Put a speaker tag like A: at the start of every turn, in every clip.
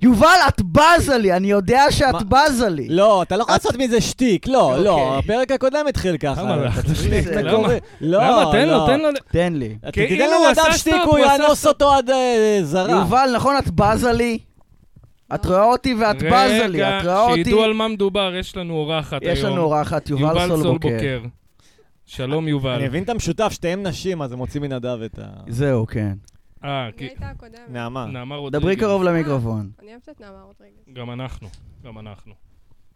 A: יובל, את בזה לי, אני יודע שאת
B: מה?
A: בזה לי.
B: לא, אתה לא יכול לעשות מזה שטיק, לא, לא,
C: אוקיי.
B: הפרק הקודם התחיל ככה.
C: למה?
B: אתה
C: אתה
B: שטיק,
A: שטיק,
B: אתה
A: למה?
B: קורא- לא,
C: למה? תן לו,
B: לא.
C: תן לו...
A: תן לי.
B: אתה
C: כאילו
B: תיתן
C: הוא
B: לבן אדם
C: עשה
B: שטיק,
C: סטופ,
B: הוא
C: הוא עשה
B: יאנוס אותו עד אה, זרה.
A: יובל, נכון, את בזה לי? את רואה אותי ואת בזה לי, את רואה
C: רגע,
A: אותי.
C: שידעו על מה מדובר, יש לנו אורחת היום.
A: יש לנו אורחת, יובל
C: יובל
A: סולבוקר.
C: סולבוקר. שלום, יובל.
B: אני מבין את המשותף, שתיהם נשים, אז הם מוצאים מנדב את ה...
A: זהו, כן.
C: אה,
D: מי
C: כי...
D: הייתה הקודמת?
B: נעמה.
C: נעמה רודריגז.
A: דברי קרוב למיקרופון.
D: אני אוהבת את נעמה רגע.
C: גם אנחנו, גם אנחנו.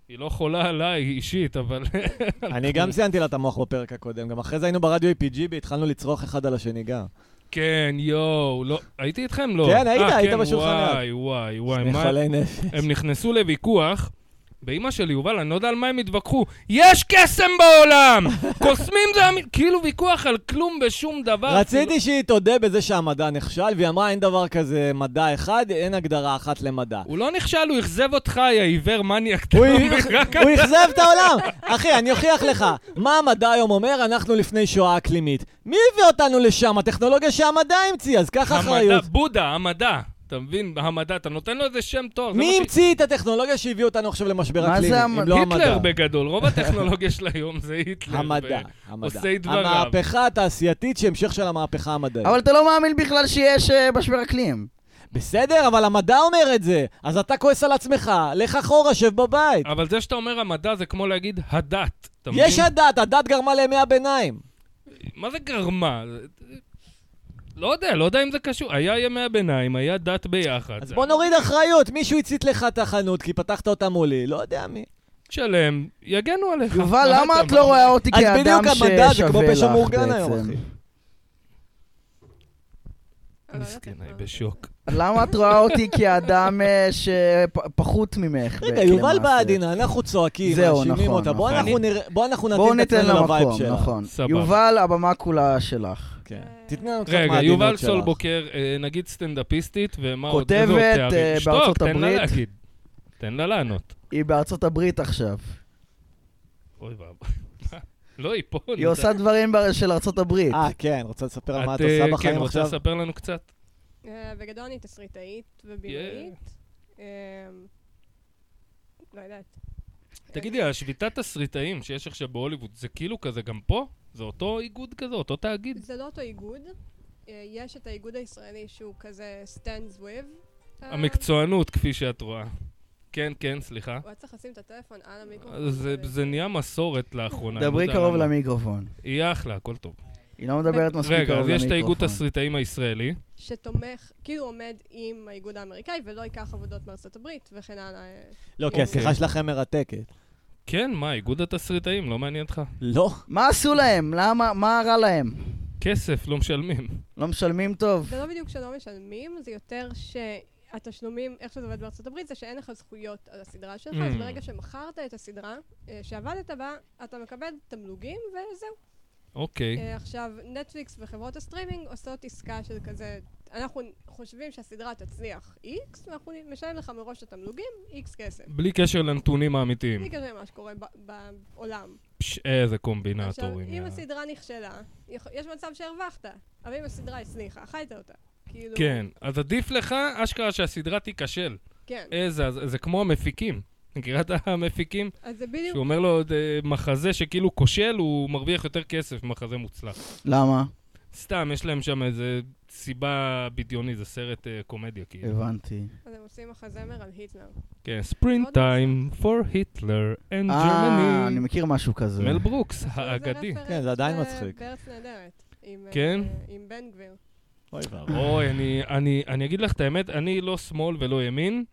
C: היא לא חולה עליי אישית, אבל...
B: אני גם ציינתי לה את המוח בפרק הקודם, גם אחרי זה היינו ברדיו APG והתחלנו לצרוח אחד על השני גם.
C: כן, יואו, לא... הייתי איתכם? לא.
B: כן, היית,
C: אה,
B: היית
C: כן,
B: בשולחן ליד.
C: וואי, וואי, וואי,
B: שני
C: מה...
B: חולי נפש.
C: הם נכנסו לוויכוח. באימא של יובל, אני לא יודע על מה הם התווכחו. יש קסם בעולם! קוסמים זה... המ- כאילו ויכוח על כלום ושום דבר. כאילו-
B: רציתי שהיא תודה בזה שהמדע נכשל, והיא אמרה אין דבר כזה מדע אחד, אין הגדרה אחת למדע.
C: הוא לא נכשל, הוא אכזב אותך, יא עיוור מניאק. אתה
B: הוא
C: אומר, רק
B: הוא אכזב את העולם! אחי, אני אוכיח לך. מה המדע היום אומר? אנחנו לפני שואה אקלימית. מי הביא אותנו לשם? הטכנולוגיה שהמדע המציא, אז קח
C: המדע,
B: אחריות.
C: בודה, המדע. אתה מבין? המדע, אתה נותן לו איזה שם תואר. זה מה
B: מי
C: ש-
B: המציא את הטכנולוגיה שהביאה אותנו עכשיו למשבר
A: מה
B: אקלימי,
A: זה
B: אם
A: המ-
B: לא המדע?
C: היטלר בגדול, רוב הטכנולוגיה של היום זה היטלר.
B: המדע,
C: ו-
B: המדע.
C: עושה את דבריו.
B: המהפכה התעשייתית שהמשך של המהפכה המדעית.
A: אבל אתה לא מאמין בכלל שיש אה, משבר אקלים.
B: בסדר, אבל המדע אומר את זה. אז אתה כועס על עצמך, לך אחורה, שב בבית.
C: אבל זה שאתה אומר המדע זה כמו להגיד הדת. אתה
B: יש
C: מבין?
B: הדת, הדת גרמה לימי הביניים.
C: מה זה גרמה? זה- לא יודע, לא יודע אם זה קשור. היה ימי הביניים, היה דת ביחד.
B: אז בוא נוריד אחריות, מישהו הצית לך את החנות כי פתחת אותה מולי, לא יודע מי.
C: שלם, יגנו עליך.
A: יובל,
C: מה
A: למה
C: אתה
A: את לא
C: מאמין?
A: רואה אותי
B: אז
A: כאדם ששווה
B: בדיוק
A: לך בעצם?
B: המדע זה כמו פשע מאורגן היום, אחי.
C: מסכן, אני בשוק.
A: למה את רואה אותי כאדם אה, שפחות ממך?
B: רגע,
A: ב-
B: יובל
A: למעשה?
B: בעדינה, אנחנו צועקים,
A: זהו,
B: מאשימים
A: נכון,
B: אותה. בוא
A: נכון.
B: אנחנו נראה- בוא אנחנו
A: בואו
B: נתאים את
A: ניתן לה
B: עצמנו לווייב
A: מקום,
B: שלה.
A: נכון.
C: סבבה.
A: יובל, הבמה כולה שלך.
B: כן. תתני לנו קצת
C: רגע,
B: מהעדינות
C: יובל
B: שלך.
C: סולבוקר, אה, נגיד סטנדאפיסטית, ומה עוד?
A: כותבת,
C: איזה עוד
A: אה,
C: תארים?
A: בארצות
C: שתוק, תן לה
A: הברית.
C: להגיד. תן לה לענות.
A: היא בארצות הברית עכשיו.
C: נכון, אוי ואבוי. לא, היא פה.
A: היא עושה דברים בר- של ארצות הברית.
B: אה, כן, רוצה לספר על מה את
C: את
B: עושה
C: אה, כן,
B: בחיים
C: רוצה
B: עכשיו?
C: לספר לנו קצת?
D: אה, בגדול אני תסריטאית ובמאית. אמ, לא יודעת. אה,
C: תגידי, השביתת תסריטאים שיש עכשיו בהוליווד, זה כאילו כזה גם פה? זה אותו איגוד כזה, אותו תאגיד?
D: זה לא אותו איגוד. אה, יש את האיגוד הישראלי שהוא כזה stands with. אה,
C: המקצוענות, כפי שאת רואה. כן, כן, סליחה.
D: הוא היה צריך לשים את הטלפון על המיקרופון.
C: אז אה, זה- זה נהיה מסורת לאחרונה.
A: דברי
C: לא יודע
A: קרוב
C: למה.
A: למיקרופון.
C: יהיה אחלה, הכל טוב.
A: היא לא מדברת מספיק קרוב
C: רגע,
A: למיקרופון.
C: אז יש את האיגוד תסריטאים הישראלי.
D: שתומך, כאילו עומד עם האיגוד האמריקאי ולא ייקח עבודות מארצות הברית וכן הלאה.
B: לא, כי
D: אוקיי.
B: השיחה שלכם מרתקת.
C: כן, מה, איגוד התסריטאים, לא מעניין אותך?
B: לא.
A: מה עשו להם? למה? מה רע להם?
C: כסף, לא משלמים.
A: לא משלמים טוב?
D: זה לא בדיוק שלא משלמים, זה יותר שהתשלומים, איך שזה עובד בארצות הברית, זה שאין לך זכויות על הסדרה שלך, אז
C: Mm.
D: ברגע שמכרת את הסדרה אה, שעבדת בה, אתה מקבל תמלוגים וזהו.
C: אוקיי.
D: אה, עכשיו, נטפליקס וחברות הסטרימינג עושות עסקה של כזה, אנחנו חושבים שהסדרה תצליח X, ואנחנו משלם לך מראש את התמלוגים, X כסף.
C: בלי קשר לנתונים האמיתיים.
D: זה כזה מה שקורה ב- בעולם.
C: פש, איזה
D: עכשיו,
C: קומבינטורים.
D: אם
C: יאללה.
D: הסדרה נכשלה, יכ- יש מצב שהרווחת, אבל אם הסדרה הצליחה, אכלת אותה. כאילו,
C: כן, אז עדיף לך אשכרה שהסדרה תיכשל.
D: כן.
C: איזה, אז- זה כמו המפיקים. מכירה את המפיקים?
D: אז זה בדיוק...
C: שהוא אומר לו, "אה, מחזה שכאילו כושל, הוא מרוויח יותר כסף ממחזה מוצלח.
A: למה?
C: סתם, יש להם שם איזה סיבה בדיוני, זה סרט אה, קומדיה כאילו.
A: הבנתי.
D: אז הם עושים מחזמר על היטלר.
C: כן, ספרינט טיים פור היטלר and
A: אה, אני
C: Germany.
A: מכיר משהו כזה.
C: מל ברוקס, האגדי.
B: כן, זה עדיין מצחיק.
D: בארץ נהדרת. עם, אה,
C: כן?
D: עם בן גביר.
B: אוי ואבוי.
C: אוי, אני, אני, אני אגיד לך את האמת, אני לא שמאל ולא ימין,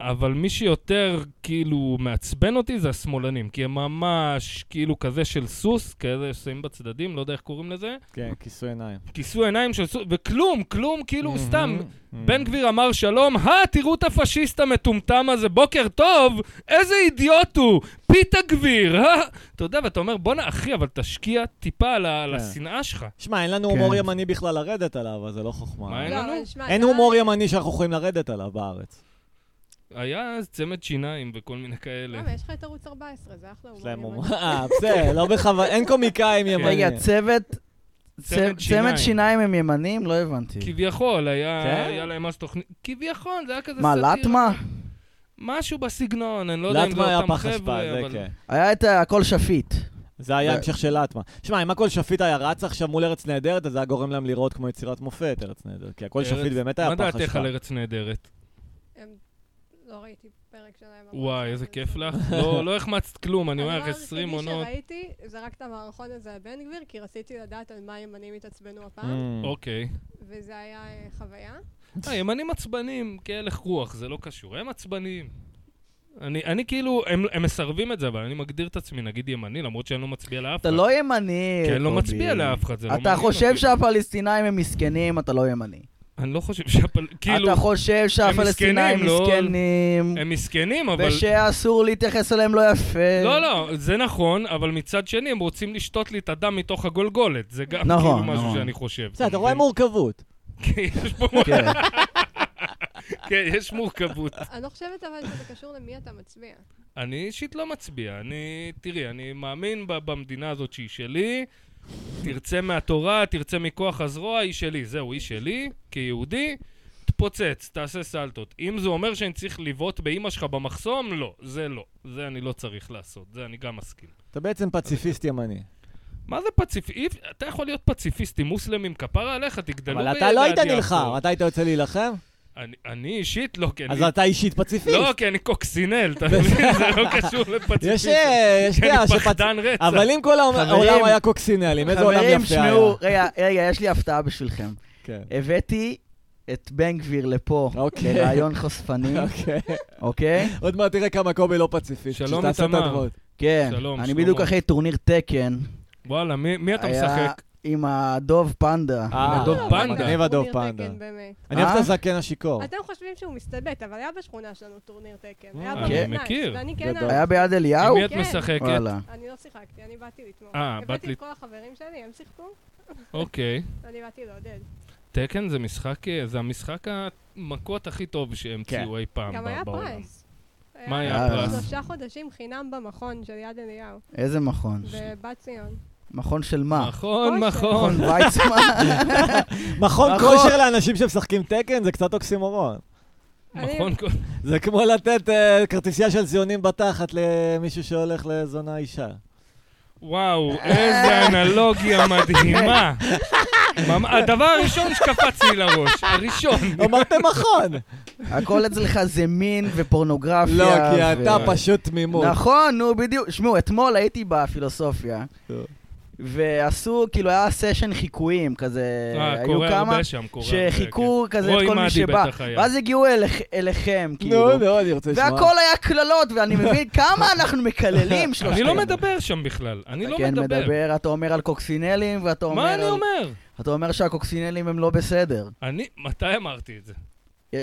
C: אבל מי שיותר כאילו מעצבן אותי זה השמאלנים, כי הם ממש כאילו כזה של סוס, כזה ששמים בצדדים, לא יודע איך קוראים לזה,
B: כן, כיסוי עיניים.
C: כיסוי עיניים של סוס, וכלום, כלום, כאילו סתם.
B: מהמם.
C: בן גביר אמר שלום, הא, תראו את הפשיסט המטומטם הזה, בוקר טוב, איזה אידיוט הוא, פיתה גביר, הא? אתה יודע, ואתה אומר, בואנה, אחי, אבל תשקיע טיפה על ה- על
B: כן.
C: השנאה שלך.
B: שמע, אין לנו
A: כן.
B: הומור ימני בכלל לרדת עליו, אז זה לא חוכמה.
C: מה אין
D: לא,
C: לנו?
D: אבל שמע,
B: אין
D: נראה
B: הומור
D: לי-
B: ימני שאנחנו יכולים לרדת עליו בארץ.
C: היה אז צמד שיניים וכל מיני כאלה.
D: למה, יש לך את ערוץ 14, זה אחלה
B: יש
D: הומור
B: להם
D: ימני.
C: כן.
B: הומור... אה, בסדר, לא בכוונה, אין קומיקאים ימנים.
A: רגע, צוות צמד
C: שיניים. כאילו,
A: שיניים הם ימנים? לא הבנתי.
C: כביכול, היה
B: כן?
C: היה להם אז תוכנית... כביכול, זה היה כזה
A: מה,
C: סאטירה.
A: לטמה?
C: משהו בסגנון, אני לא יודע אם זה
B: לטמה היה
C: אותם
B: פח אשפה,
C: חבר'ה,
B: זה
C: אבל...
B: כן.
A: היה את ה- הכל שפיט.
B: זה היה
A: זה-
B: המשך של לטמה. שמע, אם הכל שפיט היה רץ עכשיו מול ארץ נהדרת, אז זה היה גורם להם לראות כמו יצירת מופת, ארץ נהדרת. כי הכל
C: ארץ-
B: שפיט באמת היה
C: מה
B: פח אשפה.
C: דעתך על ארץ נהדרת?
D: הם- לא ראיתי פרק שלהם. אבל-
C: וואי, איזה כיף לך. לא- לא החמצת כלום, אני אומר לך, 20
D: הדבר
C: עונות.
D: היחידי שראיתי זה רק את המערכון הזה על בן גביר, כי רציתי לדעת על מה הימנים התעצבנו הפעם,
B: Mm.
C: אוקיי.
D: וזה היה אה, חוויה.
C: אה, ימנים עצבנים כהלך רוח, זה לא קשור. הם עצבניים. אני, אני כאילו, הם, הם מסרבים את זה, אבל אני מגדיר את עצמי, נגיד ימני, למרות שאני לא מצביע לאף אחד.
A: אתה לא ימני,
C: כי אני לא
A: קובי.
C: מצביע לאף אחד, זה לא
A: אתה
C: מעניין
A: חושב
C: אותי.
A: שהפלסטינאים הם מסכנים, אתה לא ימני.
C: אני לא חושב שהפל... כאילו,
A: אתה חושב שהפלסטינאים
C: מסכנים, לא-
A: מסכנים,
C: הם מסכנים, אבל...
A: ושאסור להתייחס אליהם לא יפה.
C: לא, לא, זה נכון, אבל מצד שני, הם רוצים לשתות לי את הדם מתוך הגולגולת. זה גם
A: נכון,
C: כאילו משהו
A: נכון.
C: שאני חושב.
B: בסדר, אתה רואה מורכבות.
C: כן, יש פה...
A: כן.
C: כן, יש מורכבות.
D: אני לא חושבת אבל שזה קשור למי אתה מצביע.
C: אני אישית לא מצביע. אני, תראי, אני מאמין ב- במדינה הזאת שהיא שלי. תרצה מהתורה, תרצה מכוח הזרוע, היא שלי. זהו, היא שלי, כיהודי. תפוצץ, תעשה סלטות. אם זה אומר שאני צריך לבעוט באימא שלך במחסום, לא. זה לא. זה אני לא צריך לעשות. זה אני גם מסכים.
B: אתה בעצם פציפיסט ימני.
C: מה זה פציפיסט? אתה יכול להיות פציפיסט עם מוסלמים, כפרה עליך, תגדלו
B: אבל אתה
C: ביד
B: לא היית
C: יעקב.
B: נלחם, אתה היית יוצא להילחם?
C: אני- אני אישית לא, כי אני...
B: אז אתה אישית פציפיסט.
C: לא, כי אני קוקסינל, אתה מבין? זה לא קשור לפציפיסט.
B: יש, אה, יש
C: כי
B: דעה
C: אני
B: שפצ...
C: כן, פחדן רצח.
B: אבל אם כל העולם-
A: חברים,
B: העולם היה קוקסינלים, איזה עולם
A: חברים,
B: יפה היה.
A: שמעו, רגע, רגע, יש לי הפתעה בשבילכם.
B: כן.
A: הבאתי את בן גביר לפה,
B: אוקיי.
A: לרעיון חושפני,
B: אוקיי.
A: אוקיי?
B: עוד מעט תראה כמה קובי לא פציפיסט.
C: שלום,
B: שתעשה את
C: איתמר.
B: הדמות.
A: כן.
C: שלום,
A: אני
C: שלמה.
A: בדיוק אחרי טורניר תקן.
C: וואלה, מי מי אתה
A: היה
C: משחק?
A: עם הדוב פנדה.
B: אה,
C: הדוב
D: לא,
C: פנדה.
D: אבל
B: מגניב הדוב
D: טורניר
B: פנדה.
D: תקן, באמת.
B: אני אוהב את
A: אה?
B: הזקן השיכור.
D: אתם חושבים שהוא מסתלבט, אבל היה בשכונה שלנו טורניר תקן. היה
B: אה,
D: במתנ"ס,
C: אני מכיר.
D: ואני כן...
B: גדול.
D: אהבתי.
A: היה ביד
C: עם
A: אליהו?
C: מי את
D: כן.
C: משחקת?
A: אה, וואלה.
D: אני לא שיחקתי, אני באתי לתמוך.
C: אה, באת
D: הבאתי
C: לת-
D: את כל החברים שלי, הם שיחקו,
C: אוקיי.
D: אני באתי לעודד.
C: תקן זה משחק, אה, זה המשחק המכות הכי טוב
A: כן.
C: שהמציאו אי פעם
D: גם
C: ב-
D: היה
C: בעולם.
D: פרס.
C: מה היה
A: אה, הפרס?
D: שלושה חודשים חינם במכון של יד אליהו,
A: איזה מכון?
D: בבת ציון.
A: מכון של מה?
C: נכון,
D: אושר.
C: נכון.
A: מכון ויצמן?
B: מכון
A: נכון.
B: כושר לאנשים שמשחקים תקן זה קצת אוקסימורון.
C: נכון, כל-
B: זה כמו לתת אה, כרטיסייה של זיונים בתחת למישהו שהולך לזונה אישה.
C: וואו, איזה אנלוגיה מדהימה. ממ- הדבר הראשון שקפץ לי לראש, הראשון.
A: אה,
B: אמרתם מכון!
A: הכל אצלך זה מין ופורנוגרפיה.
B: לא, כי
A: ו-
B: אתה פשוט תמימות.
A: נכון, נו, בדיוק. שמעו, אתמול הייתי בפילוסופיה,
C: כן.
B: טוב.
A: ועשו, כאילו, היה סשן חיקויים, כזה...
C: אה,
A: היו
C: קורה
A: כמה
C: הרבה שם, קורה הרבה. כן.
A: שחיקו כזה את
C: רועי
A: כל מי
C: מאדי
A: שבא.
C: בטח היה.
A: ואז הגיעו אליכ- אליכם, כאילו.
B: נו, נו, אני רוצה לשמוע.
A: והכל היה קללות, ואני מבין כמה אנחנו מקללים
C: כן.
A: שלושתנו.
C: אני לא מדבר שם בכלל, אני לא
A: אתה כן
C: מדבר.
A: מדבר, אתה אומר על קוקסינלים, ואתה אומר
C: מה אני
A: על-
C: אומר?
A: אתה אומר שהקוקסינלים הם לא בסדר.
C: אני, מתי אמרתי את זה?
A: י-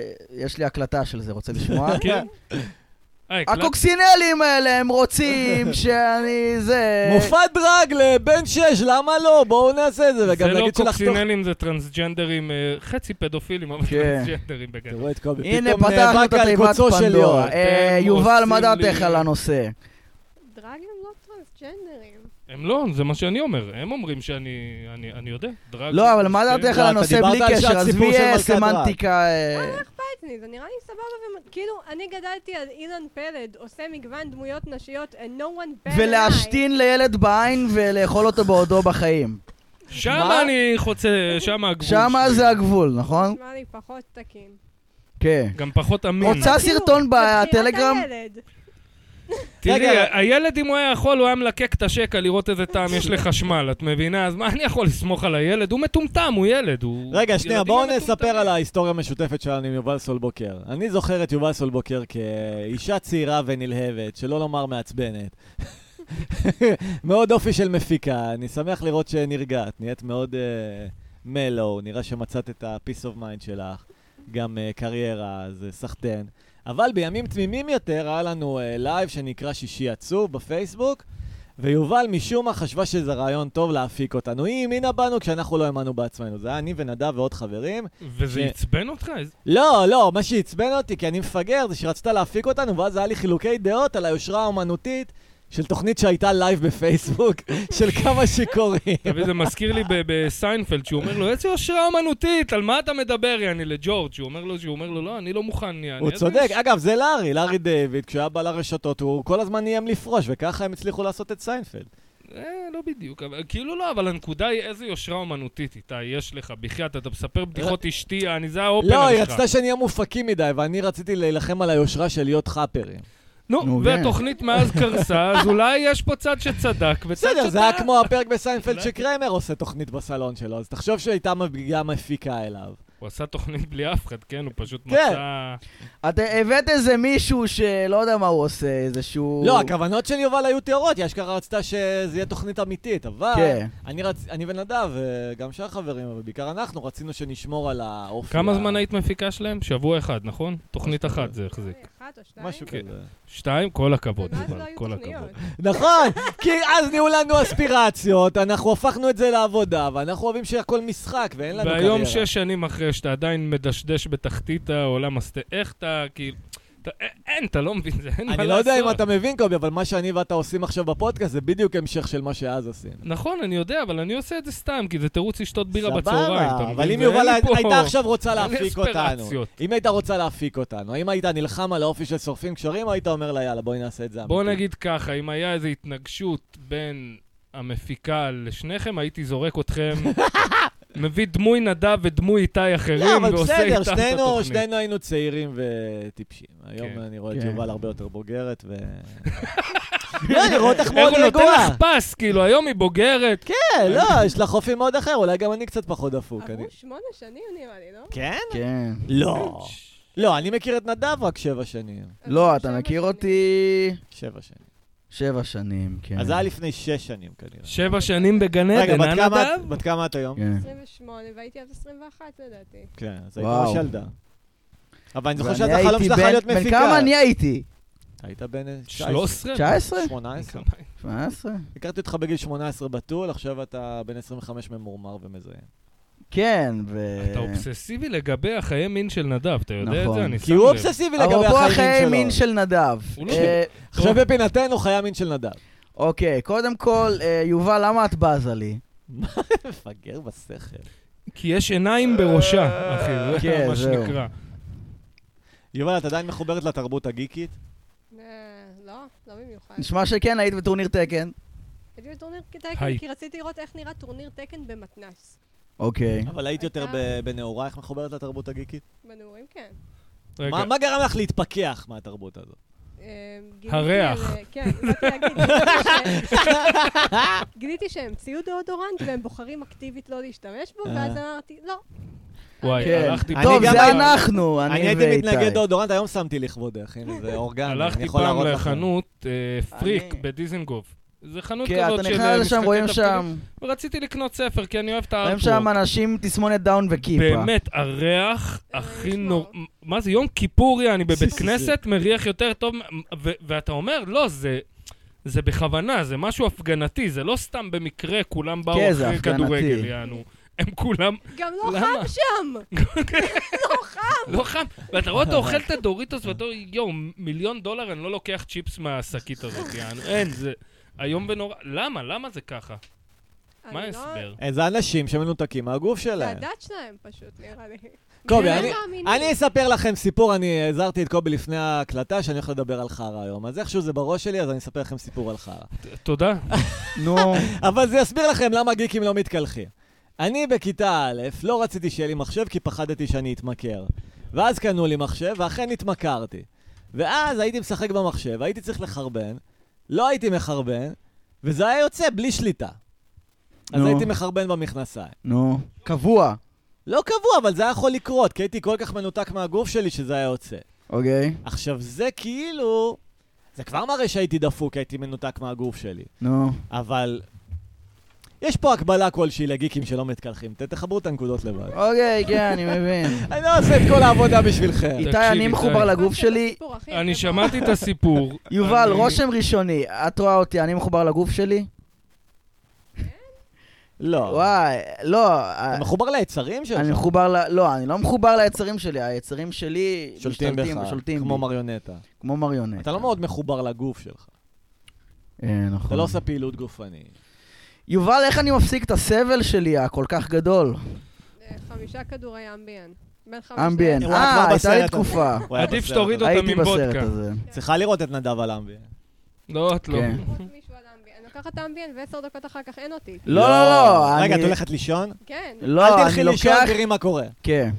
A: יש לי הקלטה של זה, רוצה לשמוע?
C: כן? אה, הקלטת?
A: הקוקסינלים האלה, הם רוצים שאני זה...
B: מופע דרג לבן שש, למה לא? בואו נעשה את זה,
C: זה
B: וגם
C: לא
B: נגיד שלחתוך...
C: קוקסינלים, זה טרנסג'נדרים, אה, חצי פדופילים, אבל
A: כן.
C: טרנסג'נדרים בגדול.
B: תראו את קובי,
A: הנה,
B: פתאום אה,
A: פתחנו את
B: נאבק על
A: התיבת
B: קוצו של יואל.
A: פנדורה. אה,
C: אתם
A: יובל, מה
C: עושים לי-
A: דעתך על הנושא?
B: אוקיי.
D: דרגים לא טרנסג'נדרים.
C: הם לא, זה מה שאני אומר. הם אומרים שאני, אני- אני יודע, דרג.
A: לא, אבל מה דעתך
B: כן, אתה
A: על הנושא
B: דיברת
A: בלי
B: על
A: קשר?
B: שהציבור
A: עזבי
B: של
A: אה,
B: מלכת רהט.
A: סמנטיקה. אה,
D: אצלי, זה לא נראה לי סבבה, ומ- כאילו, אני גדלתי על אילן פלד, עושה מגוון דמויות נשיות, and no one better than
A: ולהשתין לילד בעין ולאכול אותו בעודו בחיים.
C: שם
B: מה?
C: אני חוצה, שם הגבול.
A: שמה
C: שלי.
A: זה הגבול,
D: I.
A: נכון?
D: נשמע לי פחות תקין.
A: כן.
C: גם פחות אמין.
A: רוצה
D: כאילו,
A: סרטון
D: לבחירת
A: בטלגרם?
D: הילד.
C: תראי,
B: רגע,
C: ה- הילד, אם הוא היה יכול, הוא היה מלקק את השקע לראות איזה טעם יש לחשמל, את מבינה? אז מה אני יכול לסמוך על הילד? הוא מטומטם, הוא ילד. הוא-
B: רגע, שנייה,
C: ילדים הם
B: בואו
C: מטומטמים.
B: נספר על ההיסטוריה המשותפת שלנו עם יובל סולבוקר. אני זוכר את יובל סולבוקר כאישה צעירה ונלהבת, שלא לומר מעצבנת. מאוד אופי של מפיקה, אני שמח לראות שנרגעת, נהיית מאוד מלו, נראה שמצאת את ה-peace of mind שלך, גם אה, קריירה, אז אה, סחטיין. אבל בימים תמימים יותר היה לנו אה, לייב שנקרא שישי עצוב בפייסבוק, ויובל משום מה חשבה שזה רעיון טוב להפיק אותנו. היא האמינה בנו כשאנחנו לא האמנו בעצמנו. זה היה אני ונדב ועוד חברים.
C: וזה
B: ש-
C: עצבן אותך? איזה-
B: לא, לא, מה שעצבן אותי, כי אני מפגר, זה שרצית להפיק אותנו, ואז היה לי חילוקי דעות על היושרה האומנותית של תוכנית שהייתה לייב בפייסבוק, של כמה שיכורים.
C: אתה מבין, זה מזכיר לי ב- בסיינפלד, שהוא אומר לו, איזה יושרה אומנותית, על מה אתה מדבר, יעני, לג'ורג', שהוא אומר לו, שהוא אומר לו, לא, אני לא מוכן, יעני.
B: הוא
C: אז
B: צודק.
C: יש-
B: אגב, זה לארי, לארי דיוויד, כשהיה בא לרשתות, הוא כל הזמן איים לפרוש, וככה הם הצליחו לעשות את סיינפלד.
C: אה, לא בדיוק, אבל- כאילו לא, אבל הנקודה היא איזה יושרה אומנותית, איתי, יש לך, בחייאת, אתה מספר בדיחות אשתי, יעני, זה האופנר שלך.
B: לא, היא רצתה שנהיה מופקים מדי, ואני רציתי להילחם על היושרה של להיות חאפרים.
C: נו,
A: נו,
C: והתוכנית מאז קרסה, אז אולי יש פה צד שצדק וצד שצדק.
B: כן. בסדר, זה היה כמו הפרק בסיינפלד
C: אולי-
B: שקרמר עושה תוכנית בסלון שלו, אז תחשוב שהייתה מגיעה מפיקה אליו.
C: הוא עשה תוכנית בלי אף אחד, כן? הוא פשוט
B: כן.
C: מצא...
A: אתה הבאת איזה מישהו שלא יודע מה הוא עושה, איזשהו...
B: לא, הכוונות של יובל היו טהורות, היא אשכרה רצתה שזה יהיה תוכנית אמיתית, אבל
A: כן.
B: אני רצ- אני ונדב, אה, גם שאר החברים, אבל בעיקר אנחנו, רצינו שנשמור על האופי.
C: כמה
B: ה-
C: זמן היית מפיקה שלהם? שבוע אחד, נכון? תוכנית אחת זה החזיק.
D: אחת או שתיים.
B: משהו
C: כן.
B: כזה.
C: שתיים, כל הכבוד,
D: ומאז לא
C: יובל,
D: היו
C: כל
D: תוכניות.
C: הכבוד.
B: נכון, כי אז נהיו לנו אספירציות, אנחנו הפכנו את זה לעבודה, ואנחנו אוהבים שהכל משחק ואין לנו קריירה.
C: והיום שש שנים אחרי שאתה עדיין מדשדש בתחתית העולם, אז ת- איך אתה, כאילו... אתה- א- אין, אתה לא מבין, זה אין מה לעשות.
B: אני לא יודע אם אתה מבין, קובי, אבל מה שאני ואתה עושים עכשיו בפודקאסט זה בדיוק המשך של מה שאז עשינו.
C: נכון, אני יודע, אבל אני עושה את זה סתם, כי זה תירוץ לשתות בירה
B: סבבה,
C: בצהריים, אתה מבין?
B: אבל אם
C: זה אין
B: יובל
C: לי פה-
B: הייתה עכשיו רוצה
C: אין לי
B: להפיק אותנו,
C: אספירציות.
B: אם הייתה רוצה להפיק אותנו, האם היית נלחם על האופי של שורפים קשרים, או היית אומר לה, יאללה, בואי נעשה את זה.
C: בוא
B: אמיתי"?
C: נגיד ככה, אם היה איזו התנגשות בין המפיקה לשניכם, הייתי זורק אתכם, מביא דמוי נדב ודמוי איתי
B: לא,
C: אחרים,
B: אבל
C: ועושה איתם את
B: בסדר,
C: התוכנית.
B: שנינו, שנינו היינו צעירים וטיפשים. היום
C: כן.
B: אני רואה את
A: כן.
B: יובל הרבה יותר בוגרת, ו... לא, אני רואה אותך מאוד
C: איך הוא נותן
B: רגועה.
C: לך פס, כאילו, היום היא בוגרת.
B: כן, לא, יש לך אופי מאוד אחר, אולי גם אני קצת פחות דפוק. אני-
D: עברו שמונה שנים נראה לי, לא?
B: כן?
A: כן.
B: לא. לא, אני מכיר את נדב רק שבע שנים.
A: לא, אתה
D: שבע
A: מכיר
D: שנים.
A: אותי
B: שבע שנים.
A: שבע שנים, כן.
B: אז זה היה לפני שש שנים כנראה.
C: שבע שנים בגן
B: רגע,
C: עדן,
B: בת
C: אה
B: כמה את-
C: נדב?
B: בת כמה את היום?
A: כן.
D: 28, והייתי אז 21 לדעתי.
B: כן, אז היית
A: וואו.
B: ממש ילדה. אבל אני זוכר
A: ואני
B: שהחלום
A: הייתי
B: שלך
A: בן-
B: להיות
A: בן
B: מפיקה.
A: כמה אני הייתי?
B: היית בן
C: 13?
A: 19?
B: 18.
C: כמה?
A: 17?
B: הכרתי אותך בגיל 18 בתול, עכשיו אתה בן 25 ממורמר ומזיין.
A: כן, ו...
B: אה.
C: אתה אובססיבי לגבי החיי מין של נדב, אתה יודע את
A: נכון.
C: זה? אני שם
B: כי הוא
C: לב.
B: אובססיבי לגבי
A: אפרופו
B: החיים
A: החיי
B: שלו.
A: מין של נדב.
C: הוא לא
A: אה,
C: יודע.
B: עכשיו בפינתנו חיי המין של נדב.
A: אוקיי, קודם כל, אה, יובל, למה את בזה לי?
B: מפגר בשכל.
C: כי יש עיניים בראשה, אחי, זה
A: כן,
C: מה
A: זהו.
C: שנקרא.
B: יובל, את עדיין מחוברת לתרבות הגיקית?
D: אה, לא, לא במיוחד.
A: נשמע שכן, היית בטורניר תקן.
D: הייתי בטורניר
C: היי.
D: תקן, כי רציתי לראות איך נראה טורניר תקן במתנ"ס.
A: אוקיי.
B: אבל היית יותר
D: הייתה.
B: ב- בנעורייך מחוברת לתרבות הגיקית?
D: בנעורים כן.
C: רגע,
B: מה מה גרם לך להתפכח מהתרבות הזאת?
D: אה, גיליתי
C: הריח.
D: על- כן, באתי להגיד. גיליתי ש- גיליתי שהמציאו דאודורנט והם בוחרים אקטיבית לא להשתמש בו,
B: אה.
D: ואז אמרתי, לא,
C: וואי,
A: כן.
C: הלכתי...
B: אני
A: טוב,
B: גם- לא-
A: זה אנחנו, אני
B: אני
A: ואיתי.
B: הייתי מתנגד דאודורנט, היום שמתי לכבודך, הנה, זה אורגן, אני
C: הלכתי
B: יכול
C: פעם
B: להראות לכם.
C: לחנות אה, פריק
A: אני-
C: בדיזנגוף. זה חנות
A: כן,
C: כזאת
A: אתה
C: של...
A: נכנס
C: אה,
A: לשם,
C: משחקי
A: רואים
C: תפקידים.
A: שם
C: ורציתי לקנות ספר, כי אני אוהב את
A: רואים
C: הארטוורק.
A: שם אנשים עם תסמונת דאון וכיפה.
C: באמת, הריח הכי
D: יש לו.
C: נורא... מה זה, יום כיפוריה, אני בבית
B: זה-
C: כנסת, מריח יותר טוב, ו- ואתה אומר, לא, זה... זה בכוונה, זה משהו הפגנתי, זה לא סתם במקרה כולם באו
A: כן, זה
C: אחרי
A: הפגנתי.
C: כדורגל, יענו. הם כולם,
D: גם לא
C: למה?
D: חם שם!
C: לא חם, ואתה רואה אותו אוכל את הדוריטוס ואתה אומר, יואו, מיליון דולר אני לא לוקח צ'יפס מהשקית הזאת, יענו, אין, זה איום ונורא, למה, למה זה ככה? מה
D: אני לא-
C: ההסבר?
B: אה, זה אנשים שמנותקים מהגוף
D: זה
B: שלהם.
D: הדת שלהם פשוט, נראה לי.
B: קובי,
D: הם
B: אני-
D: לא מאמינים.
B: אני אספר לכם סיפור, אני הזהרתי את קובי לפני ההקלטה שאני הולך לדבר על חרא היום, אז איכשהו זה בראש שלי, אז אני אספר לכם סיפור על חרא.
C: תודה.
A: נו,
B: אבל זה יסביר לכם למה גיקים לא מתקלחים. אני בכיתה א', לא רציתי שיהיה לי מחשב כי פחדתי שאני אתמכר. ואז קנו לי מחשב, ואכן התמכרתי. ואז הייתי משחק במחשב, הייתי צריך לחרבן, לא הייתי מחרבן, וזה היה יוצא בלי שליטה. אז
A: נו.
B: הייתי מחרבן במכנסיים.
A: נו. קבוע,
B: לא קבוע, אבל זה היה יכול לקרות, כי הייתי כל כך מנותק מהגוף שלי שזה היה יוצא.
A: אוקיי?
B: עכשיו, זה כאילו... זה כבר מראה שהייתי דפוק, הייתי מנותק מהגוף שלי.
A: נו.
B: אבל... יש פה הקבלה כלשהי לגיקים שלא מתקלחים. ת- תחברו את הנקודות לבד.
A: אוקיי, כן, אני מבין.
B: אני לא עושה את כל העבודה בשבילכם.
A: איתי,
C: תקשיב,
A: אני
C: איתי.
A: מחובר לגוף
D: זה
A: שלי.
D: הסיפור הכי
C: אני
D: יפה
C: שמעתי את הסיפור.
A: יובל,
C: אני-
A: רושם ראשוני, את רואה אותי, אני מחובר לגוף שלי?
B: לא.
A: וואי, לא, אה,
B: אתה מחובר ליצרים שלך?
A: אני מחובר ל... לא, אני לא מחובר ליצרים שלי, היצרים שלי
B: שולטים
A: משתלטים
B: בך,
A: ושולטים
B: כמו
A: בי,
B: מריונטה.
A: כמו מריונט.
B: אתה לא מאוד מחובר לגוף שלך.
A: אה, נכון.
B: אתה לא עושה פעילות גופנית.
A: יובל, איך אני מפסיק את הסבל שלי הכל כך גדול?
D: אה, חמישה כדורי אמביאן. בין חמישה-
A: אמביאן.
B: הוא היה כבר
A: אה, הייתה לי
B: לא בסרט
A: תקופה.
B: הוא היה
C: עדיף
B: בסרט
C: שתוריד
B: הזה.
C: אותם
A: הייתי
C: עם
A: בסרט
C: וודקה.
A: הזה.
B: צריכה לראות את נדב אלמבי.
C: לא, את לא.
A: כן.
D: לראות מישהו על אמביאן. לוקחת אמביאן ועשר דקות אחר כך אין אותי.
A: לא, לא, לא.
B: רגע,
A: אני-
B: את הולכת לישון?
D: כן.
A: לא,
B: אל
A: אני
B: תלכי לישון,
A: לוקח...
B: תראי מה קורה.
A: כן.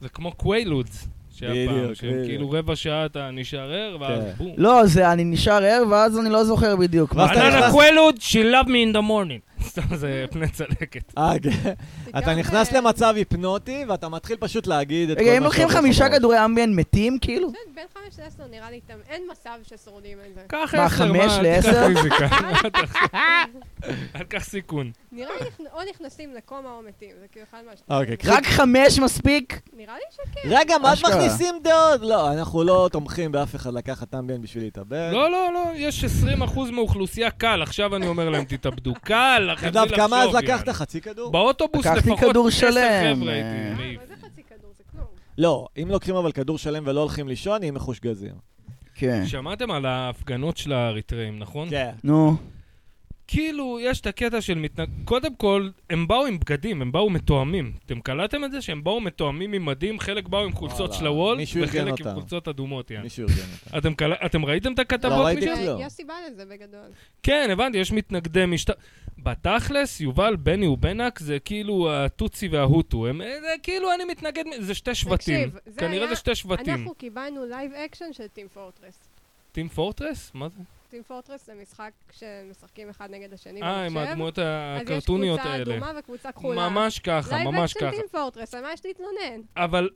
C: זה כמו קוויילודס. שהיה
B: בדיוק,
C: פעם, שהם
B: בדיוק.
C: כאילו רבע שעה אתה נשאר ער, ואז
B: כן.
C: בום.
A: לא, זה, אני נשאר ער, ואז אני לא זוכר בדיוק. מה
B: ואז אתה
A: זה.
C: בננה
B: נכנס-
C: קווילוד, she love me in the morning. סתם, זה פני צלקת.
B: אה, כן. אתה
D: תיקח,
B: נכנס
D: אה,
B: למצב היפנוטי, ואתה מתחיל פשוט להגיד את כל מה
A: רגע, אם לוקחים
B: שעובר
A: חמישה
B: לך בראש.
A: כדורי אמביאן מתים, כאילו?
D: כן, בין חמש לעשר נראה לי, תם- אין מצב ששורדים את זה.
C: קח
A: מה,
C: עשר,
A: חמש
C: מה,
A: לעשר?
C: תיקח פיזיקה. אל תח- אל תקח סיכון.
D: נראה לי נכנ- או נכנסים לקומה או מתים, זה כאילו אחד מהשניים.
B: אוקיי, כן.
A: רק חמש מספיק?
D: נראה לי שכן.
B: רגע, מה את
A: אשכרה.
B: מכניסים דעות? לא, אנחנו לא תומכים באף אחד לקחת אמביאן בשביל להתאבד.
C: לא, לא, לא, יש 20% מהאוכלוסייה קל, עכשיו אני אומר להם, תתאבדו. קל, אחי,
B: נדב,
C: בלי
B: כמה אז
C: לחשוב,
B: לקחת?
C: יעני.
B: חצי כדור?
C: באוטובוס
A: לקחתי
C: לפחות
A: כדור
C: עשר
A: שלם,
C: חבר'ה
A: אה.
C: הייתי
D: אה,
C: מעיף.
D: מה זה חצי כדור? זה כלום.
B: לא, אם לוקחים אבל כדור שלם ולא הולכים לישון, יהיה מחושגזים.
A: כן.
C: שמעתם על ההפגנות של האריתראים, נכון?
B: כן.
A: נו.
C: כאילו, יש את הקטע של מתנג... קודם כל, הם באו עם בגדים, הם באו מתואמים. אתם קלטתם את זה שהם באו מתואמים עם מדים, חלק באו עם חולצות
B: וואלה,
C: של הוול,
B: מישהו ארגן
C: וחלק עם
B: אותם.
C: חולצות אדומות, יעני.
B: כן. מישהו ארגן אותה.
C: אתם קל- אתם ראיתם את הכתבות?
B: לא ראיתי.
C: משם?
B: כן, לא.
D: יש סיבה לזה בגדול.
C: כן, הבנתי, יש מתנגדי משטר... בתכלס, יובל, בני ובנק זה כאילו הטוצי וההוטו. הם... זה כאילו אני מתנגד... מ- זה שתי שבטים.
D: תקשיב, זה
C: כנראה
D: היה-
C: זה שתי שבטים.
D: אנחנו קיבלנו לייב אקשן של טים פורטרס.
C: טים פורטרס? מה זה?
D: טים פורטרס זה משחק שמשחקים אחד נגד השני
C: אה, עם
D: במחשב.
C: הדמויות
D: אז יש
C: הקרטוניות
D: קבוצה
C: האלה.
D: אדומה וקבוצה כחולה.
C: ממש ככה, ממש
D: לייב
C: ככה.
D: אקשן טים פורטרס, על מה יש להתלונן?
C: אבל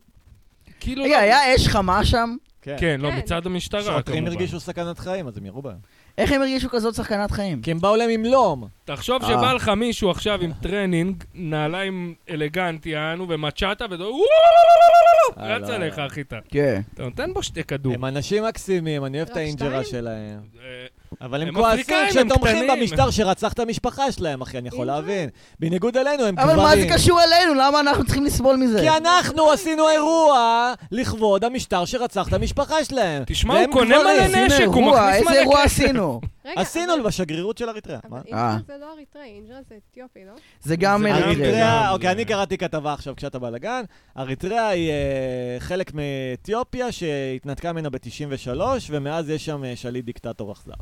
C: כאילו...
A: רגע,
C: לא-
A: היה אש חמה שם?
C: כן, לא,
D: כן.
C: מצד המשטרה, כמובן.
B: שוטרים הרגישו סכנת חיים, אז הם ירו בהם.
A: איך הם הרגישו כזאת סכנת חיים?
B: כי הם באו להם עם לום.
C: תחשוב
A: אה.
C: שבא לך מישהו עכשיו עם טרנינג, נעליים אלגנט, יענו, ומצ'אטה, וזה...
B: אה,
C: רץ
B: לא.
C: עליך, החיטה.
A: כן.
C: אתה נותן בו שתי כדור.
B: הם אנשים מקסימים, אני אוהב את
D: רק
B: האינג'רה
D: שתיים?
B: שלהם.
C: אה,
B: אבל
C: הם
B: הם כועסים
C: אפריקאים, הם
B: כשתומכים
C: קטנים.
B: במשטר שרצח את המשפחה שלהם, אחי, אני יכול
D: אינג'רה.
B: להבין. בניגוד אלינו, הם גברים.
A: אבל מה זה קשור אלינו? למה אנחנו צריכים לסבול מזה?
B: כי
D: כן.
B: אנחנו עשינו אירוע לכבוד המשטר שרצח את המשפחה שלהם.
C: תשמע,
B: והם
C: הוא קונה
B: גברים.
C: מלא
A: עשינו
C: נשק, הוא
A: אירוע,
C: מכניס מלא
A: איזה אירוע
C: כסף.
A: עשינו?
D: רגע,
B: עשינו
D: אבל-
B: בשגרירות של אריתריאה.
D: אבל
B: מה?
D: אינג'רה
A: אה.
D: זה לא אריתראי, אינג'רה זה אתיופי, לא?
A: זה גם
C: זה גם
A: אריתריאה.
B: אריתריאה,
C: זה-
B: אוקיי, אני קראתי כתבה עכשיו כשאתה בלגן. אריתריאה היא אה, חלק מאתיופיה שהתנתקה ממנה ב-93, ומאז יש שם אה, שליט דיקטטור אכזר.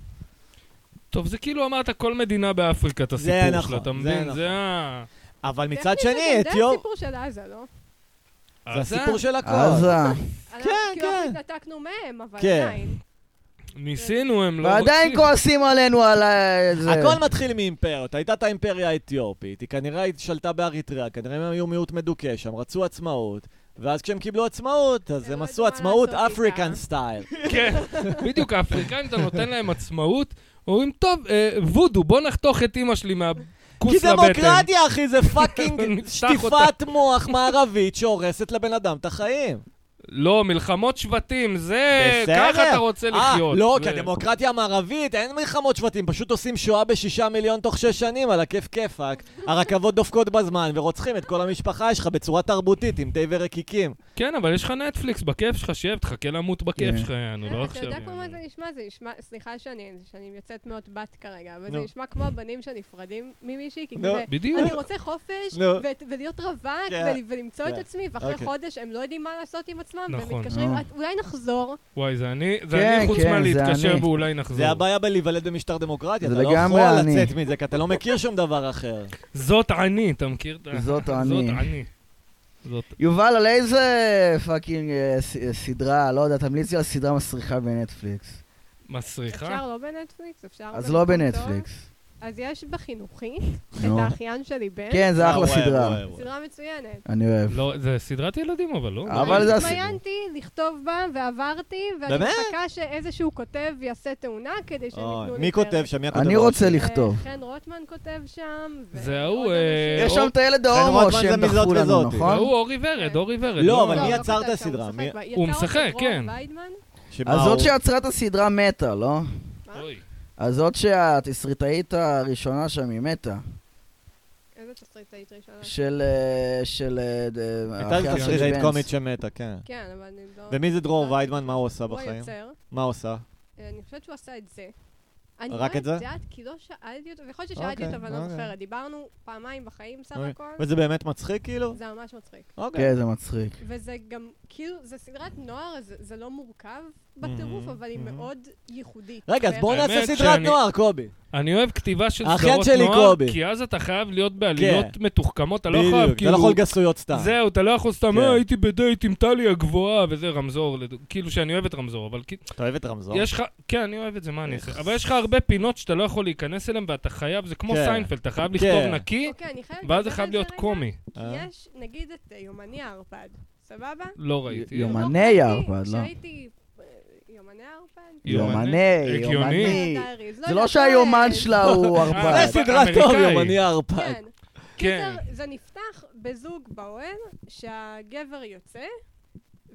C: טוב, זה כאילו אמרת כל מדינה באפריקה את
B: זה
C: הסיפור
B: נכון,
C: שלה, אתה
B: זה
C: מבין?
B: נכון.
C: זה ה...
B: אבל מצד
D: טכנית
B: שני,
D: זה
B: אתיופ...
D: הסיפור של עזה, לא?
B: זה הסיפור של הכל.
A: עזה.
D: אנחנו כאילו
B: כן.
D: התנתקנו מהם, אבל
B: כן.
D: עדיין.
C: ניסינו, הם לא
A: ועדיין
C: רוצים.
A: כועסים עלינו על ה- זה.
B: הכל מתחיל מאימפריות. הייתה את האימפריה האתיופית, היא כנראה שלטה באריתריאה, כנראה הם היו מיעוט מדוכא שם, רצו עצמאות. ואז כשהם קיבלו עצמאות, אז
D: הם
B: הם
D: לא
B: עשו
D: ידעו מה
B: עצמאות
D: לעשות
B: אפריקן
D: איתה.
B: סטייל.
C: כן, בדיוק, האפריקאים, אתה נותן להם עצמאות, אומרים, טוב, אה, וודו, בוא נחתוך את אימא
B: כי
C: שלי מהכוס לבטן.
B: דמוקרטיה, אחי, זה פאקינג
C: נפתח
B: שטיפת מוח מערבית שהורסת לבן אדם את החיים.
C: לא, מלחמות שבטים, זה...
B: בסדר.
C: ככה אתה רוצה לחיות.
B: אה, לא,
C: זה-
B: כי הדמוקרטיה המערבית, אין מלחמות שבטים, פשוט עושים שואה בשישה מיליון תוך שש שנים, על הכיף כיפאק. הרכבות דופקות בזמן ורוצחים את כל המשפחה שלך בצורה תרבותית, עם תה ורקיקים.
C: כן, אבל יש לך נטפליקס בכיף שלך, שב, תחכה למות
B: כן.
C: בכיף שלך, יענו, לא
D: אה, אתה
C: עכשיו.
D: יודע כמו מה
C: יענו.
D: זה נשמע? זה נשמע, סליחה שאני שאני יוצאת מאוד בת כרגע, אבל זה
B: נו.
D: נשמע כמו הבנים שנפרדים ממישהי, כי
B: נו.
D: כזה,
C: בדיוק.
D: אני רוצה חופש,
B: נו.
D: ו- ולהיות רווק,
B: כן.
D: ול- ולמצוא את
B: כן.
D: עצמי, ואחרי
B: אוקיי.
D: חודש הם לא יודעים מה לעשות עם עצמם,
C: נכון.
D: והם מתקשרים,
A: אה.
D: "את- אולי נחזור.
C: וואי, זה אני, זה
A: כן,
C: אני חוץ
A: כן, זה
C: מלהתקשר
A: אני.
C: ואולי נחזור.
B: זה הבעיה בלהיוולד במשטר דמוקרטיה,
A: זה
B: אתה לא יכול
A: לגמרי אני.
B: לצאת מזה, כי אתה לא מכיר שום דבר אחר.
C: זאת אני, אתה מכיר? את ה-
A: זאת
C: זאת
A: אני.
C: אני. זאת
A: יובל, על איזה פאקינג אה, ס- אה, סדרה, לא יודע, תמליצי על סדרה מסריחה בנטפליקס.
C: מסריחה?
D: אפשר לא בנטפליקס, אפשר
A: אז לא
D: במקום
A: בנטפליקס.
D: טוב. אז יש בחינוכית את
A: נו.
D: האחיין שלי בן,
A: כן, זה אחלה
B: וואי, וואי,
A: סדרה.
B: וואי, וואי.
D: סדרה מצוינת.
A: אני אוהב.
C: לא, זה סדרת ילדים, אבל לא.
B: נכון.
A: אבל
D: אני
A: זה הסיפור.
D: התראיינתי לכתוב בה ועברתי, ואני
B: באמת?
D: מחכה שאיזשהו כותב יעשה תאונה כדי שהם
B: אוי,
D: יתנו לי
B: מי
D: פרק.
B: כותב שם? מי הכותב?
A: אני
B: הראשי?
A: רוצה
D: אה,
A: לכתוב.
D: חן רוטמן כותב שם. ו-
C: זה ההוא,
D: עוד
C: אה,
D: אנשים.
A: יש שם את הילד ההומו
B: רוטמן זה
A: שהם
B: מזאת
A: דחפו לנו,
B: וזאתי.
A: נכון?
C: לא, הוא אורי ורד, אורי ורד.
B: לא, אבל
D: לא,
B: מי
D: לא
B: יצר את
D: כותב שם,
B: הסדרה?
D: משחק
B: מי-
D: בה.
C: הוא
D: יצר אותה
C: משחק,
D: דרור
C: כן.
D: ויידמן?
B: שמה
A: אז זאת
B: הוא?
A: שיצרה את הסדרה מתה, לא?
C: אוי.
A: אז זאת שהתסריטאית הראשונה שם היא מתה.
D: איזה תסריטאית ראשונה?
A: של... אה, של... אה, ד- אה,
B: הייתה
A: האחיין של
B: תסריטאית
A: בנס.
B: קומית שמתה, כן.
D: כן, אבל אני לא...
B: ומי זה דרור ויידמן? מה הוא עשה
D: הוא
B: בחיים?
D: היוצר.
B: מה הוא עשה?
D: אה, אני חושבת שהוא עשה את זה. אני
B: רק את זה?
D: לא יודעת, כי לא שאלתי אותו, ויכול להיות ששאלתי
B: אוקיי,
D: אותו ואני לא
B: אוקיי.
D: זוכרת. דיברנו פעמיים בחיים סך
B: אוקיי.
D: הכל,
B: וזה באמת מצחיק כאילו?
D: זה ממש מצחיק.
B: אוקיי.
A: כן, זה
C: לא,
A: מצחיק.
D: וזה גם, כאילו, זה סדרת נוער, אז זה- זה לא מורכב בטירוף,
B: מהמם,
D: אבל היא
B: מהמם.
D: מאוד ייחודית.
B: רגע, אז בואו
C: האמת
B: נעשה סדרת
C: שאני-
B: נוער, קובי.
C: אני אוהב כתיבה של
B: האחיין
C: סדרות
B: שלי,
C: נוער,
B: קובי. כן.
C: כי אז אתה חייב להיות בעלילות מתוחכמות, אתה לא
B: בדיוק,
C: חייב,
B: אתה לא יכול
C: כאילו...
B: גסויות סתם.
C: זהו, אתה לא יכול סתם,
B: כן.
C: "אה, הייתי בדייט עם טלי הגבוהה, וזה רמזור, לד- כאילו שאני אוהב את רמזור, אבל כאילו,
B: אתה אוהב את רמזור?
C: יש לך, כן, אני אוהב את זה, מה
B: אה.
C: אני אעשה? אבל יש לך הרבה פינות שאתה לא יכול להיכנס אליהן, ואתה חייב, זה כמו
B: כן.
C: סיינפלד, אתה חייב
B: כן.
C: לכתוב נקי,
D: אוקיי, אני חייבת...
C: ואז זה
D: לדבר
C: חייב
D: על
C: להיות
D: רגע,
C: קומי.
D: כי
B: אה?
D: יש, נגיד, את אה, יומני הערפד, סבבה?
C: לא ראיתי.
A: יומני
D: לא קראתי
A: הערפד, לא.
D: כשהייתי... אה, יומני הערפד?
C: יומני.
A: יומני,
C: הגיוני.
A: יומני.
D: דייריז,
A: זה לא
D: יודעת,
A: שהיומן
D: אה,
A: שלה הוא
C: אה,
A: ארבעה.
B: זה סדרת
C: אמריקאי.
B: טוב, יומני הערפד.
D: כן.
C: כן.
D: כן. זה נפתח בזוג באוהל, שהגבר יוצא,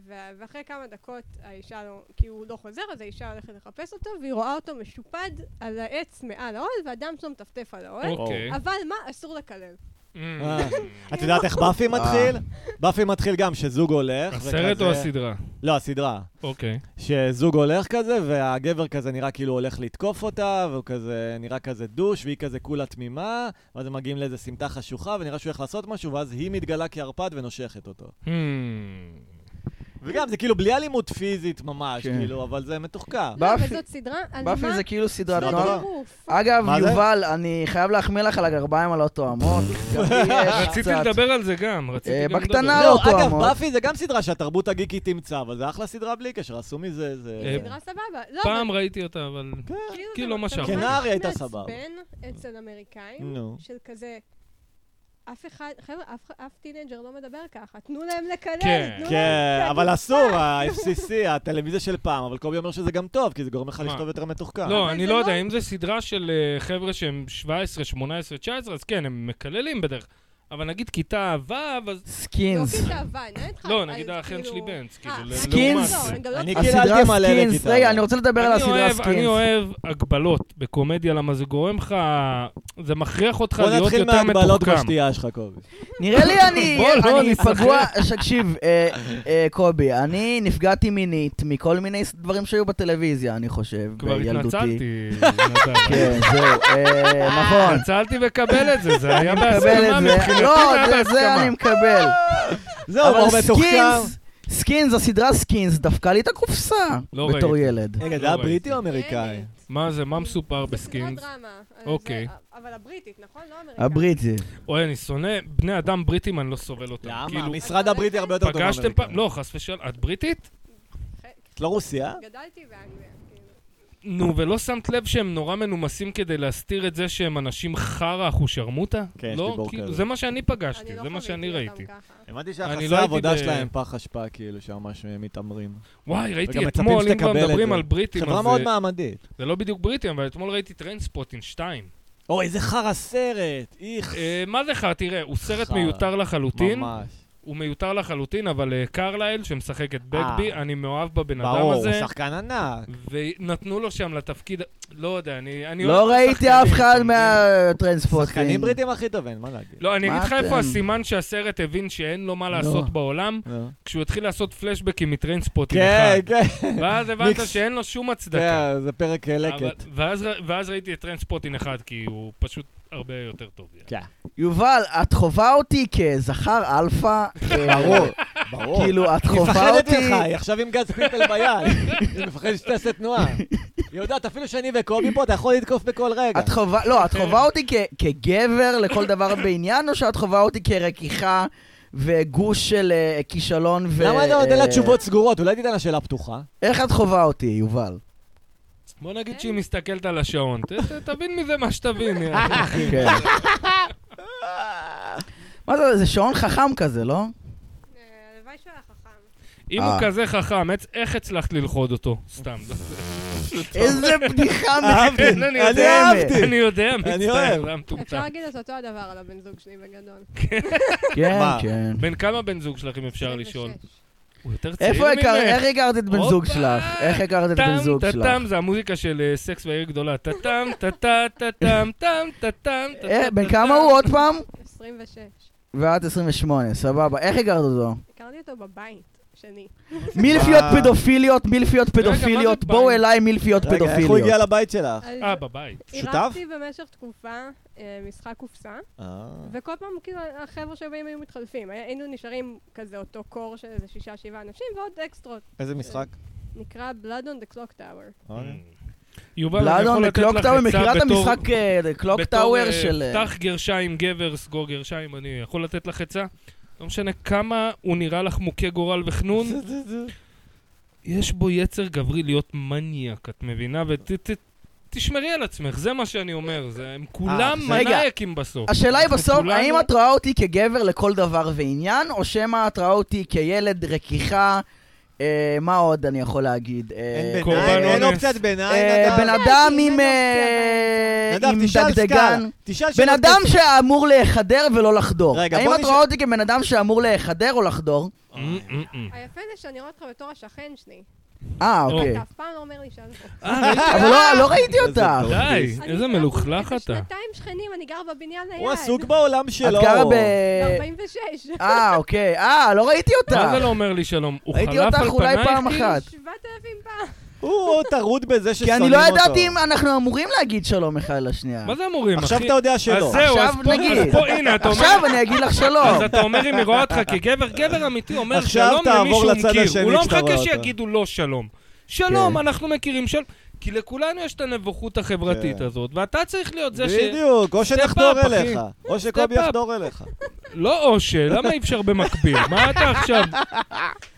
D: ו- ואחרי כמה דקות האישה לא, כי הוא לא חוזר, אז האישה הולכת לחפש אותו, והיא רואה אותו משופד על העץ מעל האוהל, והדם שלו מטפטף על האוהל.
C: אוקיי.
D: אבל מה, אסור לקלל.
C: אה,
B: אה. את יודעת
D: כן.
B: איך באפי מתחיל?
A: אה.
B: באפי מתחיל גם שזוג הולך.
C: הסרט
B: וכזה-
C: או הסדרה?
B: לא, הסדרה.
C: אוקיי.
B: שזוג הולך כזה, והגבר כזה נראה כאילו הולך לתקוף אותה, והוא כזה נראה כזה דוש, והיא כזה כולה תמימה, ואז הם מגיעים לאיזה סמטה חשוכה, ונראה שהוא הולך לעשות משהו, ואז היא מתגלה כערפד ונושכת אותו.
A: אה,
C: Hmm.
B: וגם, זה כאילו בלי אלימות פיזית ממש,
A: כן.
B: כאילו, אבל זה מתוחקר.
D: לא, אבל
A: באפי-
D: זאת סדרה על מה?
C: אה,
A: באפי זה אה. כאילו סדרת
B: סדרת
A: נוער.
B: נוער.
D: טירוף.
A: אגב,
B: מה זה?
A: יובל, אני חייב להחמיא לך על הגרביים הלא תואמות. גם לי יש
C: רציתי
A: אה, קצת.
C: לדבר על זה גם, רציתי
A: אה,
C: גם לדבר.
A: בקטנה
B: לא,
A: אותו
B: אגב,
A: עמוד.
B: באפי זה גם סדרה שהתרבות הגיקית תמצא, אבל זה אחלה סדרה בלי קשר, עשו מזה, זה...
C: אה,
D: סדרה סבבה. לא,
C: פעם
D: אבל
C: ראיתי אותה, אבל...
A: כן,
D: כאילו
C: כאילו
D: זה
C: לא
D: ממש
C: משך.
B: קנרי הייתה
D: מעצבן
B: סבבה.
D: אצל אמריקאים,
B: נו.
D: של כזה... אף אחד, חבר'ה, אף- אף טינג'ר לא מדבר ככה, תנו להם לקלל,
C: כן.
D: תנו להם...
B: כן,
D: זה
B: אבל אסור, ה-FCC, הטלוויזיה של פעם, אבל קובי אומר שזה גם טוב, כי זה גורם לך
C: מה?
B: לכתוב יותר מתוחכם.
C: לא,
D: אבל
C: אני
D: זה
C: לא
D: לא-
C: יודע, אם זו סדרה של אה, חבר'ה שהם 17, 18, 19, אז כן, הם מקללים בדרך. אבל נגיד כיתה ו', אז...
A: סקינס.
D: יופי תאווה, לא, אני אוהבת לך
C: לא,
D: על-
C: נגיד
D: על-
C: האחים שלי
D: כאילו-
C: בנץ, כאילו,
D: אה,
C: ל-
A: סקינס?
D: לא, אני גם לא
B: אני
D: צריכה-
B: כאילו, אל
A: הסדרה
B: תהיה מלא
A: סקינס,
B: לכיתה.
A: רגע, אני רוצה לדבר על
C: אני
A: הסדרה
C: אוהב- אני
A: סקינס.
C: אוהב הגבלות בקומדיה, למה זה גורם לך... זה מכריח אותך
B: בוא
C: להיות
B: נתחיל
C: יותר
B: מהגבלות
C: מתוחכם.
B: בשתייה שלך, קובי.
A: נראה לי אני
C: בוא, לא,
A: אני
C: נסחר.
A: פגוע, תקשיב, אה, אה, קובי, אני נפגעתי מינית מכל מיני ס- דברים שהיו בטלוויזיה, אני חושב,
C: כבר
A: בילדותי.
C: התנצלתי, נדב.
A: כן, זהו, אה, נכון.
C: התנצלתי וקבל את זה, זה היה
A: מקבל
C: בהסכמה
A: את זה.
C: מבחינתי,
A: לא,
C: זה היה
A: זה- זה אני
C: בהסכמה.
A: מקבל.
B: זהו, הוא
A: אבל
B: מתוחכם.
A: סקינס, סקינס, הסדרה סקינס, דפקה לי את הקופסה
C: לא
A: בתור
C: ראיתי.
A: ילד.
B: רגע, זה
C: לא
B: היה
C: ראיתי.
B: בריטי או
D: כן,
B: אמריקאי?
C: מה זה, מה מסופר
D: זה סדרת
C: לא, בסקינס?
D: דרמה. אה, זה-
C: אוקיי.
D: אבל הבריטית, נכון? לא אמריקאית.
A: הבריטי.
C: אוי, אני שונא, בני אדם בריטים, אני לא סובל אותם.
B: למה?
C: כאילו,
B: המשרד הבריטי הרבה יותר טוב
C: פגשתם
B: מאמריקאי.
C: פעם, לא, חס ושלום, את בריטית?
B: את לא רוסיה?
D: גדלתי באנגליה. כאילו.
C: נו, ולא שמת לב שהם נורא מנומסים כדי להסתיר את זה שהם אנשים חרא אחושרמוטה?
B: כן, יש
C: לא,
B: דיבור
C: כאילו,
B: כזה.
C: זה מה שאני פגשתי,
D: אני לא
C: זה מה שאני
D: חוויתי
C: ראיתי.
D: אותם ככה.
B: הבנתי
C: אני
B: שהחסרי
C: לא הייתי ב-
B: העבודה שלהם פח אשפה, כאילו, שממש מתעמרים.
C: וואי, ראיתי
B: וגם מצפים
C: אתמול, אם כבר
B: שתקבל את
C: מדברים
B: זה.
C: על בריטים,
B: חברה
C: אז
B: מאוד
C: זה-
B: מעמדית.
C: זה לא בדיוק בריטים, אבל אתמול ראיתי טריינספוטין 2.
B: אוי, איזה חרא סרט! איך!
C: אה, מה זה חרא? תראה, הוא סרט
B: חרא.
C: מיותר לחלוטין.
B: ממש.
C: הוא מיותר לחלוטין, אבל אה, קרלייל, שמשחק את
B: אה.
C: בגבי, אני מאוהב בבן אדם
B: ברור,
C: הזה.
B: הוא שחקן ענק.
C: ונתנו לו שם לתפקיד, לא יודע, אני... אני אוהב
A: לא
C: את
A: ראיתי
C: השחקנים,
A: אף אחד
C: אתה מבין?
A: מהטרנספורטים.
B: שחקנים בריטים הכי טובים, מה להגיד?
C: לא, אני
A: מה
C: אגיד לך איפה
A: אתם?
C: הסימן שהסרט הבין שאין לו מה
A: לא.
C: לעשות בעולם,
B: נו.
C: כשהוא התחיל לעשות פלשבקים מטריינספוטים
B: אה. כן,
C: אחד.
B: כן.
C: ואז הבנת
B: מיקס.
C: שאין לו שום הצדקה.
B: כן, זה פרק
C: אבל-
B: לקט.
C: ואז ר- ואז ראיתי את טריינספוטין אחד, כי הוא פשוט הרבה יותר טוב.
A: יובל, את חווה אותי כזכר אלפא. אה,
B: ברור, ברור.
A: כאילו, את
B: היא
A: חווה
B: מפחדת
A: אותי...
B: ממך, היא עכשיו עם גז פיטל ביד. היא מפחדת שתעשה תנועה. היא יודעת, אפילו שאני וקובי פה, אתה יכול לתקוף בכל רגע.
A: את חווה, לא, את חווה אותי כ- כגבר לכל דבר בעניין, או שאת חווה אותי כרכיכה וגוש של אה, כישלון ו...
B: למה אתה נותן לה
A: אה,
B: תשובות סגורות? אולי תיתן לה שאלה פתוחה.
A: איך את חווה אותי, יובל?
C: בוא נגיד
D: כן.
C: שהיא מסתכלת על השעון, ת- ת- תבין מזה מה שתבין. יאללה.
A: כן. מה זה, זה שעון חכם כזה, לא?
D: אה, הלוואי שהוא היה חכם.
C: אם הוא
A: אה.
C: כזה חכם, אצ- איך הצלחת ללכוד אותו? סתם.
A: איזה בדיחה
B: אהבתי,
A: מ-
C: כן, אני
B: אני
C: יודע, אני
B: אהבתי.
C: יודע,
B: אני
C: מצטער,
B: אוהב.
C: זה היה
D: אפשר
C: מטומטם.
D: להגיד את אותו הדבר על הבן זוג שלי בגדול.
A: כן,
B: מה?
A: כן.
C: בן כמה בן זוג שלך, אם אפשר לשאול?
D: 26.
C: הוא יותר צעיר
A: איפה הכרת, איך
C: ממך.
A: הכרת את בן זוג
C: הופה.
A: שלך? איך הכרת את בן זוג שלך?
C: טאם, זה המוזיקה של אה, סקס והעיר גדולה. טאטאם, טאטא, טאטאם, טאם, טאטאם,
A: אה,
C: טאטאם.
A: בן כמה הוא עוד פעם?
D: 26.
A: ואת 28, סבבה. איך הכרת אותו?
D: הכרתי אותו בבית. שני.
A: מילפיות
B: מה?
A: פדופיליות, מילפיות
C: אה. רגע, מה זה
A: פדופיליות,
C: ביי?
A: בואו אליי מילפיות
B: רגע, אוקיי, איך הוא הגיע
A: פדופיליות.
B: לבית שלך?
D: אז
C: אה, בבית.
B: שותף?
D: אירחתי במשך תקופה אה, משחק קופסה,
B: אה.
D: וכל פעם כאילו החבר'ה שבאים היו מתחלפים. היה- היינו נשארים כזה אותו קור של איזה שישה, שבעה אנשים ועוד אקסטרות.
B: איזה משחק?
D: נקרא Blood on the Clock Tower.
C: אה.
B: אוקיי.
C: יובל, אני יכול
A: אה. בלאדון,
C: לתת לך
A: קלוק טאוור, מכירה
C: עצה
A: את
C: בתור...
A: המשחק קלוק
C: בתור,
A: טאוור
C: אה,
A: של... אה,
C: פתח גרשיים גבר, סגור גרשיים, אני יכול לתת לך עצה? לא משנה כמה הוא נראה לך מוכה גורל וחנון, יש בו יצר גברי להיות מניאק, את מבינה? ותשמרי על עצמך, זה מה שאני אומר. זה, הם כולם
A: אה, רגע.
C: מניאקים בסוף.
A: השאלה היא
C: אנחנו
A: בסוף,
C: כולנו-
A: האם את רואה אותי כגבר לכל דבר ועניין, או שמא את רואה אותי כילד רכיכה, אה, מה עוד אני יכול להגיד? אה,
B: אין
C: קורבן אוקיי,
B: ביניים, אין
C: אונס.
B: אופציית ביניים,
A: אה,
B: נדב.
A: בן
D: לא
A: אדם
D: יודעת,
A: עם
D: אין
A: אה,
D: אופציה,
B: נדב,
A: עם
B: תשאל
A: דגדגן.
B: סקאלה. תשאל
A: בן
B: שאלות
A: אדם
B: כסף.
A: שאמור להיחדר ולא לחדור.
B: רגע,
A: האם
B: בוא
A: את
B: נשאל-
A: רואה אותי כבן אדם שאמור להיחדר או לחדור?
C: אה, אה, אה.
D: היפה זה שאני רואה אותך בתור השכן שלי.
A: אה, אוקיי.
C: כן.
D: אתה אף פעם לא אומר לי שאתה פה.
C: אה, ראית?
A: אבל לא- לא ראיתי
B: איזה
A: אותך.
B: טוב.
C: די,
D: אני
C: איזה
D: גרה-
C: מלוכלך
D: איזה
C: אתה.
D: שנתיים שכנים, אני גר בבניין ליד.
B: הוא עסוק בעולם
A: את
B: שלו.
A: גרה ב...
D: ב-46.
A: אה, אוקיי. אה, לא ראיתי
C: מה
A: אותך.
C: זה לא אומר לי שלום? הוא חלף
A: ראיתי
C: על
A: אותך אולי
C: פנייך?
A: פעם אחת.
D: 7,000 כאילו, פעם.
B: הוא טרוד בזה
A: כי
B: ששונאים
A: אני
B: אותו.
A: לא ידעתי אם אנחנו אמורים להגיד שלום אחד לשנייה.
C: מה זה אמורים, אחי?
B: עכשיו אתה יודע שלא.
C: אז זהו, אז
A: עכשיו
C: פה,
A: נגיד.
C: אז פה, הנה, אתה אומר...
A: עכשיו אני אגיד לך שלום.
C: אז אתה אומר אם היא רואה אותך כגבר, גבר אמיתי אומר
B: עכשיו
C: שלום למי
B: תעבור
C: שהוא
B: לצד
C: מכיר.
B: השני
C: הוא לא
B: כשאתה רואה כן.
C: מחכה
B: אותו.
C: שיגידו לא שלום. שלום, אנחנו מכירים שלום. כי לכולנו יש את הנבוכות החברתית
B: כן.
C: הזאת, ואתה צריך להיות זה ש...
B: בדיוק, או שנחדור
C: up, אחי.
B: אליך, או שקובי
C: up.
B: יחדור אליך.
C: לא אושר, למה אי אפשר במקביל? מה אתה עכשיו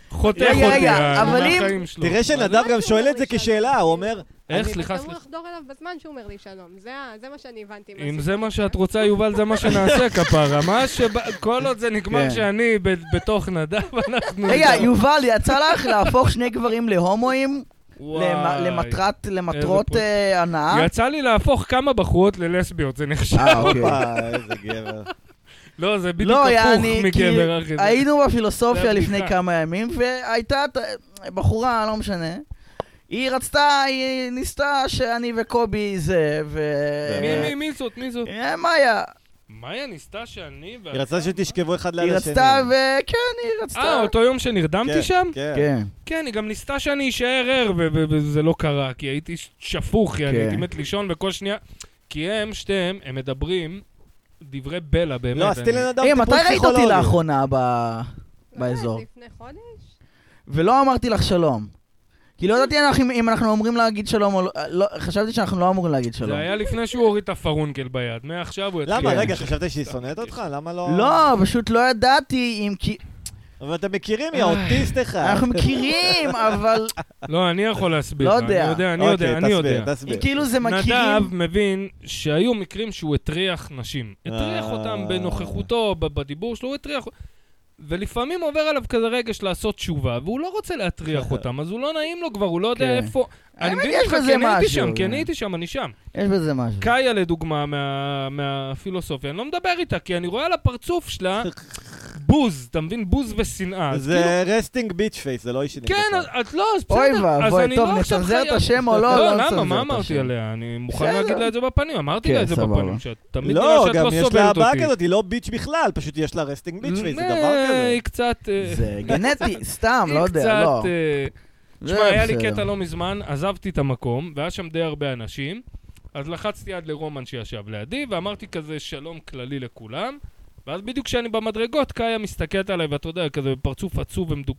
C: חותך
A: רגע,
C: אותי
A: רגע,
C: אה,
A: אבל אם-
C: מהחיים שלו?
B: תראה
C: לא
B: שנדב גם שואל את זה כשאלה, הוא אומר,
C: איך?
B: אני-
C: סליחה,
D: אתה אמור
C: סליחה.
D: לחדור אליו בזמן שהוא אומר לי שלום. זה ה- זה מה שאני הבנתי.
C: אם
D: מהסיפור
C: זה מה
D: שלך.
C: שאת רוצה, יובל, זה מה שנעשה, כפרה. מה ש... כל עוד זה נגמר
A: כן.
C: שאני ב- בתוך נדב, אנחנו...
A: רגע, יובל, יצא לך להפוך שני גברים להומואים?
C: וואי.
A: למ- למטרת, למטרות
C: פרוט.
A: אה, הנאה?
C: יצא לי להפוך כמה בחורות ללסביות, זה נחשב.
A: אה, אוקיי.
B: הופה, איזה גבר.
C: לא, זה בדיוק
A: לא,
C: הפוך
A: יעני,
C: מגבר, אחי.
A: כי
C: זה-
A: היינו
C: זה
A: בפילוסופיה לפני
C: הבדיחה.
A: כמה ימים, והייתה ת- בחורה, לא משנה. היא רצתה, היא ניסתה שאני וקובי זה, ו...
C: מי, מי, מי זאת? מי זאת?
A: אה, מאיה.
C: מאיה ניסתה שאני
B: היא
C: ואתה...
B: רצתה שתשכבו אחד ליד
A: היא
B: השני.
A: רצתה, וכן, היא רצתה.
C: אה, אותו יום שנרדמתי
B: כן,
C: שם?
B: כן.
A: כן.
C: כן, היא גם ניסתה שאני אשאר ער, ו- ו- וזה לא קרה, כי הייתי שפוך, יעני,
A: כן.
C: הייתי מת לישון וכל שנייה... כי הם, שתיהם, הם מדברים דברי בלע, באמת.
B: לא, אז תן
C: אני-
B: לנדב
A: היי,
B: טיפול
A: אה, מתי ראית אותי
B: פסיכולוגי.
A: לאחרונה ב-
D: לא יודעת,
A: באזור?
D: לפני חודש?
A: ולא אמרתי לך שלום. כי לא ידעתי אנחנו- אם אנחנו אמורים להגיד שלום או לא- לא, חשבתי שאנחנו לא אמורים להגיד
C: זה
A: שלום.
C: היה לפני שהוא הוריד את הפרונקל ביד, מעכשיו הוא יתחיל.
B: למה?
A: כן.
B: רגע, חשבת שהיא שונאת אותך? למה לא?
A: לא, פשוט לא ידעתי אם כי...
B: אבל אתם מכירים, היא אוטיסט אחד.
A: אה, אנחנו מכירים, אבל
C: לא, אני יכול להסביר.
A: לא
C: לך,
A: יודע.
C: אני יודע, אני יודע, אני יודע.
B: אוקיי, תסביר, תסביר.
A: כאילו זה
C: נדב
A: מכירים...
C: מבין שהיו מקרים שהוא הטריח נשים. הטריח
B: אה.
C: אותם בנוכחותו, ב- בדיבור שלו, הוא הטריח... ולפעמים עובר עליו כזה רגש לעשות תשובה, והוא לא רוצה להטריח אותם, אז הוא לא נעים לו כבר, הוא לא יודע
A: כן.
C: איפה... אני
A: האמת,
C: מבין
A: יש
C: אותך,
A: בזה
C: כי אני הייתי
A: משהו,
C: שם, כי
A: כן.
C: אני הייתי שם, אני שם.
A: יש בזה משהו.
C: קאיה, לדוגמה, מה- מהפילוסופיה, אני לא מדבר איתה, כי אני רואה על הפרצוף שלה בוז, אתה מבין? בוז ושנאה. אז כאילו,
B: זה רסטינג ביץ' פייס, זה לא אישי. נגדך.
C: כן, אז- אז לא, אז בסדר.
A: אוי
C: אז
A: ואבוי,
C: אני
A: טוב,
C: לא עכשיו
A: נצנזר את
C: חייב-
A: השם או לא?
C: לא,
A: נצנזר
C: למה?
A: את
C: מה אמרתי
A: השם.
C: עליה? אני מוכן
A: בסדר.
C: להגיד לה את זה בפנים, אמרתי לה
A: כן,
C: את זה
A: סבבה.
C: בפנים, שאת תמיד נראה
B: לא,
C: שאת
B: גם
C: לא
B: יש לה
C: סובלת
B: הבעה
C: אותי.
B: כזאת, היא לא ביץ' בכלל, פשוט יש לה רסטינג ביץ' פייס, זה דבר
C: אה,
B: כזה.
C: היא קצת... אה,
A: זה גנטי, סתם, לא
C: היא
A: יודע, לא.
C: קצת, אה,
A: זה
C: תשמע, היה לי
A: בסדר.
C: קטע לא מזמן, עזבתי את המקום, והיה שם די הרבה אנשים, אז לחצתי יד לרומן שישב לידי, ואמרתי כזה שלום כללי לכולם, ואז בדיוק כשאני במדרגות, קאיה מסתכלת עליי, ואתה יודע, כזה בפרצוף עצוב ומדוק...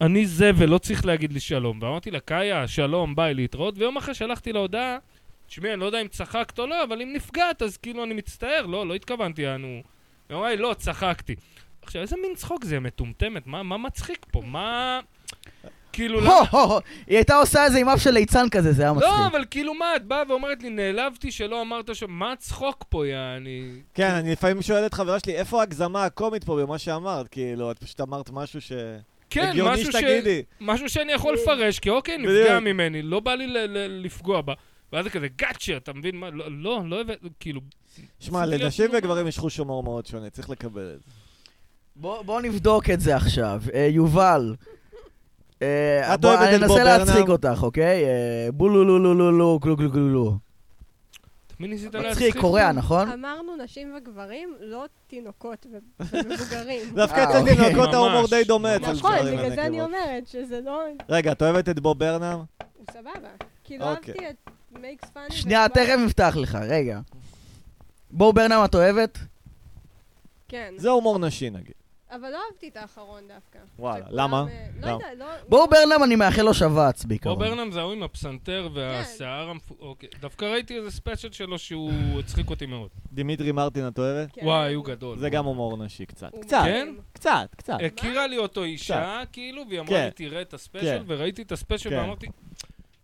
C: אני זבל, לא צריך להגיד לי שלום. ואמרתי לה, קאיה, שלום, ביי, להתראות, ויום אחרי שלחתי לה הודעה, תשמעי, אני לא יודע אם צחקת או לא, אבל אם נפגעת, אז כאילו אני מצטער, לא, לא התכוונתי, אנו... היא אמרה לי, לא, צחקתי. עכשיו, איזה מין צחוק זה, מטומטמת, מה, מה מצחיק פה? מה... כאילו, למה...
A: הו, הו, הו. היא הייתה עושה את זה עם אף של ליצן כזה, זה היה
C: לא,
A: מצחיק.
C: אבל כאילו מה, את באה ואומרת לי, נעלבתי שלא אמרת ש... מה הצחוק פה, יעני?
B: כן, אני לפעמים שואל את חברה שלי, איפה ההגזמה הקומית פה במה שאמרת? כאילו, את פשוט אמרת משהו ש...
C: כן,
B: הגיוני
C: משהו, ש...
B: שתגידי.
C: משהו שאני יכול לפרש, כי אוקיי, נפגע
B: בדיוק.
C: ממני, לא בא לי ל- ל- לפגוע בה. ואז זה כזה, גאצ'ה, אתה מבין מה? לא, לא, לא הבאת, כאילו...
B: שמע,
C: זה
B: לנשים
C: כאילו-
B: וגברים יש חוש הומור מאוד שונה, צריך לקבל את זה.
A: בוא בוא נבדוק את זה עכשיו. אה, יובל. אה,
B: את
A: בוא,
B: אוהבת
A: אני
B: את בוב
A: אנסה
B: ברנאם?
A: להצחיק אותך, אוקיי? אה, בולו לולו לולו, גלו גלו גלו.
C: אתה מי ניסית לא להצחיק?
A: מצחיק, קוריאה, נכון?
D: אמרנו נשים וגברים, לא תינוקות ו- ומבוגרים.
B: דווקא
A: אה,
B: אצל
A: אוקיי.
B: תינוקות
C: ממש,
B: ההומור די דומה אצל
C: ממש.
D: נכון,
B: גברים.
D: בגלל זה אני
B: הנקבות.
D: אומרת שזה לא...
B: רגע, את אוהבת את בוב ברנאם?
D: הוא סבבה. כי לא
B: אוקיי.
D: אהבתי את מייקס פאני.
A: שנייה, תכף נפתח לך, רגע. בואו ברנאם, את אוהבת?
D: כן.
B: זה הומור נשי נגיד.
D: אבל לא אהבתי את האחרון דווקא.
B: וואלה,
D: שכולם,
B: למה?
D: אה, לא
B: למה?
D: יודע, לא...
A: בואו ברנאם, אני מאחל לו שבץ
C: בו
A: בעיקרון.
C: ברנם זה ההוא עם הפסנתר והשיער המפ... אוקיי. דווקא ראיתי איזה ספיישל שלו שהוא הצחיק אותי מאוד.
B: דימיטרי מרטין, את אוהבת?
D: כן.
C: וואי, הוא גדול.
B: זה גם הומור נשי קצת.
D: הוא
B: קצת,
C: כן?
D: מדהים.
B: קצת, קצת.
C: הכירה לי אותו אישה, כאילו, והיא
B: אה, כן.
C: אמרה לי, תראה את הספיישל,
B: כן.
C: וראיתי את הספיישל
B: כן.
C: ואמרתי,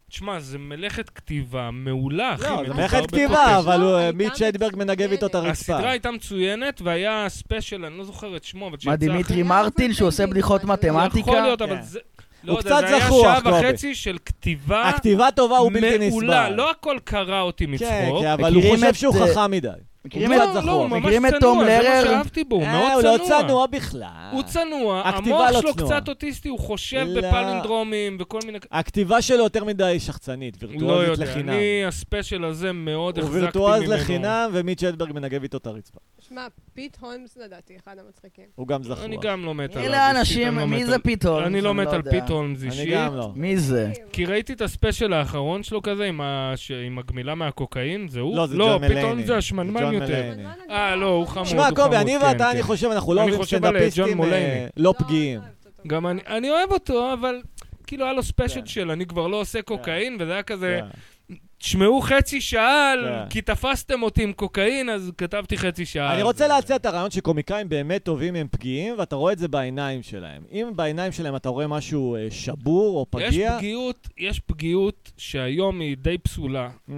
C: תשמע, זה מלאכת כתיבה מעולה, אחי.
B: לא, זה
C: מדובר
B: מלאכת
C: בקופש."
B: כתיבה, אבל
D: לא,
B: הוא- אה,
D: הייתה
B: מיט שיידברג מנגב איתו את
D: מצוינת.
B: הרצפה.
C: הסדרה הייתה מצוינת, והיה ספיישל, אני לא זוכר את שמו, אבל שיצא
A: מה,
C: אחרי...
A: לא דימיטרי
D: אחרי-
A: מרטין, שהוא עושה בדיחות
D: זה יכול
C: זה יכול
A: מתמטיקה?
C: להיות, אבל
B: כן.
C: זה... לא
B: הוא
C: יודע,
B: קצת
C: זה היה
B: זחוח,
C: שעה
B: קובי.
C: וחצי של כתיבה
B: הכתיבה טובה הוא בלתי נסבל.
C: מעולה. לא הכל קרע אותי
B: כן,
C: מצחוק.
B: כן, אבל הוא
A: מכירים
B: חושב
A: את,
B: שהוא
A: אה,
B: חכם מדי.
A: מכירים
B: הוא
A: את...
B: קצת
C: לא, לא,
B: זחוח.
C: הוא ממש
A: מכירים את
C: צנוע,
A: תום
C: זה
A: לרר?
C: מה שאהבתי בו, הוא
B: אה, הוא
C: מאוד
B: לא
C: צנוע.
B: צנוע בכלל.
C: הוא צנוע,
B: הכתיבה
C: המוח
B: לא
C: שלו
B: צנועה.
C: קצת אוטיסטי, הוא חושב
B: לא.
C: בפלינדרומים וכל מיני...
B: הכתיבה שלו יותר מדי שחצנית,
C: לא
B: וירטואוזית
C: יודע,
B: לחינם.
C: אני הספיישל הזה מאוד
B: הוא
C: החזקתי ממנו.
B: וירטואוז לחינם, ומיט שיידברג מנגב איתו את הרצפה.
D: שמע, פיט הולמס לדעתי, אחד המצחיקים.
B: הוא גם זחוח.
C: אני גם לא מת עליו.
A: אלה
C: אישית, אני לא
A: האנשים, מי
C: מת
A: זה
C: על-
A: פיתון?
C: אני לא מת על
A: יודע.
C: פיתון, זה
B: אני
C: אישי.
B: גם לא.
A: מי זה?
D: כאילו,
C: כי ראיתי את הספיישל האחרון שלו כזה, עם ה- ש- עם הגמילה מהקוקאין, זה הוא?
B: לא, זה ג'ון מלייני.
C: לא, פיתון זה השמנמן
B: ג'ון
C: יותר.
B: מלייני.
C: אה, לא, הוא חמוד.
B: שמע,
C: הוא
B: קובי,
C: חמוד,
B: אני
C: כן,
B: ואתה,
C: כן.
B: אני חושב, אנחנו לא
C: אני
B: אוהבים
C: חושב על, אה, ג'ון
B: סטנדאפיסטים אה,
C: מולייני.
B: לא פגיעים.
C: אה, גם אני, אני אוהב אותו, אבל כאילו היה לו ספיישל
B: כן.
C: של אני כבר לא עושה קוקאין, וזה היה כזה,
B: כן.
C: תשמעו חצי שעה, על-
B: כן.
C: כי תפסתם אותי עם קוקאין, אז כתבתי חצי שעה.
B: אני
C: על
B: רוצה
C: זה.
B: להציע את הרעיון שקומיקאים באמת טובים הם פגיעים, ואתה רואה את זה בעיניים שלהם. אם בעיניים שלהם אתה רואה משהו אה, שבור או
C: יש
B: פגיע...
C: פגיעות, יש פגיעות שהיום היא די פסולה.
B: Mm,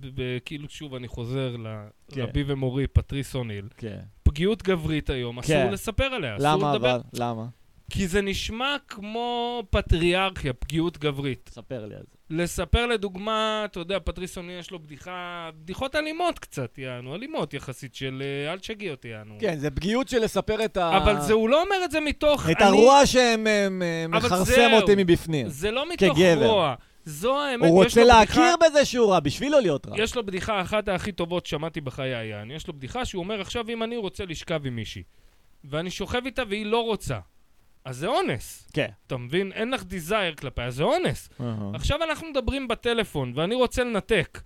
C: ב- ב- כאילו, שוב, אני חוזר
B: כן.
C: לרבי ומורי, פטריס אוניל.
B: כן.
C: פגיעות גברית היום,
B: כן.
C: אסור לספר עליה, אסור
B: למה
C: לדבר.
B: אבל? למה?
C: כי זה נשמע כמו פטריארכיה, פגיעות גברית.
B: ספר לי על זה.
C: לספר לדוגמה, אתה יודע, פטריסון יש לו בדיחה, בדיחות אלימות קצת, יענו, אלימות יחסית של אה, אל תשגעי אותי, יענו.
B: כן, זה פגיעות של לספר את ה...
C: אבל זה, הוא לא אומר את זה מתוך...
B: את
C: אני-
B: הרוע שמכרסם
C: זהו.
B: אותי מבפנים.
C: זה לא מתוך
B: כגבר.
C: רוע. זו האמת,
B: הוא
C: יש
B: רוצה
C: לו
B: להכיר
C: בדיחה-
B: בזה שהוא רע, בשביל לא להיות רע.
C: יש לו בדיחה אחת הכי טובות ששמעתי בחיי, יענו. יש לו בדיחה שהוא אומר, עכשיו אם אני רוצה לשכב עם מישהי, ואני שוכב איתה והיא לא רוצה, אז זה אונס.
B: כן. אה.
C: אתה מבין? אין לך desire כלפיי, אז זה אונס. עכשיו אנחנו מדברים בטלפון, ואני רוצה לנתק.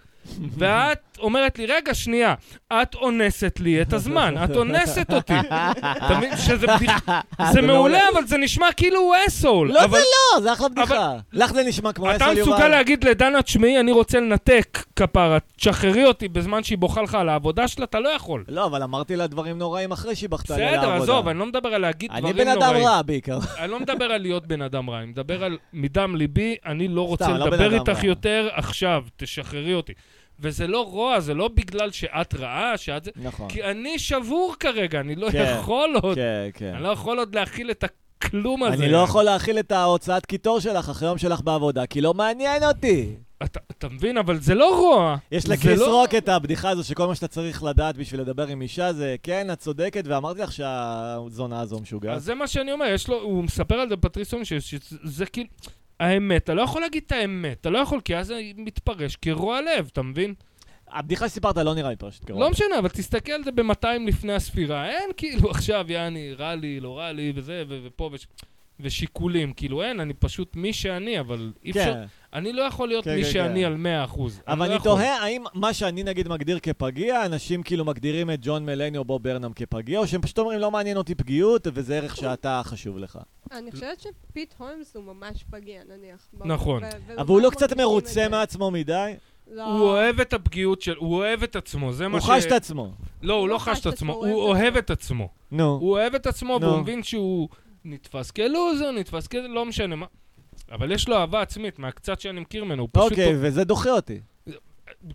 C: ואת אומרת לי, רגע, שנייה, את אונסת לי את הזמן, את אונסת אותי. אתה מבין שזה בדיחה, זה מעולה, אבל זה נשמע כאילו הוא אסול.
B: לא, זה לא, זה אחלה בדיחה. לך זה נשמע כמו
C: אתה
B: אסל
C: מסוגל
B: יובל.
C: להגיד לדנה, תשמעי, אני רוצה לנתק כפרה, תשחררי אותי בזמן שהיא בוכה לך על העבודה שלה, אתה לא יכול.
B: לא, אבל אמרתי לה דברים נוראים אחרי שהיא בכתה לי על
C: בסדר,
B: העבודה.
C: עזוב, אני לא מדבר על להגיד
B: אני
C: דברים
B: בן
C: נוראים.
B: אדם רע בעיקר.
C: אני לא מדבר על להיות בן אדם רע, אני מדבר על מדם ליבי, אני לא רוצה
B: סתם, לא בן
C: לדבר
B: אדם
C: איתך
B: רע.
C: יותר עכשיו, תשחררי אותי. וזה לא רוע, זה לא בגלל שאת רעה, שאת זה...
B: נכון.
C: כי אני שבור כרגע, אני לא
B: כן,
C: יכול עוד.
B: כן, כן.
C: אני לא יכול עוד להכיל את הכלום הזה.
B: אני לא יכול להכיל את ההוצאת קיטור שלך אחרי יום שלך בעבודה, כי לא מעניין אותי.
C: אתה- אתה מבין? אבל זה לא רוע.
B: יש
C: זה
B: לקריס
C: לא-
B: רוק את הבדיחה הזו שכל מה שאתה צריך לדעת בשביל לדבר עם אישה זה, כן, את צודקת, ואמרתי לך שהזונה הזו משוגעת.
C: אז זה מה שאני אומר, יש לו, הוא מספר על זה בפטריסון, ש- שזה כאילו... האמת, אתה לא יכול להגיד את האמת, אתה לא יכול, כי אז זה מתפרש כרוע לב, אתה מבין?
B: הבדיחה שסיפרת לא נראה לי פשוט קרוב.
C: לא משנה, אבל תסתכל על זה ב-200 לפני הספירה. אין כאילו עכשיו, יעני, רע לי, לא רע לי, וזה, ו- ופה, וש- ושיקולים. כאילו, אין, אני פשוט מי שאני, אבל אי אפשר...
B: כן,
C: אני לא יכול להיות
B: כן,
C: מי
B: כן,
C: שאני
B: כן.
C: על 100%.
B: אבל
C: לא
B: אני
C: יכול.
B: תוהה האם מה שאני נגיד מגדיר כפגיע, אנשים כאילו מגדירים את ג'ון מלני או בוב ברנאם כפגיע, או שהם פשוט אומרים, לא מעניין אותי פגיעות, וזה ערך שאתה חשוב לך.
D: אני חושבת שפיט הולמס הוא ממש פגיע, נניח. ב-
C: נכון.
D: ו- וממש
B: אבל הוא לא קצת
D: מרגישים את
B: מרוצה
D: זה.
B: מעצמו מדי?
D: לא.
C: הוא אוהב את הפגיעות של... הוא אוהב את עצמו, זה
B: הוא
C: מה ש...
B: חש את עצמו.
C: לא, הוא לא חש את עצמו, הוא אוהב את עצמו.
B: נו.
C: הוא אוהב את עצמו,
B: נו.
C: והוא מבין שהוא נתפס כלוזר, נתפס כ... לא משנה מה. אבל יש לו אהבה עצמית, מהקצת שאני מכיר ממנו, הוא פשוט...
B: אוקיי, וזה דוחה אותי.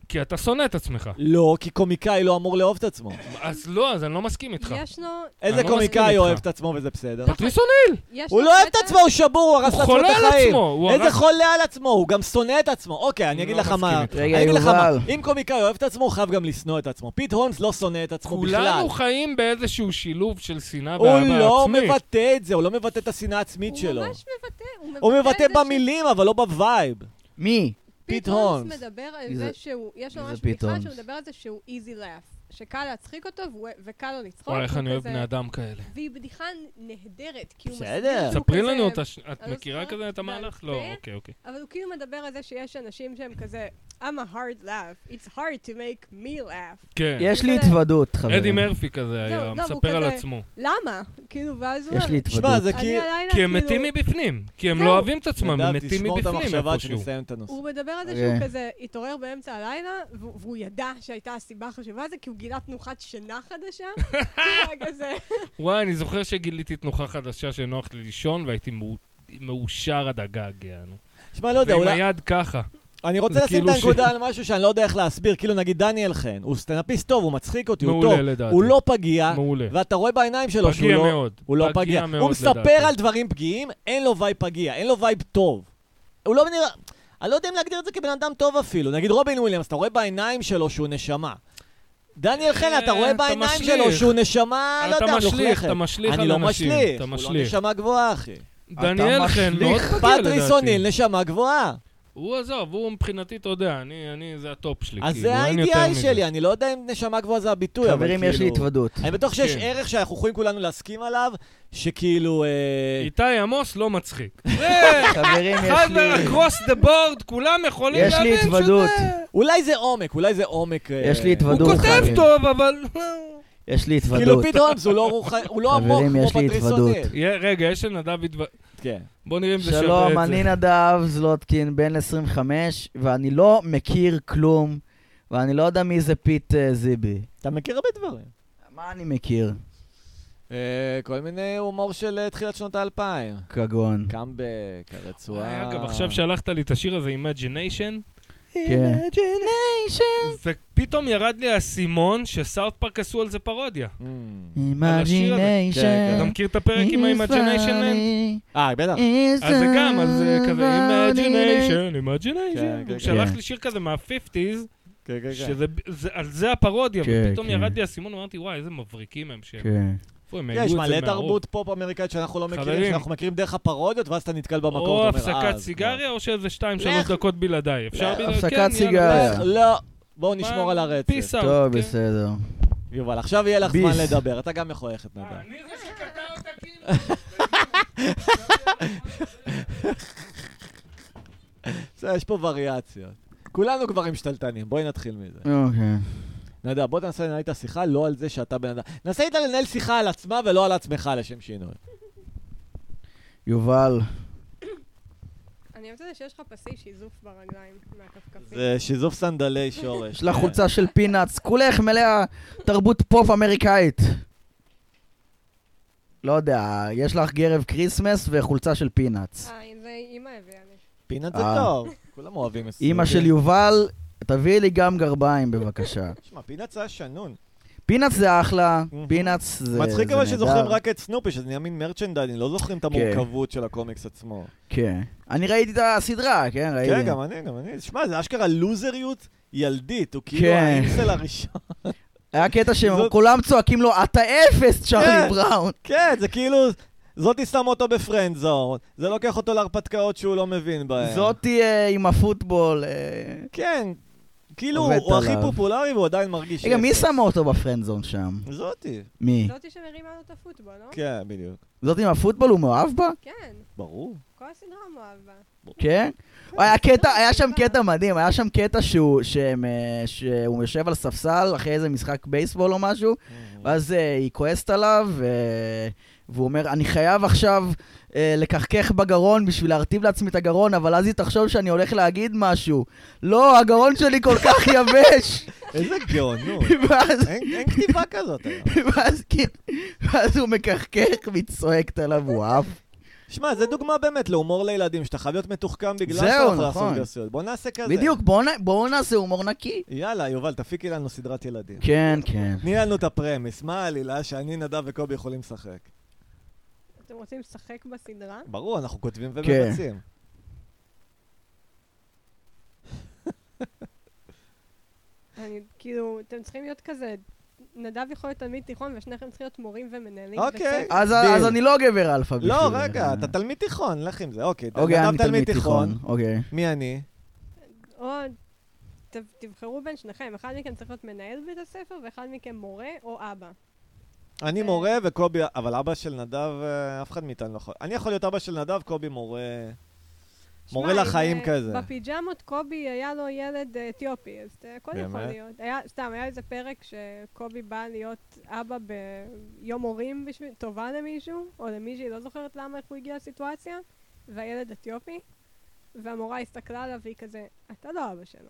C: כי אתה שונא את עצמך.
B: לא, כי קומיקאי לא אמור לאהוב את עצמו.
C: אז לא, אז אני לא מסכים איתך.
D: יש לו...
B: איזה
C: אני לא מסכים
B: קומיקאי
C: איתך.
B: אוהב את עצמו וזה בסדר?
C: פטריסון
D: יש
B: הוא
D: לו
B: לא אוהב את
D: קטע-
B: עצמו, הוא שבור, הוא הרס לעצמו
C: הוא
B: את
C: חולה על
B: החיים.
C: עצמו, הוא
B: איזה
C: הרס-
B: חולה על עצמו, הוא גם שונא את עצמו. אוקיי, אני
C: אני
B: אגיד
C: לא
B: לך
C: מסכים
B: מה...
C: איתך.
A: רגע,
B: אני אגיד לך מה,
A: יובל.
B: אם קומיקאי אוהב את עצמו, הוא חייב גם לשנוא את עצמו. פיט הונס לא שונא את עצמו בכלל.
C: כולנו חיים באיזשהו שילוב של שנאה
B: הוא
C: ואהבה
B: לא
C: עצמית.
B: מבטא את זה, הוא לא מבטא את השנאה העצמית שלו.
D: הוא ממש מבטא,
B: הוא מבטא
D: את זה ש-
B: במילים, אבל לא בווייב.
A: מי?
D: פיט
B: פיט
D: פיט
B: הונס.
D: הונס מדבר על
A: איזה-
D: זה שהוא, יש לו
A: איזה
D: ממש
A: פיט
D: בדיחה
A: הונס.
D: שהוא מדבר על זה שהוא איזי לאף. שקל להצחיק אותו והוא- וקל לו לצחוק.
C: וואי, איך
D: הוא
C: אני אוהב
D: כזה-
C: בני אדם כאלה.
D: והיא בדיחה נהדרת, כי הוא
B: בסדר.
D: מסביר שהוא
C: ספרי
D: כזה-
C: לנו אותה, ש- את
D: אני לא
C: מכירה
D: זוכרת
C: כזה את
D: בעל
C: המהלך?
D: פה.
C: לא, אוקיי, אוקיי.
D: אבל הוא כאילו מדבר על זה שיש אנשים שהם כזה, I'm a hard laugh, it's hard to make me laugh.
C: כן.
A: יש לי
D: זה-
A: התוודות, חברים.
C: אדי מרפי כזה היה,
D: לא, והוא
C: מספר על
D: כזה-
C: עצמו.
D: למה? כאילו, ואז הוא
A: יש לי
D: אומר,
B: שמע,
A: התוודות.
B: זה
D: אני
B: כאילו...
D: הלילה,
C: כי הם
D: כאילו...
C: מתים מבפנים. כי הם
D: זהו.
C: לא אוהבים את עצמם, הם
B: נדב,
C: מתים
B: תשמור את
C: מבפנים
B: המחשבה עד
C: איפשהו.
B: שנסיים את הנושא.
D: הוא מדבר על זה
A: אה.
D: שהוא כזה התעורר באמצע הלילה, והוא והוא ידע שהייתה הסיבה החשובה לזה, כי הוא גילה תנוחת שינה חדשה. כאילו, הוא היה כזה,
C: וואי, אני זוכר שגיליתי תנוחה חדשה שנוח לי לישון, והייתי מאו- מאושר עד הגג, יענו.
B: שמע, לא יודע,
C: ועם
B: אולי...
C: היד ככה.
B: אני
C: זה
B: רוצה לשים
C: כאילו
B: את
C: ש-
B: הנקודה על משהו שאני לא יודע איך להסביר. כאילו, נגיד דניאל חן, הוא סטנאפיסט טוב, הוא מצחיק אותי, הוא טוב.
C: מעולה לדעתי.
B: הוא לא פגיע,
C: מעולה.
B: ואתה רואה בעיניים שלו שהוא
C: פגיע
B: לא...
C: מאוד.
B: הוא לא פגיע.
C: מאוד,
B: הוא מספר
C: לדעתי.
B: על דברים פגיעים, אין לו וייב פגיע, אין לו וייב טוב. הוא לא נראה... אני לא יודע אם להגדיר את זה כבן אדם טוב אפילו. נגיד רובין וויליאמס, אתה רואה בעיניים שלו שהוא נשמה. דניאל חן, אתה
C: אה,
B: רואה
C: אתה
B: בעיניים
C: משליך.
B: שלו שהוא נשמה, לא
C: אתה
B: יודע, מלוכלכת.
C: משליך, אתה משליך
B: אני
C: על
B: לא
C: אנשים.
B: משליך,
C: אתה
B: הוא לא
C: משליך.
B: נשמה גבוהה, אחי.
C: דניאל חן, מאוד
A: משליך.
C: פגיע אוקיי, לדעתי.
B: פטריס אוניל, נשמה גבוהה.
C: הוא עזוב, הוא מבחינתי, אתה יודע, אני, אני, זה הטופ שלי.
B: אז
C: כאילו,
B: זה
C: אין יותר
B: ה-IDI
C: מזה.
B: שלי, אני לא יודע אם נשמה גבוהה זה הביטוי, אבל כאילו...
A: חברים, יש לי התוודות.
B: אני בטוח שיש
C: כן.
B: ערך שאנחנו יכולים כולנו להסכים עליו, שכאילו... אה,
C: איתי עמוס לא מצחיק.
A: חברים, יש לי...
C: אקרוס דה בורד, כולם יכולים
A: יש לי
C: להבין שזה...
A: התוודות.
B: אולי זה עומק, אולי זה עומק... אה,
A: יש לי
C: הוא
A: התוודות,
C: כותב
A: חברים.
C: טוב, אבל...
A: יש לי
B: כאילו
A: התוודות.
B: פיט הונס הוא לא רוח- הוא לא עמוק
A: חברים,
B: כמו
A: יש לי
B: פטריס
A: התוודות.
B: אוניל.
C: יה- רגע, יש לנדב התוודות.
B: כן.
C: בוא נראה אם זה שווה את זה.
A: שלום, אני נדב זלוטקין, בן 25, ואני לא מכיר כלום, ואני לא יודע מי זה פיט אה, זיבי.
B: אתה מכיר הרבה דברים.
A: מה אני מכיר?
B: אה, כל מיני הומור של אה, תחילת שנות האלפיים.
A: כגון.
C: כן.
B: קאמבק, הרצועה.
C: אגב, עכשיו שלחת לי את השיר הזה, Imagination,
A: כן.
C: זה פתאום ירד לי האסימון שסאוט פארק עשו על זה פרודיה.
B: Mm.
A: Imagination.
C: כן, אתה מכיר את הפרק עם ה-Imagination Man?
B: אה, בטח.
C: אז זה גם, אז זה כזה Imagination,
B: כן,
C: Imagination.
B: כן,
C: הוא שלח
A: כן.
C: לי שיר כזה מה-50's,
B: כן, כן, כן.
C: שעל זה הפרודיה,
A: כן,
C: ופתאום
A: כן.
C: ירד לי האסימון, אמרתי, וואי, איזה מבריקים הם שהם.
A: כן.
C: איפה הם העלו את
B: יש
C: זה
B: מלא
C: מהרוב?
B: תרבות פופ אמריקאית שאנחנו לא מכירים,
C: חברים.
B: שאנחנו מכירים דרך הפרודיות, ואז אתה נתקל במקור.
C: או
B: אתה אומר, "אה,
C: הפסקת
B: אז
C: סיגריה, או שזה
B: לך.
C: 2-3 דקות בלעדיי. אפשר
B: לך.
C: בלעדיי?
A: הפסקת
C: כן, יאללה,
A: סיגריה.
B: כבר." לא, בואו נשמור על הרצף.
C: פיס אאוט.
A: טוב,
C: כן.
A: בסדר.
B: יובל, עכשיו יהיה לך זמן
A: ביס.
B: לדבר, אתה גם יכול ללכת נדב.
C: אני זה שקטע אותה כאילו.
B: בסדר, יש פה וריאציות. כולנו כבר עם שתלטנים, בואי נתחיל מזה.
A: אוקיי.
B: נדב, בוא תנסה לנהל את השיחה, לא על זה שאתה בן אדם. נסה איתה לנהל שיחה על עצמה ולא על עצמך, לשם שינוי.
A: יובל,
D: אני אוהבת את זה שיש לך פסי שיזוף ברגליים מהכפכפים.
B: זה שיזוף סנדלי שורש.
A: יש לך חולצה של פינאץ, כולך מלאה תרבות פופ אמריקאית. לא יודע, יש לך גרב כריסמס וחולצה של פינאץ.
D: אה, זה אימא הביאה לי.
B: פינת זה
A: אה.
B: טוב. כולם אוהבים את זה.
A: אימא של יובל, תביאי לי גם גרביים בבקשה.
B: שמע, פינת זה היה שנון.
A: פינאץ זה אחלה,
B: Mhm.
A: פינאץ זה זה נהדר.
B: מצחיק אבל שזוכרים רק את סנופי, שזה נהיה מין מרצ'נדייזינג, לא זוכרים את
A: כן.
B: המורכבות של הקומיקס עצמו.
A: כן. אני ראיתי את הסדרה, כן? ראיתי.
B: כן, גם אני, גם אני. שמע, זה אשכרה לוזריות ילדית, הוא כאילו
A: כן.
B: האינסל הראשון.
A: היה קטע
B: זאת-
A: שכולם צועקים לו, אתה אפס, צ'רלי
B: כן.
A: בראון.
B: כן, זה כאילו, זאתי שם אותו בפרנד זון, זה לוקח אותו להרפתקאות שהוא לא מבין בהן.
A: זאתי אה, עם הפוטבול. אה.
B: כן, כאילו,
A: עובד
B: הוא הכי
A: עליו.
B: פופולרי והוא עדיין מרגיש...
A: רגע, מי
B: אפס.
A: שמה אותו בפרנד זון שם?
B: זאתי.
A: מי?
D: זאתי שמרימה לו את הפוטבול, לא?
B: כן, בדיוק.
A: זאת עם הפוטבול, הוא מאוהב בה?
D: כן,
B: ברור.
D: כל הסדרה מאוהב בה.
A: כן? היה קטע, היה שם
D: סבבה.
A: קטע מדהים, היה שם קטע שהוא, שהם, אה, שהוא יושב על ספסל אחרי איזה משחק בייסבול או משהו, ואז אה, היא כועסת עליו, אה, והוא אומר, אני חייב עכשיו אה, לקחקח בגרון בשביל להרטיב לעצמי את הגרון, אבל אז היא תחשוב שאני הולך להגיד משהו. לא, הגרון שלי כל כך יבש!
B: איזה גאונות.
A: ואז,
B: אין אין כתיבה כזאת היום.
A: ואז, כאילו- ואז הוא מקחקח והיא צועקת עליו, הוא עף.
B: שמע, זה דוגמה באמת להומור לילדים, שאתה חייב להיות מתוחכם בגלל
A: זהו,
B: שאתה לא יכול
A: נכון.
B: לעשות גרסיות. בוא נעשה כזה.
A: בדיוק, בואו נ- בואו נעשה הומור נקי.
B: יאללה, יובל, תפיקי לנו סדרת ילדים.
A: כן, כן.
B: תני לנו את הפרמיס, מה העלילה שאני, נדב וקובי יכולים לשחק?
D: אתם רוצים לשחק בסדרה?
B: ברור, אנחנו כותבים
A: כן.
B: ומבצעים.
D: אני, כאילו, אתם צריכים להיות כזה, נדב יכול להיות תלמיד תיכון ושניכם צריכים להיות מורים ומנהלים.
B: אוקיי.
D: בית
A: אז
B: דיל.
A: אז אני לא גבר אלפא בשבילך.
B: לא, רגע, אתה תלמיד תיכון, לך עם זה. אוקיי,
A: אוקיי,
B: נדב
A: אני תלמיד תיכון. אוקיי.
B: מי אני?
D: ספר. או ת- תבחרו בין שניכם, אחד מכם צריך להיות מנהל בית הספר ואחד מכם מורה או אבא.
B: אני
D: אה.
B: מורה וקובי, אבל אבא של נדב, אה, אף אחד מאיתנו לא יכול. אני יכול להיות אבא של נדב, קובי מורה. מורה
D: שמע, אם,
B: לחיים
D: אה,
B: כזה.
D: בפיג'מות קובי היה לו ילד אה, אתיופי, אז אה, הכל יכול
B: באמת?
D: להיות. היה, סתם, היה איזה פרק שקובי בא להיות אבא ביום הורים בשביל, טובה למישהו, או למישהי, לא זוכרת למה, איך הוא הגיע לסיטואציה, והילד אתיופי, והמורה הסתכלה עליו והיא כזה, אתה לא אבא שלו.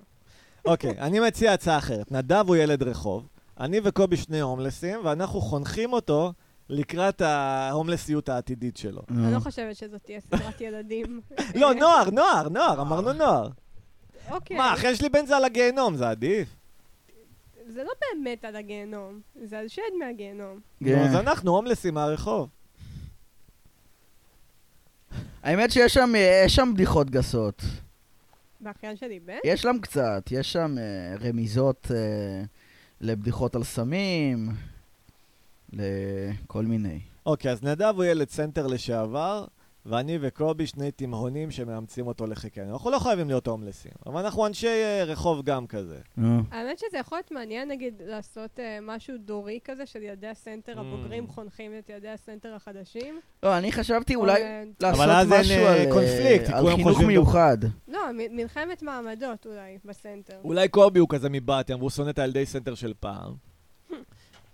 B: אוקיי, אני מציע הצעה אחרת. נדב הוא ילד רחוב, אני וקובי שני הומלסים, ואנחנו חונכים אותו לקראת ההומלסיות העתידית שלו.
D: אני לא חושבת שזאת תהיה סדרת ילדים.
B: לא, נוער, נוער, נוער, אמרנו נוער.
D: אוקיי.
B: מה, אחרי שלי בן זה על הגיהנום, זה עדיף.
D: זה לא באמת על הגיהנום, זה על שד מהגיהנום.
A: כן.
B: נו, אז אנחנו הומלסים מהרחוב.
A: האמת שיש שם, אה, יש שם בדיחות גסות.
D: באחיין שלי בן?
A: יש שם קצת, יש שם אה, רמיזות אה, לבדיחות על סמים, לכל מיני.
B: אוקיי, אז נדב הוא ילד סנטר לשעבר, ואני וקובי שני תימהונים שמאמצים אותו לחיקנו. אנחנו לא חייבים להיות הומלסים, אבל אנחנו אנשי אה, רחוב גם כזה.
A: נו.
D: האמת שזה יכול להיות מעניין, נגיד, לעשות אה, משהו דורי כזה של ילדי הסנטר
B: Mm.
D: הבוגרים חונכים את ילדי הסנטר החדשים.
A: לא, אני חשבתי אולי
D: או, אה,
A: לעשות
B: אבל אז אין,
A: משהו
B: אה,
A: על, אה,
B: קונפליקט, כי
A: על
B: כולם
A: חינוך
B: חושבים-
A: מיוחד.
D: לא, מ- מלחמת מעמדות אולי בסנטר.
B: אולי קובי הוא כזה מבאטם, והוא שונא את הילדי סנטר של פעם.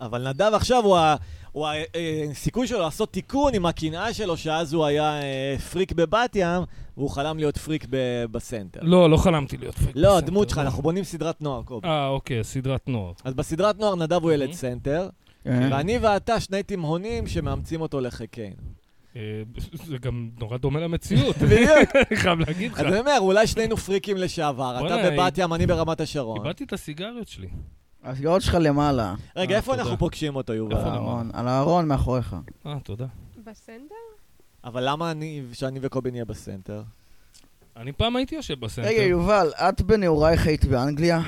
B: אבל נדב עכשיו הוא, ה, הוא ה, אה, סיכוי שלו לעשות תיקון עם הקנאה שלו, שאז הוא היה אה, פריק בבת ים, והוא חלם להיות פריק ב, בסנטר.
C: לא, לא חלמתי להיות פריק.
B: לא,
C: בסנטר.
B: הדמות שלך, אנחנו בונים סדרת נוער, קובי.
C: אה, אוקיי, סדרת נוער.
B: אז בסדרת נוער נדב הוא ילד
C: Mhm.
B: סנטר,
A: אה.
B: ואני ואתה שני תימהונים שמאמצים אותו לחיקנו.
C: אה, זה גם נורא דומה למציאות,
B: בדיוק.
C: אני חייב להגיד לך.
B: אז אני אומר, אולי שנינו פריקים לשעבר, אתה
C: בוא'נה,
B: בבת ים, אני ברמת השרון.
C: איבדתי את הסיגריות שלי.
A: הסגרות שלך למעלה,
B: רגע,
C: אה,
B: איפה
C: תודה.
B: אנחנו פוגשים אותו,
A: על
C: איפה
B: יובל?
C: נכון, למעלה?
A: הארון, על הארון מאחוריך.
C: אה, תודה.
D: בסנטר?
B: אבל למה אני, שאני וקובי נהיה בסנטר?
C: אני פעם הייתי יושב בסנטר.
A: רגע, יובל, את בנעורייך היית באנגליה?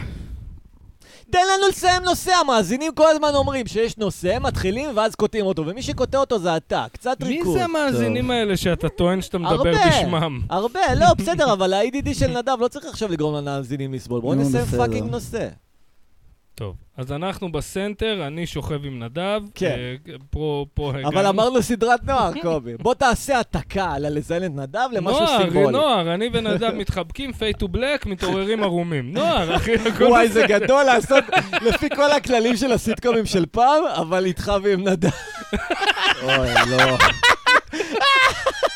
B: תן לנו לסיים נושא, המאזינים כל הזמן אומרים שיש נושא, מתחילים ואז קוטעים אותו, ומי שקוטע אותו זה אתה, קצת
C: מי
B: ריקוד.
C: זה המאזינים האלה שאתה טוען שאתה מדבר
B: הרבה.
C: בשמם?
B: הרבה, לא, בסדר, אבל ה-ADD של נדב לא צריך עכשיו לגרום למאזינים לסבול, בואו
A: נו,
B: נסיים
A: בסדר.
B: פאקינג נושא.
C: טוב, אז אנחנו בסנטר, אני שוכב עם נדב.
B: כן.
C: אה, פה, פה הגענו.
B: אבל אמרנו סדרת נוער, קובי. בוא תעשה העתקה על הלזיין את נדב למשהו
C: נוער,
B: סימבולי.
C: נוער, אני ונדב מתחבקים, פיי טו בלק, מתעוררים ערומים. נוער, אחי, הכל בסדר.
B: וואי, זה גדול לעשות לפי כל הכללים של הסיטקומים של פעם, אבל איתך ועם נדב.
A: אוי, לא.
C: לא,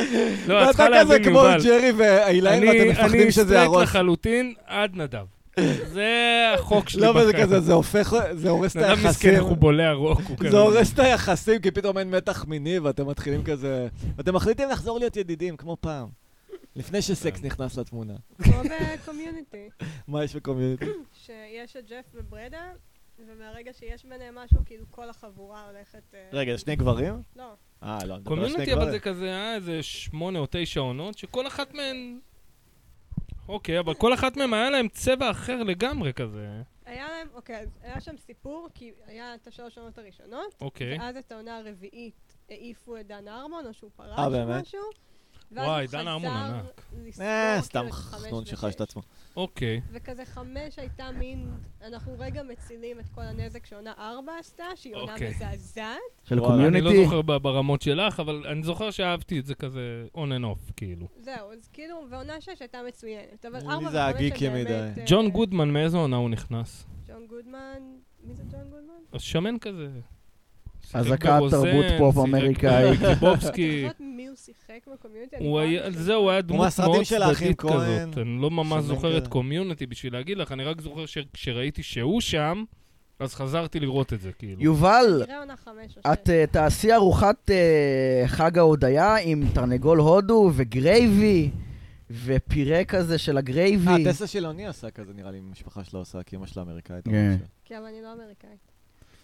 C: את
B: ואתה
C: צריכה
B: כזה
C: להבין,
B: כמו
C: יובל.
B: ג'רי ואילן, ואתם
C: אני
B: מפחדים
C: אני
B: שזה
C: סטרייט
B: יהרוס.
C: לחלוטין עד נדב. זה החוק שלי.
B: לא, וזה
C: בחיים.
B: כזה, זה הופך, זה הורס את
C: נדב מסכן,
B: היחסים.
C: איך הוא בולע רוק. הוא כזה.
B: זה הורס את היחסים, כי פתאום אין מתח מיני, ואתם מתחילים כזה... ואתם מחליטים לחזור להיות ידידים, כמו פעם. לפני שסקס
C: כן.
B: נכנס לתמונה.
D: כמו בקומיוניטי.
B: מה יש בקומיוניטי?
D: שיש את ג'ף וברדה, ומהרגע שיש ביניהם משהו, כאילו כל החבורה הולכת... אה,
B: רגע, שני גברים?
D: לא.
B: אה, לא, אני מדבר על שני
C: קומיוניטי, אבל
B: גברים.
C: זה כזה, אה, איזה שמונה או תשע עונות, שכל אחת מהן... אוקיי, אבל כל אחת מהן היה להם צבע אחר לגמרי כזה.
D: היה להם, אוקיי, אז היה שם סיפור, כי היה את השלוש שנות הראשונות.
C: אוקיי.
D: ואז את העונה הרביעית העיפו את דן ארמון, או שהוא פרש
B: אה,
D: או
B: באמת?
D: משהו.
C: וואי, דן ארמון ענק.
B: אה,
D: אה,
B: סתם חנון שחש את עצמו.
C: אוקיי.
D: וכזה חמש הייתה מין, אנחנו רגע מצילים את כל הנזק שעונה ארבע עשתה, שהיא עונה
C: אוקיי.
D: מזעזעת.
A: של
B: וואלה,
C: אני לא
A: קומיוניטי?
C: זוכר ב- ברמות שלך, אבל אני זוכר שאהבתי את זה כזה on and off, כאילו.
D: זהו, אז כאילו, ועונה שש הייתה מצוינת. אבל
B: לי
D: ארבע
B: זה
D: וחמש
B: הגיקי
D: הם באמת...
B: מדי.
D: אה,
C: ג'ון גודמן, מאיזו עונה הוא נכנס?
D: ג'ון גודמן, מי זה ג'ון גודמן?
C: שמן כזה.
A: אזעקת תרבות פופ אמריקאי.
C: קיבובסקי.
D: אני זוכרת מי הוא שיחק בקומיוניטי. אני לא
C: הוא
D: פעם
C: היה,
D: ראשונה-
C: זהו, הוא היה דמות
B: מהסרטים
C: מאוד
B: של האחים
C: צדדית
B: כהן.
C: כזאת. אני לא ממש
B: שמן כן.
C: זוכר את
B: כזה.
C: קומיוניטי בשביל להגיד לך, אני רק זוכר שכשראיתי שהוא שם, אז חזרתי לראות את זה, כאילו.
A: יובל,
D: נראה עונה חמש או שש.
A: את אה, תעשי ארוחת אה, חג ההודיה עם תרנגול הודו וגרייבי ופירה כזה של
B: אה,
A: הגרייבי.
B: טסה של אוני עושה כזה, נראה לי, המשפחה שלה עושה, כי אמא שלה אמריקאית. או
A: כן.
B: משהו.
D: כי אבל אני לא אמריקאית.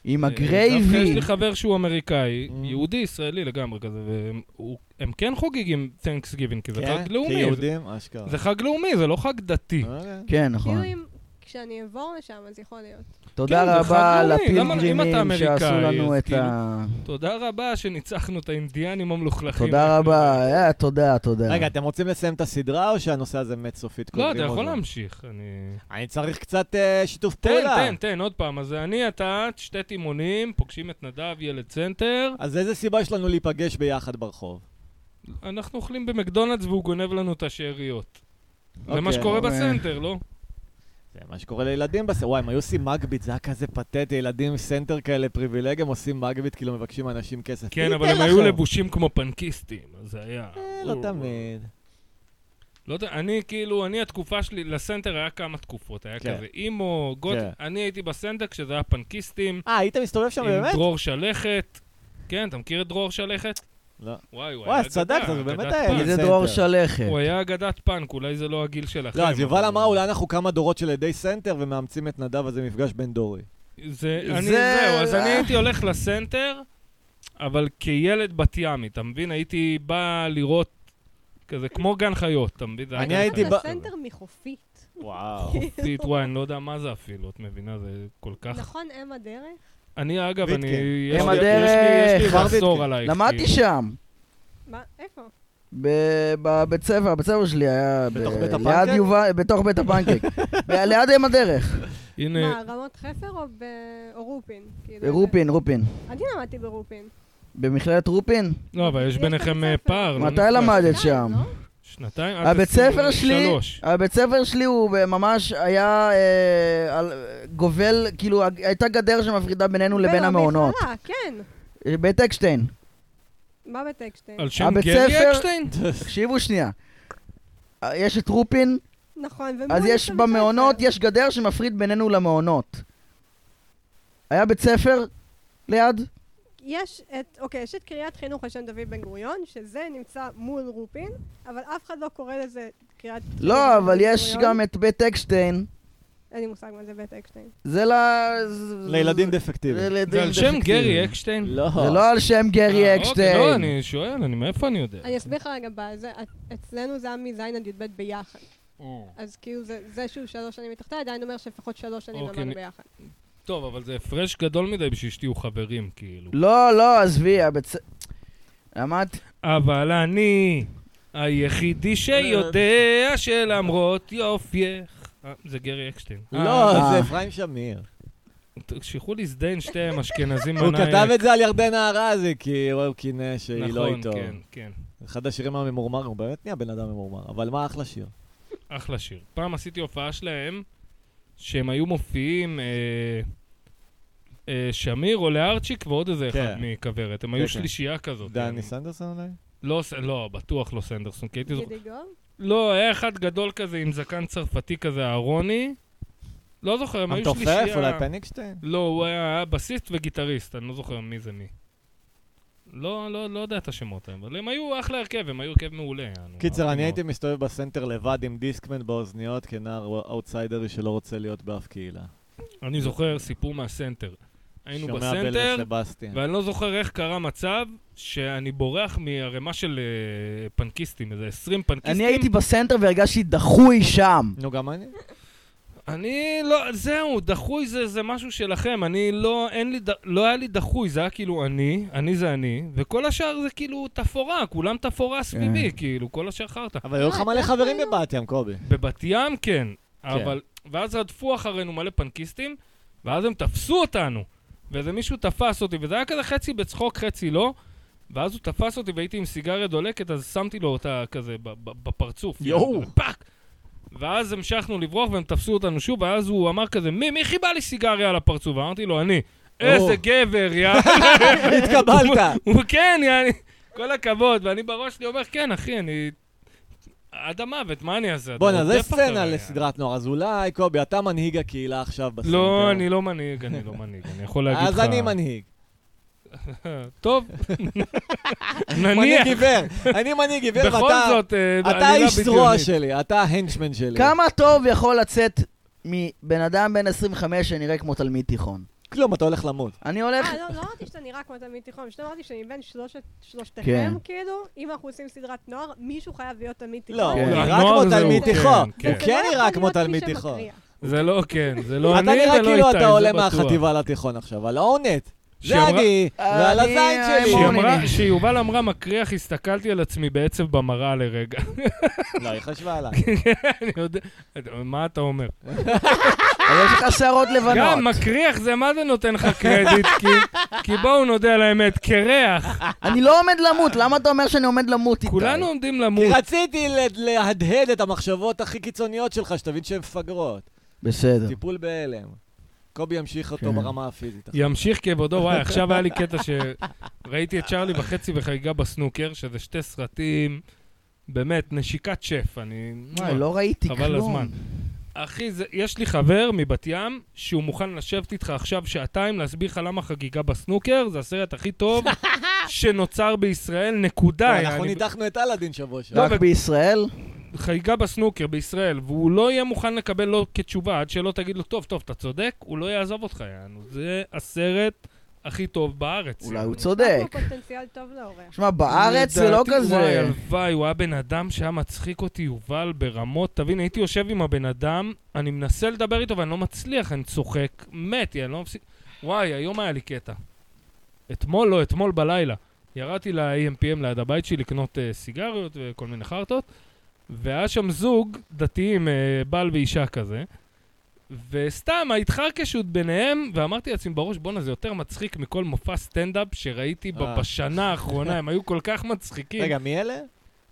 A: עם
C: אה, דווקא יש
A: הגרייבי.
C: לי חבר שהוא אמריקאי,
B: Mm.
C: יהודי, ישראלי לגמרי כזה, והם הוא- הם כן חוגגים תנקס גיבינג, כי זה
B: כן?
C: חג לאומי.
B: כיהודים, אשכרה.
C: זה חג לאומי, זה לא חג דתי.
B: אוקיי.
A: כן, נכון.
D: כאילו אם... כשאני אעבור לשם, אז יכול להיות.
A: תודה
C: כאילו, זה חד
A: רבה
C: לאומי, למה- אם אתה
A: לפילגרימים
C: אמריקאי,
A: שעשו לנו
C: אז
A: את
C: כאילו-
A: ה...
C: תודה רבה שניצחנו את האינדיאנים המלוכלכים.
A: תודה רבה, אה, תודה, תודה.
B: רגע, אתם רוצים לסיים את הסדרה, או שהנושא הזה מת סופית?
C: לא, אתה
B: קוברים
C: יכול
B: עוד לא?
C: להמשיך, אני...
B: אני צריך קצת אה, שיתוף
C: תן,
B: פעולה.
C: תן, תן, עוד פעם. אז אני, אתה, שתי תימונים, פוגשים את נדב, ילד צנטר,
B: אז איזה סיבה יש לנו להיפגש ביחד ברחוב?
C: אנחנו אוכלים במקדונלדס והוא גונב לנו את השאריות. זה
B: אוקיי,
C: מה שקורה
A: אוקיי.
C: בסנטר, לא?
B: זה מה שקורה לילדים בסדר. וואי, אם היו עושים מגביט, זה היה כזה פתטי, ילדים סנטר כאלה פריבילגיים עושים מגביט, כאילו מבקשים מאנשים כסף.
C: כן,
B: מי
C: אבל
B: ייתן
C: הם היו
B: לכם?
C: לבושים כמו פנקיסטים, אז זה היה...
B: אה, לא
C: או,
B: תמיד.
C: לא יודע, אני כאילו, אני התקופה שלי, לסנטר היה כמה תקופות, היה
B: כן.
C: כזה אימו, גוט,
B: כן.
C: אני הייתי בסנטר כשזה היה פנקיסטים,
B: אה, היית מסתובב שם
C: עם
B: באמת?
C: דרור שלכת. כן, אתה מכיר את דרור שלכת?
B: לא.
C: וואי, הוא
B: וואי,
C: היה
B: אז צדקת,
C: אגדה,
B: זה באמת
C: אגדת
B: היה
C: פאנק.
A: מי זה
B: בסדר.
A: דרור שלכת?
C: הוא היה אגדת פאנק, אולי זה לא הגיל שלכם.
B: לא, אז יובל
C: אבל-
B: אמר, אולי אנחנו כמה דורות של ידי סנטר ומאמצים את נדב, אז זה מפגש בין דורי.
C: זה, אני,
A: זה-
C: זהו, אז אני הייתי הולך לסנטר, אבל כילד בת ימי, אתה מבין? הייתי בא לראות כזה, כמו גן חיות, אתה מבין? זה היה
B: אני
C: גן
B: הייתי
C: חיות.
B: ב-
D: סנטר מחופית.
B: וואו.
C: חופשית, וואי, אני לא יודע מה זה אפילו, את מבינה? זה כל כך...
D: נכון, אם הדרך? אני
C: אני, אגב,
B: ויטקין.
C: אני... יש
A: הם
C: לי- יש לי- יש לי
A: הדרך.
B: כבר ויטקין.
C: מחסור עלייך.
A: למדתי
C: כאילו.
A: שם.
D: מה? איפה?
A: ב- בבית ספר, הבית ספר שלי היה... ב-
B: בתוך בית
A: ליד
B: הפנקק?
A: יובל- בתוך בית הפנקק. ב- ליד אם הדרך.
C: הנה,
D: מה, רמות חפר או ב- או רופין? כאילו,
A: ברופין, רופין.
D: אני למדתי ברופין.
A: במכללת רופין?
C: לא, אבל יש
D: יש
C: ביניכם
D: בית
C: אה,
D: ספר.
C: פער. לא
A: מתי
C: נפגש.
A: למדת שם?
D: שנתיים, לא?
C: שנתיים? אה, עד
A: הבית ספר שלי,
C: 23.
A: הבית ספר שלי הוא ממש היה אה, על- גובל, כאילו הייתה גדר שמפרידה בינינו לבין
D: ולא,
A: המעונות.
D: מכללה, לא, כן.
A: בית אקשטיין,
D: מה בטקשטיין?
C: על שם
A: הבית
C: גרי
A: ספר-
C: אקשטיין?
A: תקשיבו שנייה. אה, יש את רופין,
D: נכון, ומול...
A: אז יש במעונות, יש גדר שמפריד בינינו למעונות. היה בית ספר ליד?
D: יש את, אוקיי, יש את קריית חינוך השם דוד בן גוריון, שזה נמצא מול רופין, אבל אף אחד לא קורא לזה קריית חינוך
A: לא,
D: השם
A: אבל
D: דוד
A: יש
D: בן-גוריון.
A: גם את בית אקשטיין.
D: אין לי מושג מה זה בית אקשטיין.
A: זה ל...
B: לילדים דפקטיביים.
A: לילדים
C: זה על שם
A: דפקטיביים.
C: גרי אקשטיין?
B: לא.
A: זה לא על שם גרי
C: אה, אוקיי, לא,
A: אקשטיין.
C: אני שואל, אני מאיפה אני יודע?
D: אני אסביר לך רגע, בזה, אצלנו זה היה מז' עד י"ב ביחד. אז כאילו זה, זה שהוא שלוש שנים מתחתיה, עדיין אומר שלפחות שלוש שנים
C: אוקיי,
D: למדנו
C: אני-
D: ביחד.
C: טוב, אבל זה הפרש גדול מדי בשביל שתהיו חברים, כאילו.
A: לא, לא, עזבי, הבית ס... למדתי...
C: אבל אני היחידי שיודע שלמרות יופייך... אה, זה גרי אקשטיין.
B: לא,
A: אה.
B: זה אפרים שמיר.
C: תשכחו לי זדיין שתיהם אשכנזים
B: הוא
C: מנאייק.
B: כתב את זה על ירדנה ארזי, כי הוא קינא שהיא לא איתו.
C: נכון, כן, כן.
B: אחד השירים הממורמרים, הוא באמת נהיה בן אדם ממורמר, אבל מה אחלה שיר.
C: אחלה שיר. פעם עשיתי הופעה שלהם, שהם היו מופיעים... אה, אה, שמיר או לארצ'יק ועוד איזה אחד
B: כן.
C: מכוורת. הם
B: כן,
C: היו
B: כן.
C: שלישייה כזאת.
B: דני סנדרסון אולי?
C: לא, ס- לא, בטוח לא סנדרסון, כי הייתי זוכר.
D: גידי גוב?
C: לא, היה אחד גדול כזה עם זקן צרפתי כזה, אהרוני. לא זוכר, הם היו שלישייה...
B: המתופף, אולי פניקשטיין?
C: לא, הוא היה היה בסיסט וגיטריסט, אני לא זוכר מי זה מי. לא, לא, לא יודע את השמות האלה, אבל הם היו אחלה הרכב, הם היו הרכב מעולה. לא. יענו.
B: קיצר,
C: אהבתי
B: אני
C: מאוד.
B: הייתי מסתובב בסנטר לבד עם דיסקמן באוזניות כנער אאוטסיידרי שלא רוצה להיות באף קהילה.
C: אני זוכר סיפור מהסנטר. היינו
B: שומע
C: בסנטר,
B: בלסבסטיאן.
C: ואני לא זוכר איך קרה מצב שאני בורח מערימה של אה, פנקיסטים, איזה 20 פנקיסטים.
A: אני הייתי בסנטר והרגשתי דחוי שם.
B: נו, גם אני?
C: אני לא, זהו, דחוי זה, זה משהו שלכם, אני לא, אין לי, ד, לא היה לי דחוי, זה היה כאילו אני, אני זה אני, וכל השאר זה כאילו תפאורה, כולם תפאורה סביבי, כאילו, כל השאר חרטא.
B: אבל היו לך מלא חברים בבת ים, קובי.
C: בבת ים כן, אבל, ואז רדפו אחרינו מלא פנקיסטים, ואז הם תפסו אותנו, ואיזה מישהו תפס אותי, וזה היה כזה חצי בצחוק, חצי לא, ואז הוא תפס אותי והייתי עם סיגריה דולקת, אז שמתי לו אותה כזה ב- ב- בפרצוף.
B: יואו.
C: כזה, פאק! ואז המשכנו לברוח והם תפסו אותנו שוב, ואז הוא אמר כזה, מי, מי חיבה לי סיגריה על הפרצוף? אמרתי לו, אני. איזה גבר, יא...
B: התקבלת!
C: הוא כן, יעני, כל הכבוד, ואני בראש שלי אומר, כן, אחי, אני... עד המוות, מה אני אעשה? אתה
B: בואנה, זה
C: רודף
B: סצנה
C: אחריי,
B: לסדרת נוער, אז אולי, קובי, אתה מנהיג הקהילה עכשיו בסנטר.
C: לא, אני לא מנהיג, אני לא מנהיג, אני יכול להגיד לך... אה,
B: אז אני מנהיג.
C: טוב.
B: מנהיג
C: נניח,
B: עיוור. אני מנהיג עיוור,
C: בכל
B: ואתה...
C: זאת, אה,
B: אתה
C: עלילה
B: האיש זרוע
C: בדיונית.
B: שלי, אתה ההנצ'מן שלי.
A: כמה טוב יכול לצאת מבן אדם בן 25 שנראה כמו תלמיד תיכון?
B: כלום, אתה הולך למות.
A: אני הולך...
D: אה, לא, לא אמרתי שאתה נראה כמו תלמיד תיכון, פשוט אמרתי שאני בין שלושת,
A: כן.
D: שלושתכם, כאילו, אם אנחנו עושים סדרת נוער, מישהו חייב להיות תלמיד תיכון.
B: לא, הוא
A: כן.
B: נראה
C: הנוער
B: כמו
C: זה
B: תלמיד
C: הוא,
B: תיכון.
C: כן,
B: הוא
D: זה
B: כן
D: לא
B: נראה
D: יכול
B: כמו
D: להיות מי
B: תלמיד תיכון.
D: שמקריח.
C: זה לא, כן, זה לא אני
B: אתה
C: ולא איתי, זה בטוח.
B: נראה כאילו אתה עולה מהחטיבה לתיכון עכשיו, על העונט.
C: שהיא
B: זה
C: אמרה-
B: אני, ועל
A: אני
B: הזין שלי.
C: שהיא
A: האמון.
C: אמרה-
A: הנה.
C: שיובל אמרה מקריח, הסתכלתי על עצמי בעצב במראה לרגע.
B: לא, היא חשבה עליי.
C: אני יודע, מה אתה אומר?
A: אבל יש לך שערות
C: גם
A: לבנות.
C: מקריח זה מה זה נותן לך קרדיט, כי- כי בואו נודה על האמת, קרח.
A: אני לא עומד למות, למה אתה אומר שאני עומד למות איתי?
C: כולנו עומדים
B: כי
C: למות.
B: רציתי ל- להדהד את המחשבות הכי קיצוניות שלך, שתבין שהן מפגרות.
A: בסדר.
B: טיפול בהלם. קובי ימשיך אותו
A: כן.
B: ברמה הפיזית.
C: ימשיך כבודו, וואי, עכשיו היה לי קטע שראיתי את צ'ארלי בחצי וחגיגה בסנוקר, שזה שתי סרטים, באמת, נשיקת שף, אני...
A: וואי, לא ראיתי כלום.
C: חבל על הזמן. אחי, זה, יש לי חבר מבת ים שהוא מוכן לשבת איתך עכשיו שעתיים, להסביר לך למה חגיגה בסנוקר, זה הסרט הכי טוב שנוצר בישראל, נקודה.
B: לא, אנחנו
C: אני- לא,
B: ניתחנו את אלאדין שבוע שעבר.
A: לא, רק בישראל?
C: חגיגה בסנוקר בישראל, והוא לא יהיה מוכן לקבל לא כתשובה עד שלא תגיד לו, טוב, טוב, אתה צודק, הוא לא יעזוב אותך, יענו. זה הסרט הכי טוב בארץ.
A: אולי
C: יענו.
A: הוא
D: יש
A: צודק.
D: פה פוטנציאל טוב לאורח.
A: שמע, בארץ זה לא
C: לדעתי, וואי,
A: כזה.
C: הלוואי, הוא היה בן אדם שהיה מצחיק אותי, יובל, ברמות. תבין, הייתי יושב עם הבן אדם, אני מנסה לדבר איתו ואני לא מצליח, אני צוחק, מתי, אני לא מפסיק... וואי, היום היה לי קטע. אתמול, לא, אתמול בלילה. ירדתי ל-AMPM ליד הבית שלי לקנות uh, סיגריות וכל מיני חרטות, והיה שם זוג דתיים, uh, בעל ואישה כזה, וסתם ההתחרקשות ביניהם, ואמרתי לעצמי בראש, בואנה, זה יותר מצחיק מכל מופע סטנדאפ שראיתי ב-
B: אה.
C: בשנה האחרונה, הם היו כל כך מצחיקים.
B: רגע, מי אלה?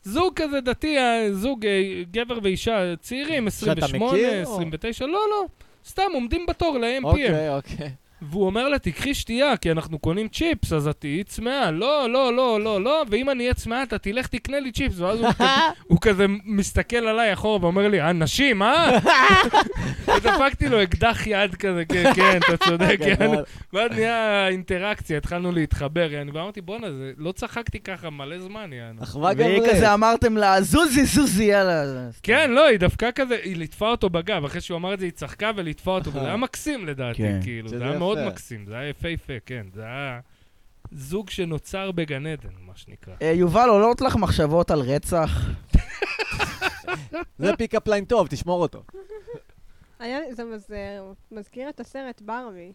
C: זוג כזה דתי, אה, זוג אה, גבר ואישה צעירים,
B: שאתה
C: 28,
B: מכיר, או?
C: 29, לא, לא, סתם עומדים בתור ל-AMPM.
B: אוקיי,
C: כן.
B: אוקיי.
C: והוא אומר לה, תקחי שתייה, כי אנחנו קונים צ'יפס, אז את תהיי צמאה. לא, לא, לא, לא, לא, ואם אני אהיה צמאה, אתה תלך תקנה לי צ'יפס. ואז הוא, כזה, הוא כזה מסתכל עליי אחורה ואומר לי, הנשים, אה? ודפקתי לו אקדח יד כזה, כן, כן, אתה צודק, כן.
B: גדול.
C: ואז נהיה אינטראקציה, התחלנו להתחבר, יעני, ואמרתי, בואנה, זה- לא צחקתי ככה מלא זמן, יענו.
B: אחווה
A: והיא
B: גבריאל.
A: כזה אמרתם לה, זוזי, זוזי, יאללה.
C: כן, לא, היא דווקא כזה, היא ליטפה אותו בגב, אחרי שהוא אמר את זה, היא צחקה וליטפה אותו, וזה היה מקסים לדעתי,
A: כן.
C: כאילו,
B: שזה
C: זה היה
B: יפה.
C: מאוד מקסים, זה היה יפהפה, כן, זה היה זוג שנוצר בגן עדן, מה שנקרא.
A: אה, יובל, עולות לך מחשבות על רצח?
B: זה פיקאפ ליין טוב, תשמור אותו.
D: היה לי- זה מז- אה, מזכיר את הסרט ברבי.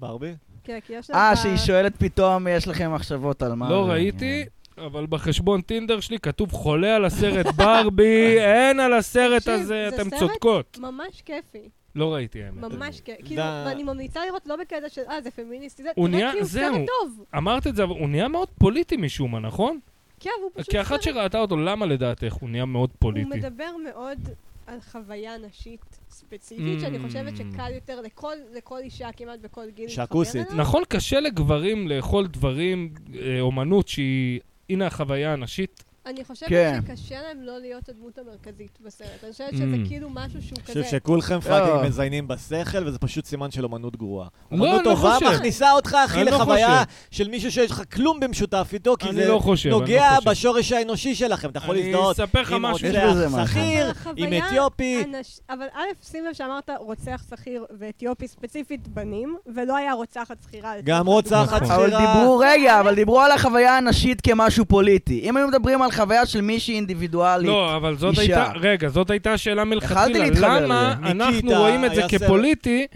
B: ברבי?
D: כן, כי יש לך...
A: אה, שהיא שואלת פתאום, יש לכם מחשבות על מה?
C: לא
A: זה?"
C: ראיתי, אבל בחשבון טינדר שלי כתוב חולה על הסרט ברבי, אין על הסרט
D: תקשיב,
C: הזה,
D: זה
C: אתן
D: סרט?
C: צודקות.
D: ממש כיפי,
C: לא ראיתי, האמת.
D: ממש כיפי.
B: ד-
D: כאילו, ואני ממליצה לראות לא בקטע של, אה, זה פמיניסטי, זה...
C: הוא
D: תראה,
C: נהיה-
D: כי הוא
C: זהו.
D: סרט טוב.
C: אמרת את זה, אבל הוא נהיה מאוד פוליטי משום מה, נכון?
D: כן, אבל הוא פשוט...
C: כאחת
D: סרט-
C: שראתה אותו, למה לדעתך הוא נהיה מאוד
D: הוא
C: פוליטי?
D: מדבר מאוד על חוויה נשית
C: Mm.
D: ספציפית, שאני חושבת שקל יותר לכל, לכל אישה כמעט בכל גיל להתחבר
B: שהכוסית.
D: אליה.
C: נכון, קשה לגברים לאכול דברים, אה, אומנות שהיא, הנה החוויה הנשית.
D: אני חושבת
A: כן.
D: שקשה להם לא להיות הדמות המרכזית בסרט. אני חושבת
C: Mm.
D: שזה כאילו משהו שהוא
B: אני
D: כזה...
B: חושב שכולכם
A: לא.
B: פאקינג מזיינים בשכל, וזה פשוט סימן של אומנות גרועה.
C: לא,
B: אומנות
C: אני לא
B: טובה
C: חושב.
B: מכניסה אותך, אחי,
C: אני לא
B: לחוויה של מישהו שיש לך כלום במשותף איתו, כי
C: אני
B: זה
C: לא חושב, אני לא
B: נוגע
C: חושב.
B: בשורש האנושי שלכם. אתה יכול
C: אני
B: להזדהות
C: אספר לך
B: עם
C: משהו.
A: יש בזה משהו.
B: רוצח שכיר,
D: אבל
B: עם
D: החוויה-
B: אתיופי.
D: אנש... אבל א', שים לב שאמרת רוצח שכיר ואתיופי ספציפית בנים, ולא היה רוצחת שכירה.
B: גם רוצחת
C: נכון.
A: אבל
B: שכירה.
A: דיברו,
D: לא
A: רגע, אבל דיברו על החוויה הנשית כמשהו פוליטי. אם היו מדברים על חוויה של מישהי אינדיבידואלית,
C: לא, אבל זאת
A: אישה.
C: הייתה, רגע, זאת הייתה השאלה מלכתחילה.
A: להתחבר
C: למה
B: לזה.
C: אנחנו
B: ניקיטה,
C: רואים את זה
B: היה סרט.
C: כפוליטי,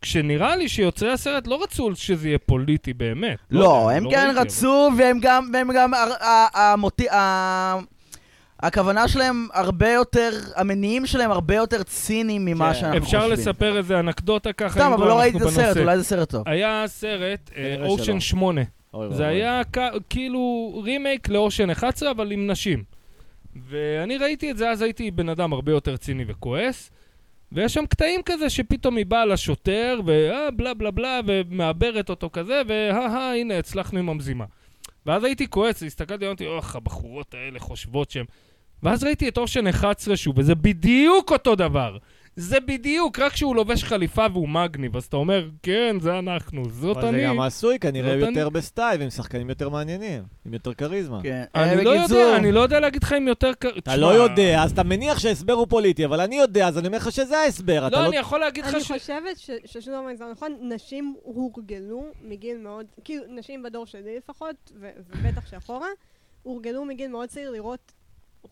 C: כשנראה לי שיוצרי הסרט לא רצו שזה יהיה פוליטי באמת.
A: לא,
C: יודע,
A: הם כן
C: ראיתי, אבל-
A: רצו, והם גם, והם גם, ה- ה- המוטי- ה- הכוונה שלהם הרבה יותר, המניעים שלהם הרבה יותר ציניים ממה
B: כן.
A: שאנחנו חושבים.
C: אפשר לספר איזה אנקדוטה ככה,
A: סתם,
C: אם
A: אבל
C: כבר
A: לא ראיתי
C: אנחנו
A: את הסרט,
C: בנושא.
A: אולי זה סרט טוב.
C: היה סרט, אה,
B: כנראה
C: אושן
B: שלא.
C: 8.
B: אוי, אוי,
C: זה
B: אוי.
C: היה כ- כאילו רימייק לאושן 11, אבל עם נשים. ואני ראיתי את זה, אז הייתי בן אדם הרבה יותר ציני וכועס. ויש שם קטעים כזה שפתאום היא באה לשוטר, ובלה בלה בלה, ומעברת אותו כזה, והא הנה, הצלחנו עם המזימה. ואז הייתי כועס, הסתכלתי, אמרתי, אוח, הבחורות האלה חושבות שהן... ואז ראיתי את אושן 11 שוב, וזה בדיוק אותו דבר. זה בדיוק, רק שהוא לובש חליפה והוא מגניב, אז אתה אומר, כן, זה אנחנו, זאת
B: אבל
C: אני.
B: זה גם
C: לא
B: עשוי כנראה
C: זאת אני.
B: יותר בסטייל, עם שחקנים יותר מעניינים, עם יותר כריזמה.
A: כן.
C: אני
A: אה,
C: לא
A: בקיצור,
C: יודע, אני לא יודע להגיד לך אם יותר קר...
B: אתה לא יודע, אז אתה מניח שההסבר הוא פוליטי, אבל אני יודע, אז אני אומר לך שזה ההסבר. אתה
C: לא, אני יכול להגיד לך
D: אני
C: ש...
D: חושבת ש- ששוב אמרתי זה נכון, נשים הורגלו מגיל מאוד, כאילו נשים בדור שלי לפחות, ו- ובטח שאחורה, הורגלו מגיל מאוד צעיר לראות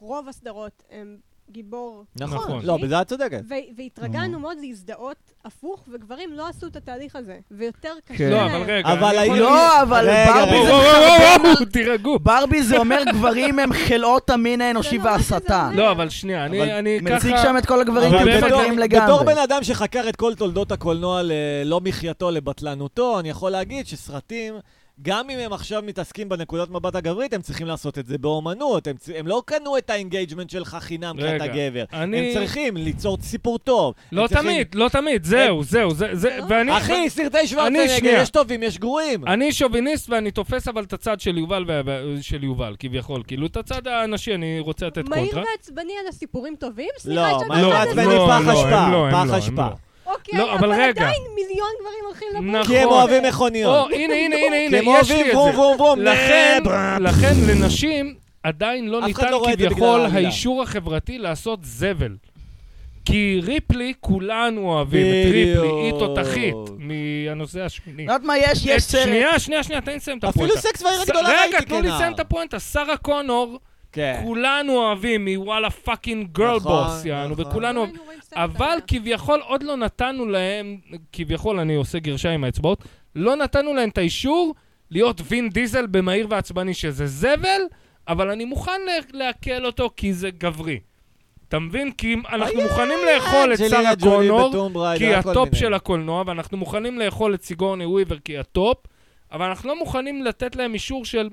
D: רוב הסדרות הם גיבור.
C: נכון.
B: לא, בזה את צודקת.
D: ו- והתרגלנו
C: Mm.
D: מאוד להזדהות הפוך, וגברים לא עשו את התהליך הזה, ויותר קשה
A: כן.
C: לא,
D: להם.
C: אבל רגע.
B: אבל
C: אני יכול-
B: היום-
A: לא, אבל
B: רגע,
A: ברבי
C: וואו,
A: זה...
B: רגע.
C: וואו, וואו, וואו, תירגעו.
A: ברבי זה אומר גברים הם חלאות המין האנושי
D: זה לא מה שזה
A: והשטן.
D: אומר.
C: לא, אבל שנייה,
B: אבל
C: אני אני ככה...
A: מציג שם את כל הגברים
C: אבל
A: כמתבגרים
C: באמת,
A: לגמרי.
B: בתור בן אדם שחקר את כל תולדות הקולנוע ללא מחייתו לבטלנותו, אני יכול להגיד שסרטים, גם אם הם עכשיו מתעסקים בנקודת מבט הגברית, הם צריכים לעשות את זה באומנות. הם, צ- הם לא קנו את האינגייג'מנט שלך חינם כי
C: רגע,
B: אתה גבר.
C: אני-
B: הם צריכים ליצור סיפור טוב.
C: לא
B: הם צריכים-
C: תמיד, לא תמיד, זהו, זהו, זה, זה,
D: לא?
C: ואני...
B: אחי, סרטי
C: שנייה.
B: שוורצנגר, יש טובים, יש גרועים.
C: אני שוביניסט ואני תופס אבל את הצד של יובל, ו- ו- של יובל, כביכול. כאילו, את הצד הנשי אני רוצה לתת
D: מהיר
C: קונטרה.
D: ועצבני על הסיפורים טובים?
B: לא,
D: סליחה שאני
B: מהיר
D: אומרת
B: ועצבני
D: את זה.
B: לא, פח
C: הם
B: אשפה,
C: לא, הם
B: פח
C: לא, הם
B: אשפה.
C: לא. לא,
D: אוקיי,
C: אבל
D: אבל
C: רגע.
D: עדיין מיליון גברים הולכים לבוא.
C: נכון.
B: כי הם אוהבים
C: או,
B: מכוניות.
C: הנה, הנה, הנה,
B: כי
C: הנה,
B: הם
C: יש לי
B: אוהבים
C: את
B: בום
C: זה.
B: בום בום.
C: לכן,
B: לה-
C: לכן לנשים עדיין לא
B: אף אחד
C: ניתן
B: לא רואה את זה בגלל
C: כביכול
B: העלילה.
C: האישור החברתי לעשות זבל. כי ריפלי, כולנו אוהבים את ריפלי, היא
B: בדיוק. לא,
C: תותחית מהנושא השמיני.
A: לא יודעת מה יש? יש סרט.
C: שנייה, שנייה, שנייה, תן לי לסיים את הפואנטה.
B: אפילו סקס והעיר
C: ס-
B: הגדולה ראיתי
C: רגע, תנו לי
B: כנער.
C: לסיים את הפואנטה. שרה קונור,
B: כן.
C: כולנו אוהבים מוואלה פאקינג גרל
B: נכון,
C: בוס, יענו,
B: נכון.
C: וכולנו...
D: עדיין רואים סצנה
C: אבל
D: קטנה.
C: כביכול עוד לא נתנו להם, כביכול אני עושה גרשיים עם האצבעות, לא נתנו להם את האישור להיות וין דיזל במהיר ועצבני, שזה זבל, אבל אני מוכן לה- לעכל אותו כי זה גברי. אתה מבין? כי אם אנחנו מוכנים לאכול את שרה
B: אנג'לינה ג'ולי
C: קונור,
B: בטום בריידר,
C: כי
B: הכל
C: הטופ
B: מיני.
C: של הקולנוע, ואנחנו מוכנים לאכול את סיגורני וויבר כי הטופ, אבל אנחנו לא מוכנים לתת להם אישור של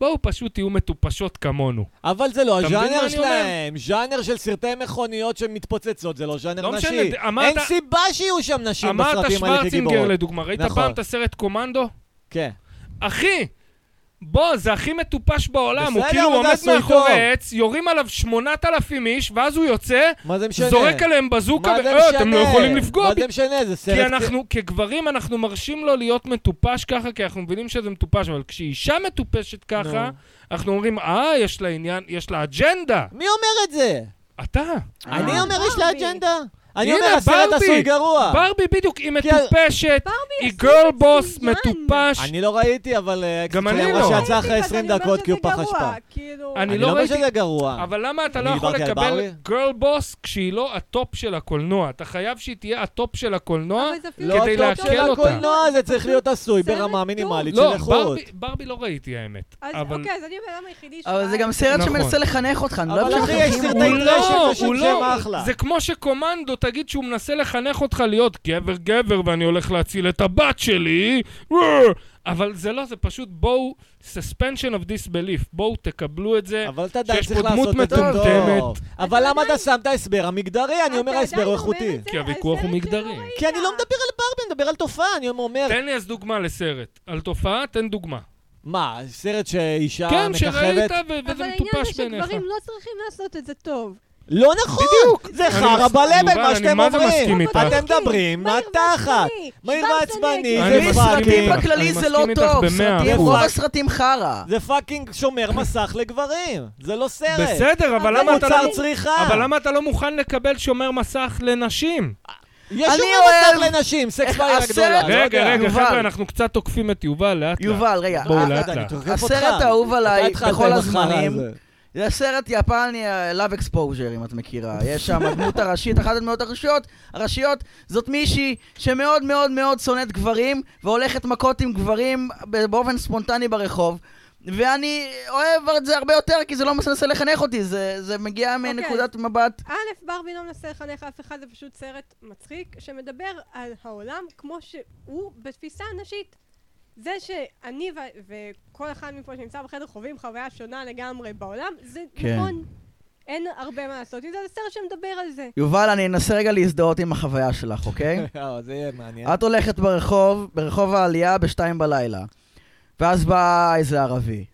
C: בואו פשוט תהיו מטופשות כמונו.
B: אבל זה לא
C: אתה מבין מה
B: הז'אנר
C: אני אומר?
B: שלהם. ז'אנר של סרטי מכוניות שמתפוצצות, זה לא ז'אנר
C: לא משנה,
B: נשי.
C: אמרת-
B: אין סיבה שיהיו שם נשים
C: אמרת
B: בסרטים האלה
C: שוורצינגר
B: כגיבורות.
C: לדוגמה, ראית
B: נכון.
C: פעם את הסרט קומנדו?
B: כן.
C: אחי, בוא, זה הכי מטופש בעולם, הוא
B: בסדר,
C: כאילו
B: אבל זה
C: עומד
B: עשוי טוב.
C: מאחורי עץ, יורים עליו 8,000 איש, ואז הוא יוצא,
B: מה זה משנה?
C: זורק עליהם בזוקה,
B: מה זה
C: "אה, אתם
B: משנה?
C: לא יכולים לפגוע
B: מה
C: בי.
B: זה משנה? זה סרט...
C: כי אנחנו, כגברים, אנחנו מרשים לו להיות מטופש ככה, כי אנחנו מבינים שזה מטופש, אבל כשאישה מטופשת ככה, אנחנו אומרים, אה, יש לה עניין, יש לה אג'נדה.
B: מי אומר את זה?
C: אתה.
B: אני אומר, יש לה
D: ברבי.
B: אג'נדה. אני
C: אה. הנה,
B: אומר, הסרט
C: ברבי.
B: עשוי גרוע.
C: ברבי בדיוק, היא
B: כי ה-
C: מטופשת, היא גרל בוס מטופש.
B: אני לא ראיתי, אבל... אה,
C: גם
B: כשהיא
C: אני
B: אמרה
C: לא.
B: שיצא
D: ראיתי,
B: אחרי
D: ואני
B: 20
D: אומרת
B: דקות כי הוא
D: שזה
B: פח
D: גרוע,
B: אשפה.
D: כאילו,
C: אני
B: אני
C: לא
B: לא אומר
C: ראיתי-
B: שזה גרוע.
C: אבל למה אתה
B: אני
C: לא יכול
B: דיברתי על
C: לקבל
B: ברבי?
C: גרל בוס כשהיא לא הטופ של הקולנוע? אתה חייב שהיא תהיה הטופ של הקולנוע?
D: אבל זה אפילו
B: לא
C: כדי
B: הטופ
C: להקל
B: של
C: אותה.
B: הקולנוע, זה צריך להיות עשוי
D: סרט
B: ברמה
D: טוב.
B: מינימלית של
C: לא,
B: איכות.
C: ברבי- ברבי לא ראיתי האמת.
D: אז
C: אבל...
D: אוקיי, אז אני הבן אדם היחידי שלך.
A: אבל זה גם סרט
C: נכון.
A: שמנסה לחנך אותך, אני לא
B: אבל
A: אוהב
B: אחי, יש
A: שמחנכים
B: סרטי
C: הוא
A: אותי.
B: טרש
C: לא,
B: שפשוט
C: הוא
B: שם
C: לא,
B: אחלה.
C: זה כמו שקומנדו, תגיד שהוא מנסה לחנך אותך להיות גבר גבר ואני הולך להציל את הבת שלי, וואו. אבל זה לא, זה פשוט בואו, suspension of disbelief, בואו תקבלו את זה.
B: אבל אתה עדיין
C: שיש פה
B: צריך
C: דמות
B: לעשות את זה
C: מטומטמת.
B: טוב. אבל למה
D: עדיין-
B: אתה שם את ההסבר המגדרי? אני אומר
D: אתה
B: ההסבר
D: עדיין
B: הוא
D: אומר את
B: איכותי.
D: זה
C: כי
D: על
C: הוויכוח הוא
D: סרט שלא
C: מגדרי.
D: ראית.
B: כי אני לא מדבר על ברבי, אני מדבר על תופעה, אני אומר,
C: תן לי אז דוגמה לסרט, על תופעה, תן דוגמה.
B: מה, סרט שאישה
C: כן,
B: מככבת?
C: שראית ו-
D: אבל
C: וזה
D: העניין זה
C: מטופש בעיניך.
D: שגברים לא צריכים לעשות את זה טוב.
B: לא נכון!
C: בדיוק.
B: זה
C: אני
B: חרא
C: מס-
B: בלבל,
C: יובל,
B: מה
C: אני
B: שאתם
C: מה זה מסכים
B: אומרים.
C: איתך?
B: אתם מדברים
D: מהיר
B: מהתחת.
D: ועצבני.
B: מהיר
D: שוורצנגר,
B: ועצבני,
D: כאילו,
C: אני
B: זה
C: מסכים
B: פאקינג.
A: סרטים
C: איתך.
A: בכללי
C: אני
A: זה לא
C: מסכים איתך
A: טוב,
C: במאה
A: סרטים,
B: אחוז.
A: רוב
B: פאק.
A: הסרטים חרא.
B: זה פאקינג שומר מסך לגברים. זה לא סרט.
C: בסדר, אבל
D: אבל
C: למה אתה
B: מוצר
C: לא...
B: צריכה.
C: אבל למה אתה לא מוכן לקבל שומר מסך לנשים?
B: יש
A: אני
B: שומר
A: אוהב-
B: מסך לנשים, סקס
A: איך
B: בעיר
A: הסרט-
B: הגדולה. לא
C: רגע,
B: יודע.
C: רגע,
A: יובל.
C: חבר'ה, אנחנו קצת תוקפים את יובל, לאט לאט.
A: יובל, אה, רגע.
C: בואו,
A: ה-
C: לאט,
B: רגע, אני
C: לאט.
B: תוקף אותך.
A: הסרט האהוב
B: אתה
A: עליי
B: התחלת
A: בכל
B: עם החרא
A: הזמנים,
B: הזה.
A: זה סרט יפני, אה, Love Exposure, אם את מכירה. יש שם הדמות הראשית, אחת הדמות הראשיות, הראשיות, זאת מישהי שמאוד מאוד מאוד שונאת גברים, והולכת מכות עם גברים ב- באופן ספונטני ברחוב. ואני אוהב את זה הרבה יותר, כי זה לא מנסה לחנך אותי, זה, זה מגיע מנקודת מבט.
D: א', ברבי לא מנסה לחנך אף אחד, זה פשוט סרט מצחיק, שמדבר על העולם כמו שהוא בתפיסה הנשית. זה שאני ו- וכל אחד מפה שנמצא בחדר חווים חוויה שונה לגמרי בעולם, זה
A: כן.
D: נכון. אין הרבה מה לעשות עם זה, זה סרט שמדבר על זה.
A: יובל, אני אנסה רגע להזדהות עם החוויה שלך, אוקיי?
B: אה, זה יהיה מעניין.
A: כן? את הולכת ברחוב, ברחוב העלייה בשתיים בלילה, ואז בא איזה ערבי.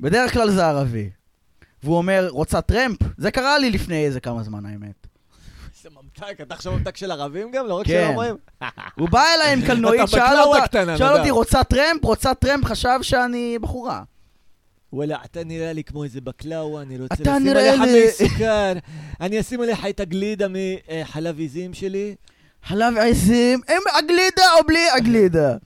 A: בדרך כלל זה ערבי. והוא אומר, רוצה טרמפ? זה קרה לי לפני איזה כמה זמן, האמת.
B: איזה ממתק, אתה עכשיו ממתק של ערבים גם? לא רק
A: כן.
B: של הומואים?
A: הוא בא אליי עם קלנועית,
B: אתה
A: שאל
B: בקלאווה
A: אותה,
B: הקטנה,
A: שאל
B: נדב.
A: אותי, רוצה טרמפ? רוצה טרמפ? חשב שאני בחורה.
B: וואלה, אתה נראה לי כמו איזה בקלאווה, אני לא רוצה
A: אתה
B: לשים
A: נראה
B: עליך
A: לי-
B: מי סוכר. אני אשים עליך את הגלידה מחלב עיזים שלי.
A: חלב עזים, עם הגלידה או בלי הגלידה?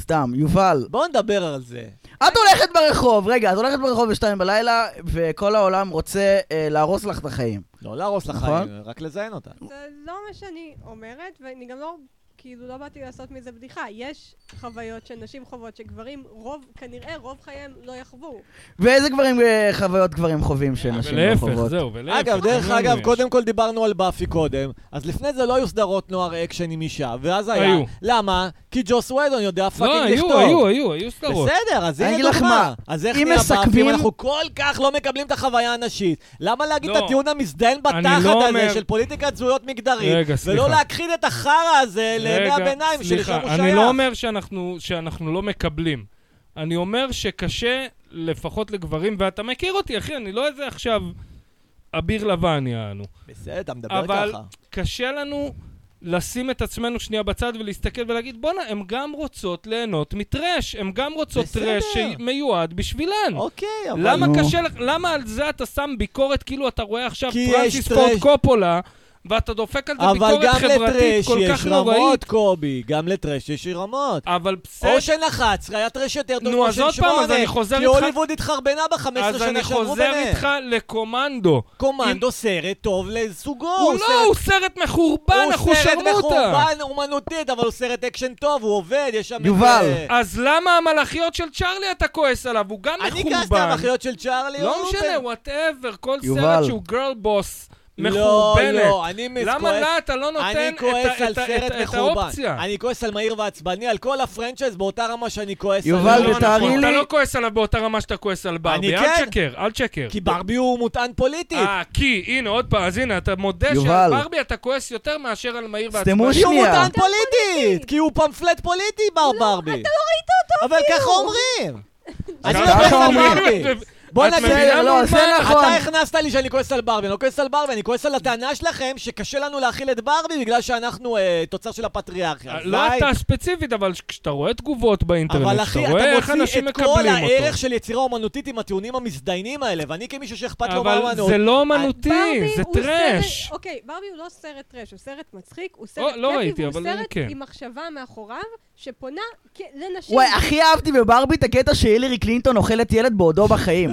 A: סתם, יובל,
B: בואו נדבר על זה.
A: את הולכת ברחוב, רגע, את הולכת ברחוב בשתיים בלילה, וכל העולם רוצה אה, להרוס לך את החיים.
B: לא להרוס לך
A: נכון.
B: חיים, רק לזיין אותה.
D: זה לא מה שאני אומרת, ואני גם לא, כאילו, לא באתי לעשות מזה בדיחה. יש חוויות שנשים חוות שגברים, רוב, כנראה רוב חייהם לא יחוו.
A: ואיזה גברים, אה, חוויות גברים
C: אה,
A: חווים שנשים לא
C: ולהפך,
A: חוות?
C: זהו, ולהפך.
B: אגב, דרך
C: כמונו
B: אגב,
C: יש.
B: קודם כל דיברנו על באפי קודם, אז לפני זה לא היו סדרות נוער אקשן עם אישה, ואז היה.
C: היו.
B: למה? כי ג'וס וודון יודע
C: לא,
B: פאקינג לכתוב.
C: היו, היו, היו, היו סדרות.
B: בסדר, אז
A: אני
B: הנה
A: אגיד לך
B: דוגמה.
A: מה,
B: אז איך
A: אם
B: נראה באפי אם
A: מסכמים-
B: אנחנו כל כך לא מקבלים את החוויה הנשית? למה להגיד את
C: לא.
B: הטיעון המזדיין
C: אני
B: בתחת הזה
C: לא אומר-
B: של פוליטיקת זהויות מגדרית,
C: רגע,
B: ולא
C: סליחה.
B: להכחיד את החרא הזה לימי
C: רגע,
B: הביניים, שלשם הוא
C: סליחה,
B: שייך?
C: אני לא אומר שאנחנו, שאנחנו לא מקבלים. אני אומר שקשה, לפחות לגברים, ואתה מכיר אותי, אחי, אני לא איזה עכשיו אביר לבן, יענו.
B: בסדר, אתה מדבר
C: אבל
B: ככה.
C: קשה לנו לשים את עצמנו שנייה בצד ולהסתכל ולהגיד, בואנה, הן גם רוצות ליהנות מטרש, הן גם רוצות
B: בסדר.
C: טרש שמיועד בשבילן.
B: אוקיי, אבל...
C: למה
A: נו.
C: קשה לך, למה על זה אתה שם ביקורת כאילו אתה רואה עכשיו
B: כי יש
C: פרנסיס פורד
B: טרש.
C: קופולה, ואתה דופק על זה
B: אבל
C: ביקורת
B: גם
C: חברתית
B: לטרש
C: כל
B: יש
C: כך נוראית,
B: רמות, קובי. גם לטרש יש רמות.
C: אבל
B: או
C: בסדר,
B: של 11, היה טרש יותר טוב
C: נו,
B: כמו
C: אז
B: של
C: עוד פעם, אז
B: 8,
C: אני חוזר
B: כי
C: איתך-
B: הוליווד התחרבנה ב-15
C: אז
B: שנה
C: אני
B: שעברו
C: חוזר
B: ביניהם.
C: איתך לקומנדו.
B: קומנדו סרט טוב לזוגו.
C: הוא לא,
B: סרט-
C: הוא סרט מחורבן, אנחנו
B: הוא סרט
C: שרמוטה.
B: מחורבן אומנותית, אבל הוא סרט אקשן טוב, הוא עובד, יש שם... את,
A: יובל.
B: אה,
C: אז למה המלאכיות של צ'ארלי אתה כועס עליו? הוא גם
B: אני כעסתי על
C: מחורבן.
B: האחיות של צ'ארלי
C: לא
B: אורבן.
C: משנה, וואטאבר, כל
A: יובל.
C: סרט שהוא גרל בוס
B: לא,
C: מחורבנת.
B: לא, אני מס-
C: למה
B: כועס-
C: לה אתה לא נותן
B: אני
C: את
B: כועס
C: ה-
B: על
C: את ה-
B: סרט
C: את ה- את
B: מחורבן.
C: האופציה?
B: אני כועס על מהיר ועצבני, על כל הפרנצ'ייז באותה רמה שאני כועס
A: יובל,
B: על...
A: אבל
C: לא,
A: ותארי
C: נכון,
A: לי-
C: אתה לא כועס עליו באותה רמה שאתה כועס על
B: אני
C: ברבי. אל
B: כן.
C: תשקר, אל תשקר.
B: כי ברבי הוא מוטען פוליטית.
C: אה, כי, הנה, עוד פעם, אז הנה, אתה מודה
A: יובל.
C: שעל ברבי אתה כועס יותר מאשר על מהיר ועצבני.
A: סתמו
B: כי הוא
A: שנייה.
B: מוטען לא פוליטית! כי הוא פמפלט פוליטי, בר ברבי. אתה לא ראית אותו אפילו! אבל ככה אומרים! אני
A: ככה
B: לא כועס על
A: אומרים.
B: ברבי! בוא
C: בוא
B: נגיד-
C: נגיד,
A: לא, זה נכון.
B: אתה הכנסת לי שאני כועס על ברבי, אני לא כועס על ברבי, אני כועס על הטענה שלכם שקשה לנו להכיל את ברבי בגלל שאנחנו אה, תוצר של הפטריארכיה.
C: לא
B: די.
C: אתה ספציפית, אבל כשאתה רואה תגובות
B: אבל
C: באינטרנט, כשאתה
B: אחי,
C: רואה איך
B: אתה
C: אנשים
B: מוציא את כל
C: מקבלים
B: הערך
C: אותו.
B: של יצירה אומנותית עם הטיעונים המזדיינים האלה, ואני כמישהו שאכפת לו אה,
C: אבל
B: מהאומנות,
C: זה לא
D: ברבי
C: אומנותי, זה
D: הוא
C: טראש.
D: סרט- אוקיי, ברבי הוא לא סרט טראש, הוא סרט מצחיק, הוא סרט
C: לא ראיתי,
D: כיפי, והוא
C: אבל אני
D: סרט
C: כן.
D: עם מחשבה מאחוריו, שפונה כ- לנשים.
A: וואי, הכי אהבתי בברבי את הקטע שהילרי קלינטון אוכלת ילד בעודו בחיים.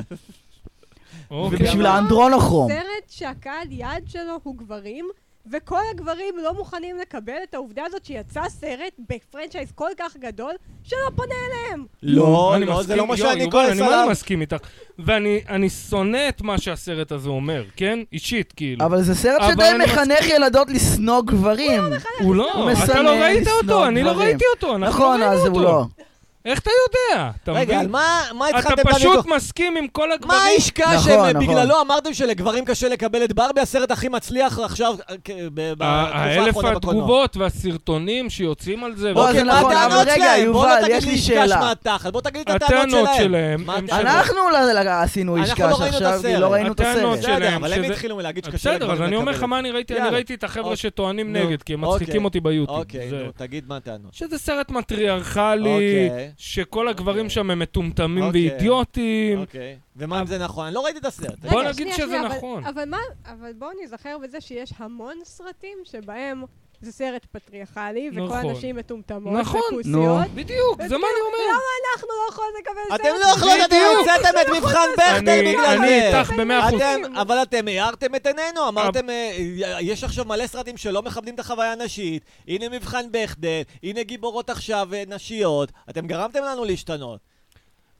C: אוקיי.
A: ובשביל
D: גם-
A: האנדרונוכרום.
D: סרט שהקהל יעד שלו הוא גברים, וכל הגברים לא מוכנים לקבל את העובדה הזאת שיצא סרט בפרנצ'ייז כל כך גדול, שלא פונה אליהם.
B: לא,
C: אני
B: לא, זה
C: מסכים,
B: לא מה
C: יואו,
B: שאני
C: יובל,
B: כועס
C: אני
B: עליו.
C: מאוד מסכים איתך. ואני אני שונא את מה שהסרט הזה אומר, כן? אישית, כאילו.
A: אבל זה סרט
C: אבל
A: שדי
C: אני מס-
A: מחנך ילדות לשנוא גברים.
C: הוא
A: הוא
C: לא, אתה
A: מסנן
C: לא ראית
A: לשנוא
C: אותו, אני לא
A: גברים.
C: ראיתי אותו, אנחנו לא
A: נכון, אז
C: ראינו
A: הוא
C: אותו.
A: לא.
C: איך אתה יודע? אתה
B: רגע, על
C: מבין?
B: מה מה התחלתם
C: אתה
B: את הוויכוח?
C: פשוט מסכים עם כל הגברים.
B: מה העסקה
A: נכון, נכון.
B: שבגללו אמרתם שלגברים קשה לקבל את ברבי, הסרט הכי מצליח עכשיו אה, כ- ב- בתקופה
C: ה- האלף
B: האחרונה בקולנוע?
C: התגובות והסרטונים שיוצאים על זה.
A: בוא,
C: ו-
A: זה
B: אוקיי, מה
A: נכון, אבל
B: הטענות
A: רגע,
B: שלהם? בוא
A: יובל,
B: לא תגיד
A: יש
B: לי
A: לי
B: אישקש
A: שאלה.
B: מהתחת, בוא תגיד את הטענות
C: הטענות
B: שלהם.
C: שלהם,
B: מה
C: הם
B: הטענות?
C: שלנו.
A: אנחנו לא- לא- עשינו
B: אנחנו
A: אישקה
B: לא ראינו את
A: שעכשיו, כי
B: הסרט.
A: לא ראינו את
C: הטענות
A: הסרט.
C: של-
B: בסדר,
C: שלהם,
B: אבל הם
C: שזה- אה,
B: התחילו מלהגיד שקשה לגברים
C: בסדר, אז אני אומר לך
B: לקבל.
C: מה אני ראיתי,
B: יאללה.
C: אני ראיתי את החבר'ה
B: אוקיי.
C: שטוענים
B: נו,
C: נגד, כי הם
B: אוקיי.
C: מצחיקים אותי ביוטיוב.
B: אוקיי,
C: זה-
B: נו, תגיד מה הטענות.
C: שזה סרט מטריארכלי,
B: אוקיי.
C: שכל
B: אוקיי.
C: הגברים שם הם מטומטמים
B: אוקיי.
C: ואידיוטים.
B: אוקיי. ומה אם זה נכון? אני לא ראיתי את הסרט.
D: רגע,
C: בוא נגיד
D: שנייה,
C: שזה
D: שנייה, אבל-
C: נכון.
D: אבל מה, אבל בואו נזכר בזה שיש המון סרטים שבהם זה סרט פטריארכלי, וכל
C: נכון.
D: הנשים מטומטמות,
C: נכון,
A: נו.
D: וכוסיות.
C: בדיוק, זה מה אני אומר.
D: למה אנחנו לא יכולים לקבל סרט?
B: אתם לא יכולים, אתם
C: בדיוק.
B: הוצאתם את מבחן בכטר
C: אני-
B: בגלל
C: אני
B: זה.
C: איתך במאה אחוז.
B: אתם, אבל אתם הארתם את עינינו, אמרתם, אה, יש עכשיו מלא סרטים שלא מכבדים את החוויה הנשית, הנה מבחן בכדל, הנה גיבורות עכשיו אה, נשיות, אתם גרמתם לנו להשתנות.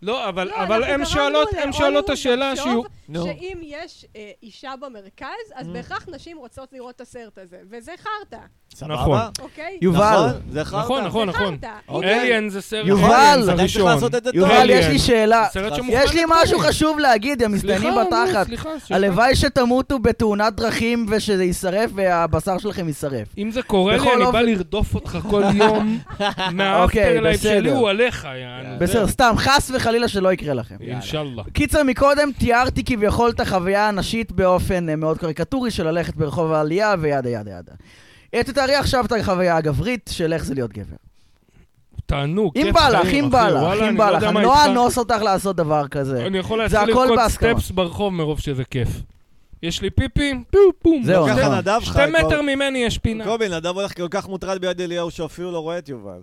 C: לא, אבל-
D: לא,
C: אבל
D: אנחנו
C: הן
D: גרמנו
C: שואלות, הן
D: להוליווד
C: שואלות את השאלה
D: לחשוב
C: שהוא...
B: נו.
D: שאם יש אה, אישה במרכז, אז בהכרח נשים רוצות לראות את הסרט הזה, וזה חרטא,
C: נכון.
B: סבבה?
D: אוקיי?
A: יובל,
B: נכון, זה חרטא.
C: נכון, נכון, נכון.
D: חרטא.
B: אוקיי.
C: אליאן זה סרט
A: יובל,
C: Alien זה
B: אתם צריכים
C: ראשון.
B: לעשות את זה טוב.
A: יובל, יש
C: Alien.
A: לי שאלה.
C: זה סרט שמוכן
A: יש לי
C: לכולם.
A: משהו חשוב להגיד, הם
C: סליחה,
A: מסתננים
C: נו,
A: בתחת.
C: סליחה, סליחה.
A: הלוואי שתמותו בתאונת דרכים ושזה יישרף והבשר שלכם יישרף.
C: אם זה קורה לי,
A: בכל
C: אני בא
A: אופן-
C: לרדוף אותך כל יום.
A: אוקיי,
C: מהאפטרלייב
A: בסדר.
C: שלי הוא עליך, יענו.
A: בסדר, סתם, חס וחלילה שלא יקרה לכם.
C: אינשאללה.
A: קיצר, מקודם תיארתי כביכול את החוויה הנשית באופן אה, מאוד קריקטורי של ללכת ברחוב העלייה וידה ידה ידה. אה, תתארי עכשיו את החוויה הגברית של איך זה להיות גבר.
C: תענוג,
A: אם
C: כיף
A: בא לך,
C: חיים,
A: אם
C: אחי.
A: בא לך,
C: וואלה,
A: אם
C: אני
A: בא
C: לא
A: לך,
C: יודע
A: אני
C: מה
A: לא
C: איתך.
A: אנוס אותך לעשות דבר כזה.
C: אני יכול
A: זה
C: להתחיל
A: הכל
C: לרקוד
A: בהסכמה.
C: סטפס ברחוב מרוב שזה כיף. יש לי פיפי, פום פום.
A: זהו,
C: שתי-
A: נכון.
B: ככה נדב חי,
C: שתי מטר ממני יש פינה.
B: קובי, נדב הולך כל כך מוטרד ביד אליהו שהוא אפילו לא רואה את יובל.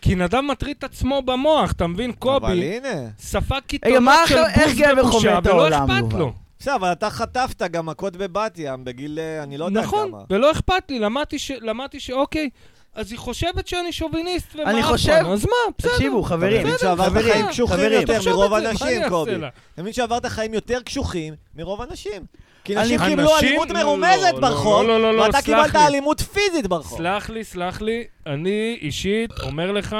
C: כי נדב מטריד את עצמו במוח, אתה מבין?
B: אבל
C: קובי
B: הנה.
C: ספג
A: רגע,
C: קיתונות
A: מה
C: של
A: עכשיו- איך
C: בוז
A: גבר חווה
C: ובושה,
A: את
C: ולא
A: העולם,
C: אכפת
A: יובל?
C: לו.
B: בסדר, אבל אתה חטפת גם מכות בבת ים בגיל, אה, אני לא יודע
C: נכון,
B: כמה.
C: ולא אכפת לי, למדתי ש- למדתי שאוקיי, אז היא חושבת שאני שוביניסט
A: אני חושב-
C: ומאפן, אז מה, בסדר.
A: תקשיבו, חברים.
B: אתה מבין שעברת
A: חברים,
B: חיים קשוחים
A: חברים.
B: יותר
C: תחשוב
B: מרוב
C: את זה, מה אני
B: אנשים,
C: אעשה
B: קובי.
C: לה?
B: אתה מבין שעברת חיים יותר קשוחים מרוב אנשים. כי
A: אני-
B: נשים קיבלו
C: אנשים?
B: אלימות
C: לא,
B: מרומזת
C: לא,
B: ברחוב,
C: לא, לא, לא, לא,
B: ואתה
C: סלח
B: קיבלת
C: לי.
B: אלימות פיזית ברחוב.
C: סלח לי, סלח לי, אני אישית אומר לך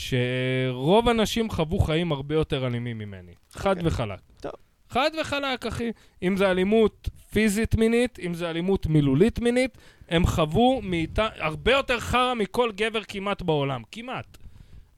C: שרוב הנשים חוו חיים הרבה יותר אלימים ממני. חד וחלק.
B: אוקיי. טוב.
C: חד וחלק, אחי. אם זה אלימות פיזית מינית, אם זה אלימות מילולית מינית, הם חוו מאיתה הרבה יותר חרא מכל גבר כמעט בעולם. כמעט.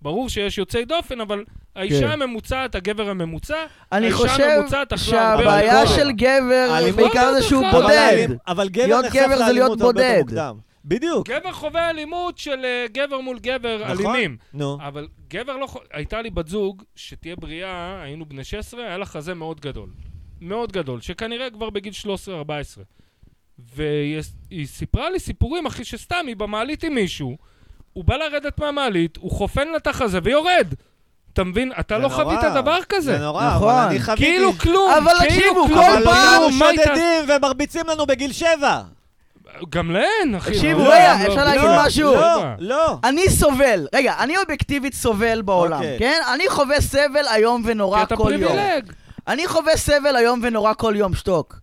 C: ברור שיש יוצאי דופן, אבל האישה
A: כן.
C: הממוצעת, הגבר הממוצע,
A: אני
C: האישה
A: חושב
C: הממוצעת אכלה הרבה
A: שהבעיה
C: יותר.
A: של גבר,
B: האלימות
A: בעיקר
C: הזאת
A: זה שהוא
C: בכלל.
B: אבל
A: בודד.
B: האלים- אבל גבר
A: להיות
B: נחשף
A: גבר זה להיות
B: לאלימות הרבה
A: בודד.
B: יותר מוקדם. בדיוק.
C: גבר חווה אלימות של אה, גבר מול גבר,
B: אוקיי. נכון?
C: אלימים.
B: נו.
C: אבל גבר לא יכול... הייתה לי בת זוג, שתהיה בריאה, היינו בני 16, היה לה חזה מאוד גדול. מאוד גדול, שכנראה כבר בגיל 13-14. והיא היא סיפרה לי סיפורים, אחי, שסתם, היא במעלית עם מישהו, הוא בא לרדת מהמעלית, הוא חופן לה את החזה ויורד. אתה מבין? אתה
B: זה
C: לא
B: נורא.
C: חווית דבר כזה.
B: זה נורא,
A: נכון.
B: אבל אני חוויתי...
C: כאילו כלום,
A: אבל
C: כאילו
A: תקשיבו,
C: כלום,
A: כל
B: אבל
C: כאילו
A: פעם-
B: אותנו
C: מה הייתה-
B: שודדים ומרביצים לנו בגיל שבע.
C: גם להן, אחי.
A: תקשיבו,
C: לא,
A: רגע,
C: לא,
A: אפשר
C: לא,
A: להגיד
C: לא,
A: משהו?
B: לא,
C: רגע.
B: לא.
A: אני סובל, רגע, אני אובייקטיבית סובל בעולם,
B: אוקיי.
A: כן? אני חווה סבל איום
C: כי
A: ונורא
C: אתה
A: כל יום.
C: פריבילג.
A: אני חווה סבל איום ונורא כל יום, שתוק.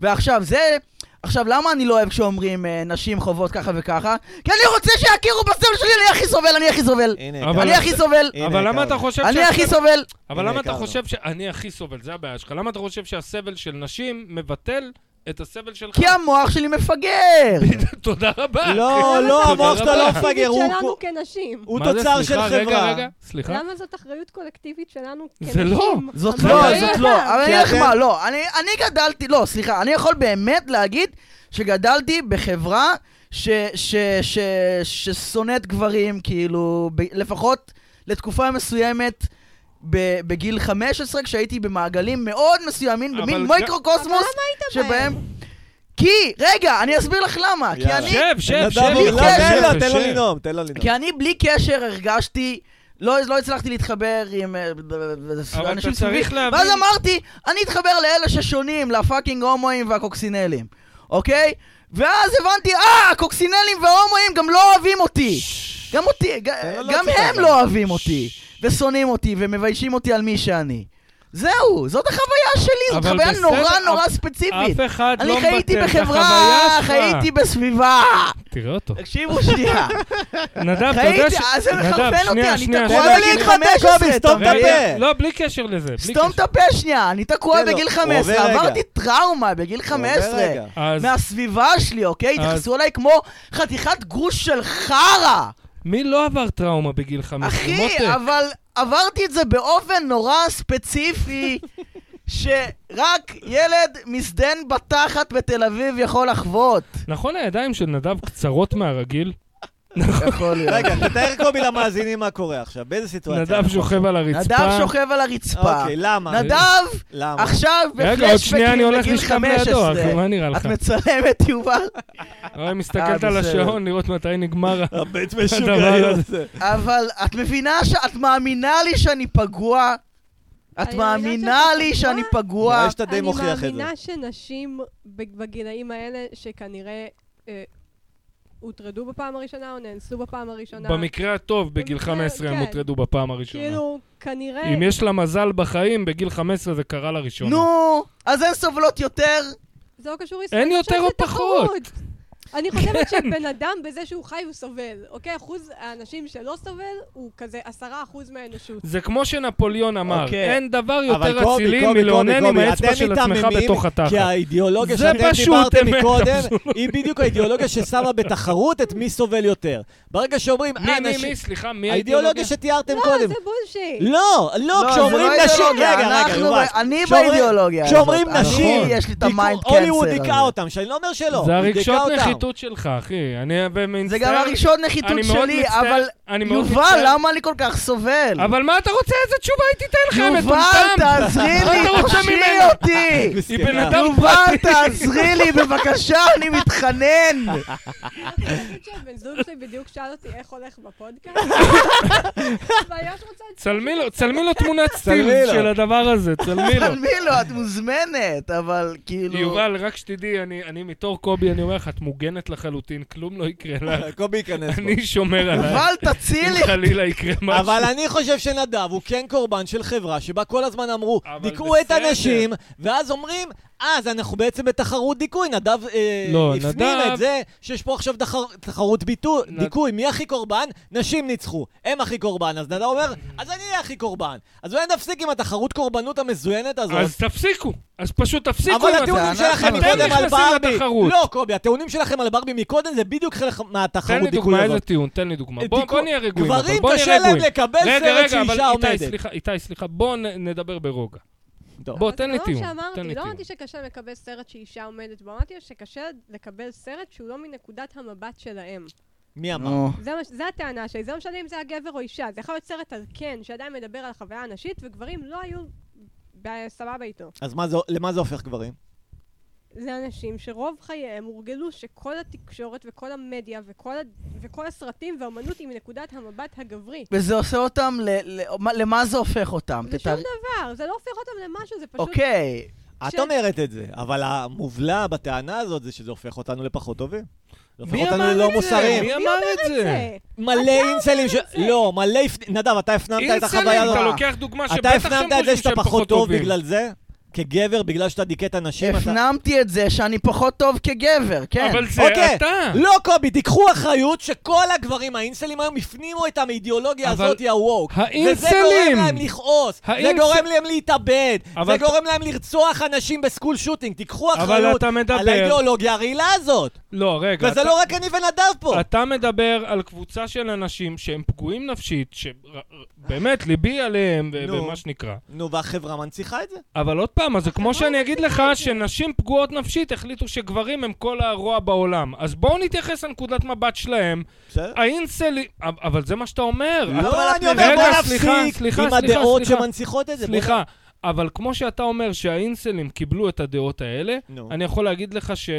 A: ועכשיו, זה... עכשיו, למה אני לא אוהב כשאומרים אה, נשים חוות ככה וככה? כי אני רוצה שיכירו בסבל שלי, אני הכי סובל, אני הכי סובל.
B: הנה,
C: אבל- אה,
A: אני הכי סובל,
B: הנה,
C: אבל למה
B: הכרנו.
C: אתה חושב
A: אני
C: שאתה-
A: הכי סובל.
C: אבל
B: הנה,
C: למה אתה
B: הכרנו.
C: חושב שאני הכי סובל? זה הבעיה שלך. למה אתה חושב שהסבל של נשים מבטל את הסבל שלך?
A: כי המוח שלי מפגר.
C: תודה
B: לא,
C: רבה.
D: למה
B: לא,
D: אתה-
B: המוח שלו לא
C: למה
D: קולקטיבית
B: מפגר, הוא-
D: שלנו
B: הוא-
D: כנשים.
B: הוא
C: מה זה?
B: תוצר של
C: סליחה, רגע,
B: חברה.
C: רגע, סליחה.
D: למה זאת אחריות קולקטיבית שלנו
C: זה
D: כנשים?
C: לא.
A: זאת
D: אבל
A: לא,
C: הבעיה.
A: זאת לא. אבל אני
B: כי
A: אגיד לך
B: אתם-
A: מה, לא. אני אני גדלתי, לא, סליחה, אני יכול באמת להגיד שגדלתי בחברה ש- ש- ש- ששונאת גברים, כאילו, ב- לפחות לתקופה מסוימת. ב- בגיל 15, כשהייתי במעגלים מאוד מסוימים,
C: אבל
A: במין
C: ג-
D: אבל למה
A: מיקרוקוסמוס,
D: היית
A: שבהם...
D: לא בהם?
A: כי, רגע, אני אסביר לך למה. כי
B: יאללה.
A: אני
C: שב, שב, שב.
B: נדב,
A: בלי
B: לא,
C: יובל,
A: קשר.
B: תן לו,
C: שב,
B: תן לו
C: שב.
B: לנאום, תן לו לנאום.
A: כי אני בלי קשר הרגשתי, לא, לא הצלחתי להתחבר עם אה, ב- ב- ב-
C: אבל
A: אנשים
C: אתה צריך להבין-
A: ואז אמרתי, אני אתחבר לאלה ששונים, לפאקינג הומואים והקוקסינלים, אוקיי? ואז הבנתי, אה, הקוקסינלים וההומואים גם לא אוהבים אותי. גם אותי, ג-
B: תן לו
A: גם
B: להוציא
A: הם
B: אותם.
A: לא אוהבים אותי, ושונאים אותי, ומביישים אותי על מי שאני. זהו, זאת החוויה שלי, זאת
C: אבל
A: חוויה
C: בסדר,
A: נורא נורא
C: אף-
A: ספציפית.
C: אף אחד לא
A: אני
C: מבטל
A: חייתי
C: את
A: בחברה,
C: החוויה שלך.
A: חייתי בסביבה.
C: תראה אותו.
A: תקשיבו שנייה.
C: נדב, אתה יודע
A: ראיתי,
C: ש...
A: אז זה
C: נדב,
A: מחרפן אותי,
C: שנייה,
A: אני
C: שנייה,
A: תקוע
C: שנייה.
B: תן לו
A: בגיל
B: להתחמק,
A: 15.
B: קובי, סתום
A: אתה
B: את
A: מבין?
B: הפה.
C: לא, בלי קשר לזה. בלי
A: סתום את
C: קשר.
A: הפה שנייה, אני תקוע
B: תן לו,
A: בגיל
B: הוא עובר
A: 15,
B: רגע.
A: עברתי טראומה בגיל
B: רגע.
A: 15.
C: אז
A: מהסביבה שלי, אוקיי?
C: אז-
A: התייחסו אליי כמו חתיכת גוש של חרא.
C: מי לא עבר טראומה בגיל 15? מותק?
A: אחי, אבל עברתי את זה באופן נורא ספציפי, שרק ילד מזדן בתחת בתל אביב יכול לחוות.
C: נכון, הידיים של נדב קצרות מהרגיל?
A: יכול להיות.
B: רגע, תתאר קובי למאזינים מה קורה עכשיו, באיזה סיטואציה?
C: נדב
B: אנחנו?
C: שוכב על הרצפה.
A: נכון. נדב שוכב על הרצפה.
B: אוקיי, למה?
A: נדב
B: למה?
A: עכשיו
C: רגע, עוד שנייה
A: בפלשבקים
C: אני הולך
A: בגיל
C: לשכב לידו,
A: 15.
C: אחי, מה נראה לך?
A: את מצלמת, יובל?
C: היא
A: אה,
C: מסתכלת על
A: בסדר.
C: השעון לראות מתי נגמר. ה-
B: הבית
C: הדבר
B: משוגעים.
C: הזה.
A: אבל את מבינה ש... את מאמינה לי שאני פגוע? את
D: אני
A: מאמינה
D: מאמינה
A: לי
D: שאתה
A: שאני
D: פגוע?
A: פגוע?
B: נראה שאתה די מוכיח
D: אני
B: את זה.
D: מאמינה שנשים בג- בגילאים האלה, שכנראה אה, הוטרדו בפעם הראשונה או נאנסו בפעם הראשונה,
C: במקרה הטוב, בגיל 15 הם
D: כן.
C: הוטרדו בפעם הראשונה.
D: כאילו, כנראה...
C: אם יש לה מזל בחיים, בגיל 15 זה קרה לראשונה.
A: נו, אז הן סובלות יותר?
D: זה לא קשור ישראל,
C: אין יותר או פחות. כן.
D: אני חושבת שבן אדם בזה שהוא חי הוא סובל, אוקיי? אחוז האנשים שלא סובל הוא כזה עשרה אחוז מהאנושות.
C: זה כמו שנפוליאון אמר,
A: אוקיי.
C: אין דבר
B: אבל
C: יותר
B: קובי,
C: אצילי
B: קובי,
C: מלאונן
B: קובי,
C: עם
B: קובי,
C: האצבע
B: אתם
C: של עצמך
B: מיתממים,
C: בתוך התחת.
B: כי האידיאולוגיה
C: זה
B: שאתם
C: פשוט
B: דיברתם
C: אמת,
B: מקודם,
C: אבל הוא
B: היא בדיוק האידיאולוגיה ששמה בתחרות את מי סובל יותר. ברגע שאומרים, אה,
C: מי, מי,
B: נשים...
C: מי, סליחה, מי האידיאולוגיה?
B: האידיאולוגיה שתיארתם
D: לא,
B: קודם.
D: זה בולשיט.
B: לא, לא,
A: זה
B: כשאומרים
A: לא
B: נשים...
A: אידיאולוגיה,
B: רגע, רגע,
A: אנחנו
B: יובל.
A: ב- אני
B: כשאומרים-
A: באידיאולוגיה הזאת.
B: כשאומרים
A: אני-
B: נשים,
A: יש לי את המיינד
B: הוליווד
A: קנסר
B: דיכא
A: הזה.
B: אותם, שאני לא אומר שלא.
C: זה
B: היא דיכאה
C: הרגשות
B: אותם.
C: נחיתות הנחיתות שלך, אחי. אני באמת
A: זה
C: מצטער.
A: גם הראשון נחיתות
C: אני מאוד
A: שלי,
C: מצטער-
A: אבל...
C: אני מאוד
A: יובל,
C: מצטער.
A: למה אני כל כך סובל?
C: אבל מה אתה רוצה? איזה תשובה היא תיתן לך, יא
A: יובל,
C: מטומטם?
A: תעזרי
C: מה אתה
A: לי,
C: רוצה
A: תושיעי
C: ממנו?
A: אותי!
C: היא בן
B: מסכנה.
C: אדם
A: יובל, תעזרי לי, בבקשה, אני מתחנן!
D: אני חושבת שהבן זוג שלי בדיוק שאל אותי איך הולך בפודקאסט. ואני ממש רוצה את
C: צלמי לו, צלמי לו תמונת
B: צלמי
C: סטיל
B: לו.
C: של הדבר הזה, צלמי לו.
A: תלמי לו, לא? את מוזמנת, אבל כאילו...
C: כאילו. יובל, רק שתדעי, אני אני מתור קובי, אני אומר לך, את מוגנת לחלוטין, כלום לא יקרה לך.
B: קובי ייכנס פה.
C: אני שומר עלייך.
A: יובל, תצילי!
C: אם חלילה יקרה משהו.
B: אבל אני לא חושב שנדב הוא כן קורבן של חברה שבה כל הזמן אמרו,
C: אבל
B: דיכאו את
C: בסדר.
B: הנשים, ואז אומרים, אז אנחנו בעצם בתחרות דיכוי. נדב אה,
C: לא,
B: הפנים
C: נדב-
B: את זה שיש פה עכשיו תחר- תחרות ביטו-
C: נד-
B: דיכוי. מי הכי קורבן? נשים ניצחו. הם הכי קורבן. אז נדב אומר, אז אני אהיה הכי קורבן. אז אולי נפסיק עם התחרות קורבנות המזוינת הזאת.
C: אז תפסיקו, אז פשוט תפסיקו
B: אבל
C: עם
B: הטיעונים
A: הטענה
B: שלכם
A: הזאת.
B: מקודם
A: אתם
B: על
C: נכנסים
B: ברבי,
C: לתחרות.
B: לא קובי, הטיעונים שלכם על ברבי מקודם זה בדיוק חלק
C: תן
B: מהתחרות
C: לי
B: דיכוי
C: דוגמה,
B: הזאת.
C: איזה טיעון, תן לי דוגמה. בוא
B: דיכוי-
C: בוא נהיה רגועים. אבל,
B: גברים
C: בוא נהיה
B: קשה להם
C: רגועים.
B: לקבל סרט שאישה
C: רגע, רגע, אבל איתי,
B: עומדת.
C: סליחה, איתי, סליחה, בוא נ- נדבר ברוגע.
B: טוב.
C: בוא,
D: זה
C: תן לי
D: לא מה
C: טיעון,
D: שאמרתי,
C: תן לי
D: לא
C: טיעון.
D: אמרתי שקשה לקבל סרט שאישה עומדת בו, אמרתי שקשה לקבל סרט שהוא לא מנקודת המבט שלהם.
B: מי אמר?
A: נו,
D: זה מה ש- זה הטענה שלי, זה לא משנה אם זה היה גבר או אישה, זה יכול להיות סרט על כן, שעדיין מדבר על החוויה הנשית, וגברים לא היו ב- סבבה איתו.
B: אז מה זה, למה זה הופך גברים?
D: זה אנשים שרוב חייהם הורגלו שכל התקשורת וכל המדיה וכל, ה... וכל הסרטים והאומנות היא מנקודת המבט הגברי.
A: וזה עושה אותם, ל- ל- מה- למה זה הופך אותם?
D: זה
A: תתאר-
D: שום דבר, זה לא הופך אותם למשהו, זה פשוט...
A: אוקיי,
B: ש... את
D: ש-
B: אומרת את זה, אבל המובלע בטענה הזאת זה שזה הופך אותנו לפחות טובים. זה הופך
C: מי
B: אותנו
C: אמר
B: ללא
C: את זה?
B: מוסריים.
C: מי
D: מי
C: אמר
D: אומר
C: את זה?
B: מלא אינסלים ש... לא, מלא... הפ- נדב, אתה הפנמת את
C: אינסלים,
B: החוויה הזאת.
C: אתה לוקח דוגמה
B: אתה
C: שבטח
B: הפנמת
C: שהם
B: את זה
C: חושבים
B: שאתה
C: שהם
B: פחות
C: פחות
B: טוב
C: טובים.
B: בגלל זה? כגבר, בגלל שאתה דיכאת נשים? אתה-
A: הפנמתי את זה שאני פחות טוב כגבר, כן.
C: אבל זה
B: אוקיי.
C: אתה.
B: לא, קובי, תיקחו אחריות שכל הגברים, האינסלים היום הפנימו את האידיאולוגיה
C: אבל
B: הזאת, הווק. וזה
C: האינסלים!
B: גורם להם לכעוס, זה
C: האינס-
B: גורם להם להתאבד, זה
C: אבל-
B: גורם להם לרצוח אנשים בסקול שוטינג. תיקחו
C: אבל
B: אחריות
C: אתה
B: על
C: מדבר.
B: האידיאולוגיה הרעילה הזאת.
C: לא, רגע.
B: וזה
C: אתה-
B: לא רק אני ונדב פה.
C: אתה מדבר על קבוצה של אנשים שהם פגועים נפשית, שבאמת, ליבי עליהם, ו-
B: נו.
C: ומה שנקרא.
B: נו, והחברה מנציחה את זה?
C: אבל עוד פעם, אז זה כמו
D: בוא
C: שאני אגיד לך
D: את זה.
C: שנשים פגועות נפשית החליטו שגברים הם כל הרוע בעולם. אז בואו נתייחס לנקודת מבט שלהם.
B: בסדר?
C: אה, האינסלים... אב- אבל זה מה שאתה אומר.
B: לא,
A: אבל
B: אני
A: את
B: אומר, בוא
C: רגע, סליחה,
B: נפסיק
C: סליחה,
B: עם
C: סליחה,
B: הדעות
C: סליחה.
B: שמנציחות את זה. בוא
C: סליחה, אבל כמו שאתה אומר שהאינסלים קיבלו את הדעות האלה,
B: נ- נו.
C: אני יכול להגיד לך ש...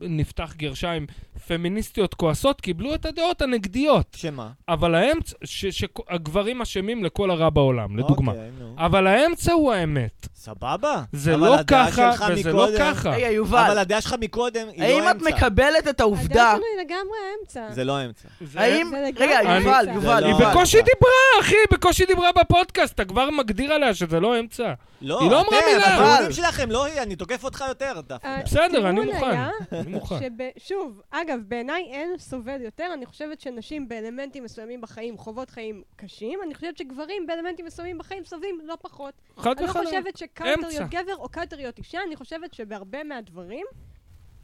C: נפתח גרשיים, פמיניסטיות כועסות קיבלו את הדעות הנגדיות.
B: שמה?
C: אבל האמצע, שהגברים אשמים לכל הרע בעולם, לדוגמה.
B: אוקיי, נו.
C: אבל האמצע הוא האמת.
B: סבבה.
C: אה, זה
B: אבל
C: לא
B: הדעה
C: ככה,
B: שלך
C: וזה לא
B: מקודם- אה,
C: ככה.
A: רגע, יובל,
B: אבל הדעה שלך מקודם היא
A: האם
B: לא
A: את
B: אמצע.
A: מקבלת את העובדה?
D: הדעה שלנו היא לגמרי האמצע.
B: זה לא אמצע.
C: זה-
A: האם...
D: זה לגמרי
A: רגע,
C: אני-
A: יובל,
D: זה
A: יובל,
B: לא-
C: היא
A: יובל.
C: בקושי
B: אמצע.
C: דיברה, אחי, היא בקושי דיברה בפודקאסט, אתה כבר מגדיר עליה שזה לא אמצע.
B: לא,
C: היא לא אמרה
B: אתם,
C: מילה.
B: הטיעונים שלכם, לא היא, אני תוקף אותך יותר דווקא.
D: אה,
C: בסדר, אני
D: הטיעון
C: מוכן.
D: היה
C: אני מוכן.
D: שב- שוב, אגב, בעיניי אין סובל יותר, אני חושבת שנשים באלמנטים מסוימים בחיים חוות חיים קשים, אני חושבת שגברים באלמנטים מסוימים בחיים סובלים לא פחות.
C: חד
D: אני לא
C: וחלק.
D: חושבת שקאוטריות
C: אמצע.
D: גבר או קאוטריות אישה, אני חושבת שבהרבה מהדברים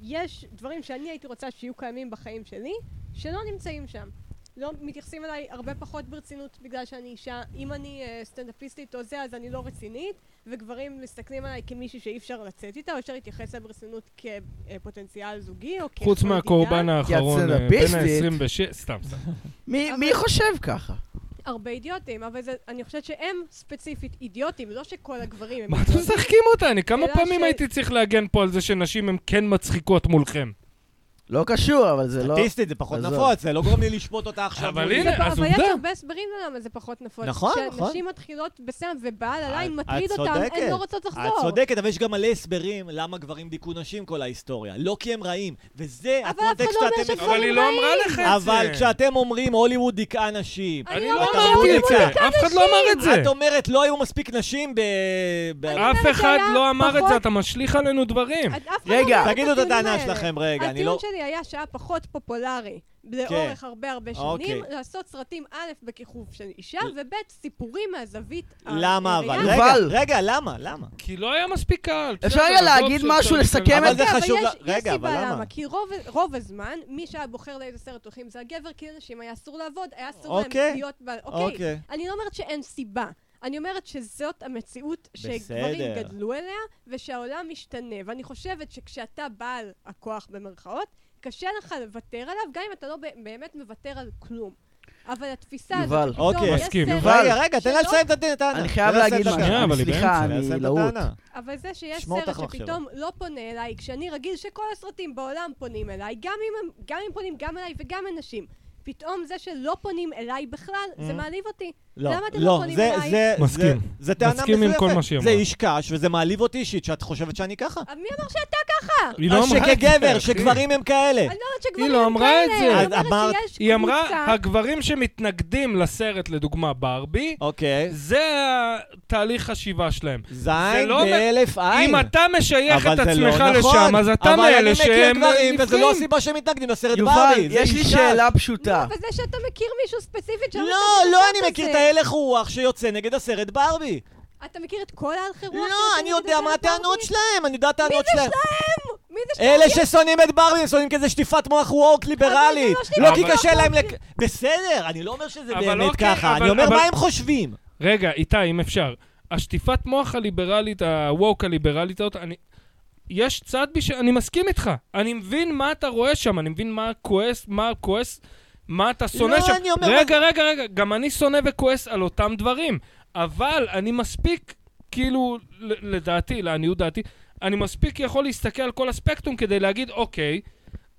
D: יש דברים שאני הייתי רוצה שיהיו קיימים בחיים שלי, שלא נמצאים שם. לא מתייחסים אליי הרבה פחות ברצינות בגלל שאני אישה. אם אני אה, סטנדאפיסטית או זה, אז אני לא רצינית, וגברים מסתכלים עליי כמישהי שאי אפשר לצאת איתה, או אפשר להתייחס אליה ברצינות כפוטנציאל זוגי, או כחוליגה.
C: חוץ מהקורבן האחרון, אה, בן
A: סטנדאפיסטית.
C: ה-26, סתם, סתם.
A: מי
D: אבל-
A: מי חושב ככה?
D: הרבה אידיוטים, אבל זה, אני חושבת שהם ספציפית אידיוטים, לא שכל הגברים הם לא
C: מה אתם משחקים אותה? אני כמה
D: אלא
C: פעמים
D: לא ש-
C: הייתי צריך להגן פה על זה שנשים הן כן מצחיקות מולכם.
A: לא קשור, אבל זה לא...
B: סטטיסטית זה פחות
A: עזוב.
B: נפוץ, זה לא גורם לי לשפוט אותה עכשיו.
C: אבל
B: מולי.
C: הנה,
D: זה פה-
C: אז
D: אבל יש
C: עובדה.
D: הרבה הסברים ללמה זה פחות נפוץ.
B: נכון, נכון.
D: כשנשים מתחילות בסם ובעל
B: את-
D: הליין מטריד
B: את
D: אותם, הן
B: צודקת.
D: לא רוצות לחזור.
B: את צודקת, אבל יש גם מלא הסברים למה גברים דיכאו נשים כל ההיסטוריה. לא כי הם רעים, וזה
D: אבל אף אחד
B: הקונטקסט
D: לא אומר
B: שאתם...
D: שגברים
C: אבל היא לא אמרה לך את זה.
B: אבל כשאתם אומרים הוליווד דיכאה נשים,
D: אני
C: אני
D: לא
C: לא
B: אמרתי
C: אמרתי את
B: את
C: זה,
D: זה. אה,
C: אף אחד לא אמר את זה.
B: את אומרת לא היו מספיק נשים ב... ב-
C: אף אחד
D: שהיה
C: לא אמר את זה,
D: פחות-
C: אתה משליך עלינו דברים.
D: את- אף אחד
A: רגע,
D: לא אומר
B: תגידו את
D: הטיעונים
B: הטענה
D: האלה.
B: שלכם רגע, אני
D: הטיעון
B: לא... כן.
D: שלי היה שהיה פחות פופולרי לאורך הרבה הרבה שנים,
B: אוקיי.
D: לעשות סרטים א' בכיכוב של אישה, וב' סיפורים מהזווית
B: למה אבל?
D: הראייה.
A: רגע,
B: רגע,
A: אבל-
B: רגע, למה? למה?
C: כי לא היה מספיק קהל.
A: אפשר רגע
C: בסדר, עזוב
A: להגיד
C: ש-
A: משהו,
C: של-
A: לסכם
B: אבל
C: של-
B: זה
D: אוקיי,
B: חשוב
D: יש-
B: ל- רגע,
D: יש
B: אבל
D: סיבה
B: למה?
D: למה, כי רוב- רוב הזמן, מי שהיה בוחר לאיזה סרט הולכים זה הגבר, כי לנשים היה אסור לעבוד, היה אסור
B: אוקיי.
D: להם להיות... ב- אוקיי.
B: אוקיי.
D: אני לא אומרת שאין סיבה. אני אומרת שזאת המציאות
B: בסדר.
D: שגברים גדלו אליה, ושהעולם משתנה. ואני חושבת שכשאתה בעל הכוח במרכאות, קשה לך לוותר עליו, גם אם אתה לא ב- באמת מוותר על כלום. אבל התפיסה הזאת,
A: יובל.
D: שפתאום
B: אוקיי.
D: יש
C: מסכים,
D: סרט-
A: יובל.
B: רגע, רגע, תן לה
D: שלא-
B: לסיים את הטענה.
A: אני חייב
B: תן לה לסיים
A: להגיד
B: את הטענה.
C: שנייה,
A: משהו,
C: אבל היא
A: סליחה,
C: באמצע,
B: תן לה לסיים
A: אני
B: את
A: להוט.
B: הטענה.
D: אבל זה שיש
B: שמור את
D: סרט
B: החלק
D: שפתאום לא פונה אליי, כשאני רגיל שכל הסרטים בעולם פונים אליי, גם אם, הם- גם אם פונים גם אליי וגם אנשים, פתאום זה שלא פונים אליי בכלל, זה
B: Mhm.
D: מעליב אותי.
B: לא,
D: למה אתם לא
B: לא,
D: פונים
B: זה,
D: אליי?
B: זה,
C: מסכים.
B: זה, זה טענה
C: מסכים עם כל
B: מזויפת.
C: מה שהיא
B: זה
C: אמרה.
B: איש קש, וזה מעליב אותי אישית, שאת חושבת שאני ככה.
D: אבל מי אמר שאתה
C: היא לא
B: אז
C: אמרה את זה,
B: שכגבר,
C: אחי.
B: שגברים הם כאלה.
D: אני לא אומרת שגברים
C: לא
D: הם
C: אמרה
D: כאלה,
C: את זה.
D: אני
B: אז
D: אומרת
B: אמרת-
D: שיש
C: היא אמרה,
D: קבוצה-
C: הגברים שמתנגדים לסרט, לדוגמה ברבי,
B: אוקיי.
C: זה התהליך חשיבה שלהם.
B: זין
C: לא מ-
B: באלף עין.
C: אם אתה משייך את
B: אבל זה לא
C: עצמך
B: נכון.
C: לשם, אז אתה
B: אבל אני
C: מאלה
B: מכיר
C: שהם
B: גברים, וזו לא
C: נבחרים.
B: הסיבה שהם מתנגדים לסרט
A: יובל,
B: ברבי. זה
A: יש לי
B: איש קש.
A: שאלה פשוטה.
D: אבל זה שאתה מכיר מישהו ספציפית שלא
B: לא, לא, אני
D: הסרט
B: מכיר
D: הזה.
B: את ההלך רוח שיוצא נגד הסרט ברבי.
D: אתה מכיר את כל ההלכי רוח?
B: לא,
D: שיוצאים
B: אני
D: נגד
B: יודע מה
D: הסרט
B: הטענות
D: הזה?
B: שלהם, אני יודע הטענות
D: מי זה
B: שלהם.
D: שלהם? מי זה שלהם?
B: אלה ששונאים את ברבי, הם שונאים כזה שטיפת מוח ווק ליברלי.
D: אבל זה לא
B: לא כי
C: שטיפת
B: קשה
D: מוח.
B: להם לק... בסדר, אני לא אומר שזה
C: אבל
B: באמת
C: אוקיי,
B: ככה, אני
C: אבל-
B: אומר
C: אבל-
B: מה הם חושבים.
C: רגע, איתי, אם אפשר. השטיפת מוח הליברלית, הווק הליברלית הזאת, אני... יש צד בי שאני מסכים איתך. אני מבין מה אתה רואה שם, אני מבין מה כועס, מה כועס, מה אתה שונא
B: לא,
C: שם.
B: אני אומר-
C: רגע, רגע, רגע, גם אני שונא וכועס על אותם דברים. אבל אני מספיק, כאילו, ל- לדעתי, לעניות דעתי, אני מספיק יכול להסתכל על כל הספקטרום כדי להגיד, אוקיי,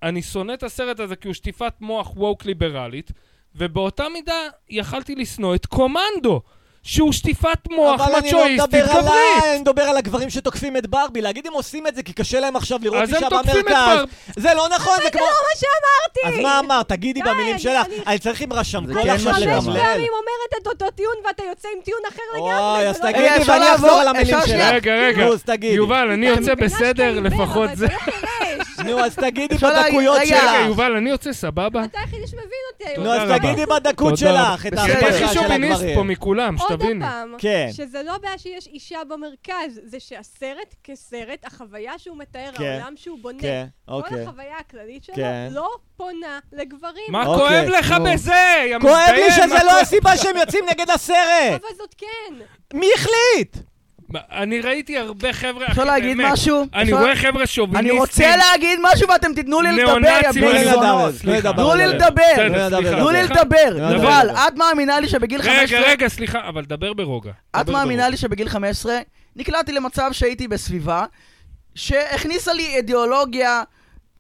C: אני שונא את הסרט הזה כי הוא שטיפת מוח ווק ליברלית, ובאותה מידה יכלתי לשנוא את קומנדו, שהוא שטיפת מוח
B: אבל אני לא מדבר
C: מצ'ואיסטית
B: עליי,
C: גברית.
B: אני מדבר על הגברים שתוקפים את ברבי, להגיד הם עושים את זה כי קשה להם עכשיו לראות
C: אז הם
B: אישה
C: תוקפים את
B: במרכז.
C: ברבי.
B: זה לא נכון, זה
D: זה
B: כמו...
D: לא מה שאמרתי!
B: אז מה אמרת? תגידי
D: די,
B: במילים
D: אני-
B: שלך.
D: אני-
B: אני צריך עם
A: זה
B: רשמקול
A: כן
B: עכשיו
A: מה
D: חמש
A: שאמרת.
B: לתמלל.
D: פעמים אומרת את אותו טיעון ואתה יוצא עם טיעון אחר לגמרי.
B: אוי, אז
D: זה לא-
B: תגידי
A: רגע, אפשר
B: ואני אחזור
A: לעבור?
B: על המילים
A: אפשר
B: שלך.
A: שנייה?
C: רגע, רגע,
B: נו, אז תגידי.
C: יובל, אני
D: אתה
C: יוצא
D: מגלה שאתה
C: בסדר,
D: עיוור,
C: לפחות
D: אבל
C: זה...
D: לא חירש.
B: נו, אז תגידי
A: אפשר להגיד-
B: בדקויות
A: רגע,
C: רגע,
B: שלך.
C: יובל, אני יוצא סבבה?
D: אתה היחידי שמבין אותי היום.
B: נו, אז
C: תודה רבה.
B: תגידי בדקות
C: תודה.
B: שלך את
A: בסדר.
B: ההחלטה
C: יש לי
B: של
C: שוביניסט פה
B: הגברים.
C: מכולם,
D: עוד
C: שתביני.
D: פעם,
B: כן.
D: שזה לא בעיה שיש אישה במרכז, זה שהסרט כסרט, החוויה שהוא מתאר,
B: כן.
D: העולם שהוא בונה,
B: כן,
D: כל
B: אוקיי.
D: החוויה הכללית שלו
B: כן.
D: לא פונה לגברים.
C: מה
B: אוקיי,
C: כואב לך
B: נו.
C: בזה? יא
B: כואב לי
C: מזדיין,
B: שזה
C: מה
B: לא
C: כואב-
B: הסיבה שהם יוצאים נגד
A: אה.
B: הסרט!
D: אבל זאת כן.
B: מי החליט?
C: אני ראיתי הרבה חבר'ה...
A: אפשר
C: אחי,
A: להגיד
C: אה, באמת.
A: משהו?
C: אני
A: אפשר-
C: רואה חבר'ה
A: אני
C: שוביניסטים.
A: רוצה להגיד משהו ואתם תיתנו לי לדבר, יא
C: ניאו-נאצים,
A: בן
C: אני לא
A: זונות.
B: יודע.
C: סליחה.
B: תנו לי
A: לדבר.
C: בסדר,
B: תנו לי
C: סליחה.
A: תנו לי
B: סליחה.
A: לדבר,
B: לא,
A: יובל,
B: לא.
A: את מאמינה לי שבגיל 15...
C: רגע, רגע, סליחה, אבל דבר ברוגע.
A: את מאמינה לי שבגיל 15 נקלעתי למצב שהייתי בסביבה שהכניסה לי אידיאולוגיה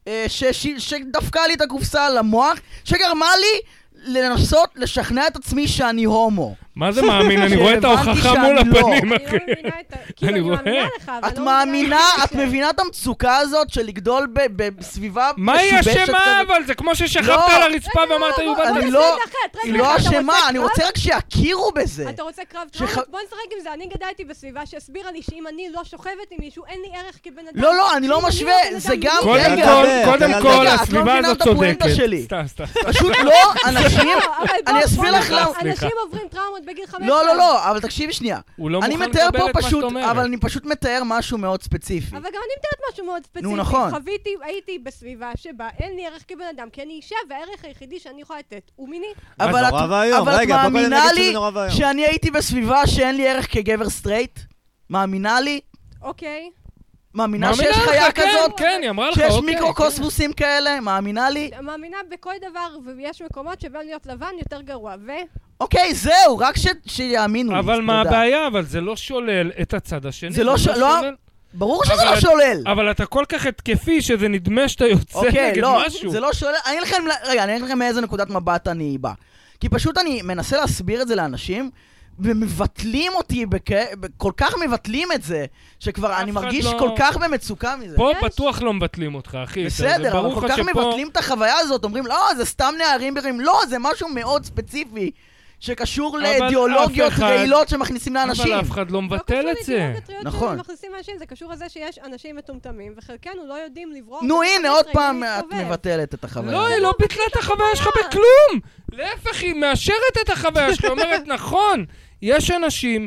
A: אה, ש- ש- שדפקה לי את הקופסה על המוח, שגרמה לי לנסות לשכנע את עצמי שאני הומו.
C: מה זה מאמין? אני רואה את
A: שהבנתי
C: ההוכחה
A: שאני
C: מול
A: לא.
C: הפנים,
D: אני
C: אחי.
D: לא מבינה את ה... כאילו,
C: כן? אני
D: אני
C: רואה.
D: מאמינה לך, אבל
A: את
D: לא מבינה
A: מאמינה,
D: איך זה
A: את
D: קשה.
A: מבינה את המצוקה הזאת של לגדול ב- ב- בסביבה
C: מה היא
A: משובשת
C: אשמה
A: כזאת?
C: אבל? זה כמו ששכבת
A: לא.
C: על הרצפה
D: רגע,
C: ואמרת
D: לא,
C: יובל,
D: בוא
A: אני
C: אתה-
D: נעשה
A: לא-
D: את זה אחרת. רגע,
A: היא
D: אתה
A: לא
D: רוצה
A: אשמה, אני
D: קרב?
A: רוצה רק שיכירו בזה.
D: אתה רוצה קרב
A: שח-
D: טראומות? בוא נשחק עם זה. אני גדלתי בסביבה שהסבירה לי שאם אני לא שוכבת עם מישהו, אין לי ערך כבן אדם.
A: לא, לא, אני לא
D: שאם
A: משווה,
D: לא בן
A: זה
D: אדם
A: גם-
D: מינוס-
A: רגע, רגע,
C: קודם
B: רגע,
C: כל, קודם
B: רגע,
C: כל,
A: כן רגע, את לא
C: הסביבה
A: מבינה
C: הזאת
A: את הפואנטה
C: צודקת.
A: שלי.
C: סתם, סתם.
A: פשוט לא, אנשים...
D: לא, אבל בוא-
A: אני אסביר
D: בוא
A: לך
D: נעשה-
A: למה.
C: סליחה.
D: אנשים עוברים טראומות בגיל חמש.
A: לא, לא, לא, אבל תקשיבי שנייה.
C: הוא לא
A: אני
C: מוכן
A: מתאר
C: לקבל
A: פה
C: את מה שאת
A: פשוט, אבל
C: אומרת.
A: אני פשוט מתאר משהו מאוד ספציפי.
D: אבל גם אני מתארת משהו מאוד ספציפי.
A: נכון.
D: חוויתי, הייתי בסביבה שבה אין לי ערך כבן אדם, כי אני אישה, והערך היחידי שאני יכולה לתת הוא מיני.
A: אבל
B: זה
A: את,
B: נורא ואיום.
A: אבל את
B: רגע, בוא קודם
A: מאמינה
B: נגיד שזה
A: לי
B: נורא ואיום.
A: שאני הייתי בסביבה שאין לי ערך כגבר סטרייט? מאמינה לי?
D: אוקיי.
A: מאמינה
C: מאמינה
A: שיש
C: לך,
A: חיה
C: כן,
A: כזאת?
C: כן, היא אמרה לך,
A: שיש
C: אוקיי.
A: מיקרוקוסמוסים כאלה? מאמינה לי?
D: מאמינה בכל דבר, ויש מקומות שבין להיות לבן יותר גרוע. ו...
A: אוקיי, זהו, רק ש- שיאמינו לי.
C: כן." אבל מה
A: תודה.
C: הבעיה? אבל זה לא שולל את הצד השני.
A: זה לא ש- לא-
C: שולל.
A: ברור שזה
C: אבל-
A: לא שולל.
C: אבל אתה כל כך התקפי שזה נדמה שאתה יוצא
A: אוקיי,
C: נגד
A: לא,
C: משהו.
A: זה לא שולל. אני אגיד לכם, רגע, אני אגיד לכם מאיזה נקודת מבט אני בא. כי פשוט אני מנסה להסביר את זה לאנשים, ומבטלים אותי, בכ... כל כך מבטלים את זה, שכבר
C: אף
A: אני
C: אחד
A: מרגיש
C: לא-
A: כל כך במצוקה מזה.
C: פה
D: יש.
C: בטוח לא מבטלים אותך, אחי. אתה- זה
A: בסדר, אבל
C: ברור
A: כל
C: לך
A: כך
C: שפה-
A: מבטלים את החוויה הזאת, אומרים, לא, זה סתם נערים בריאים. לא, זה משהו מאוד ספציפי, שקשור
C: אבל
A: לאידיאולוגיות
C: אף אחד-
A: רעילות שמכניסים לאנשים.
C: אבל אף אחד לא
D: לא
C: מבטל
D: קשור
C: את זה.
D: לאידיאולוגיות טריות
A: נכון.
D: שמכניסים אנשים, זה קשור לזה שיש אנשים מטומטמים, וחלקנו לא יודעים לברוח.
A: נו,
D: בתוך
A: הנה, עוד
D: הישראלי
A: פעם את
D: להסתובב.
A: מבטלת את החוויה.
C: לא, היא לא ביטלה את החוויה שלך בכלום! להפך, היא מאשרת את החוויה שלך, אומרת, נכון, יש אנשים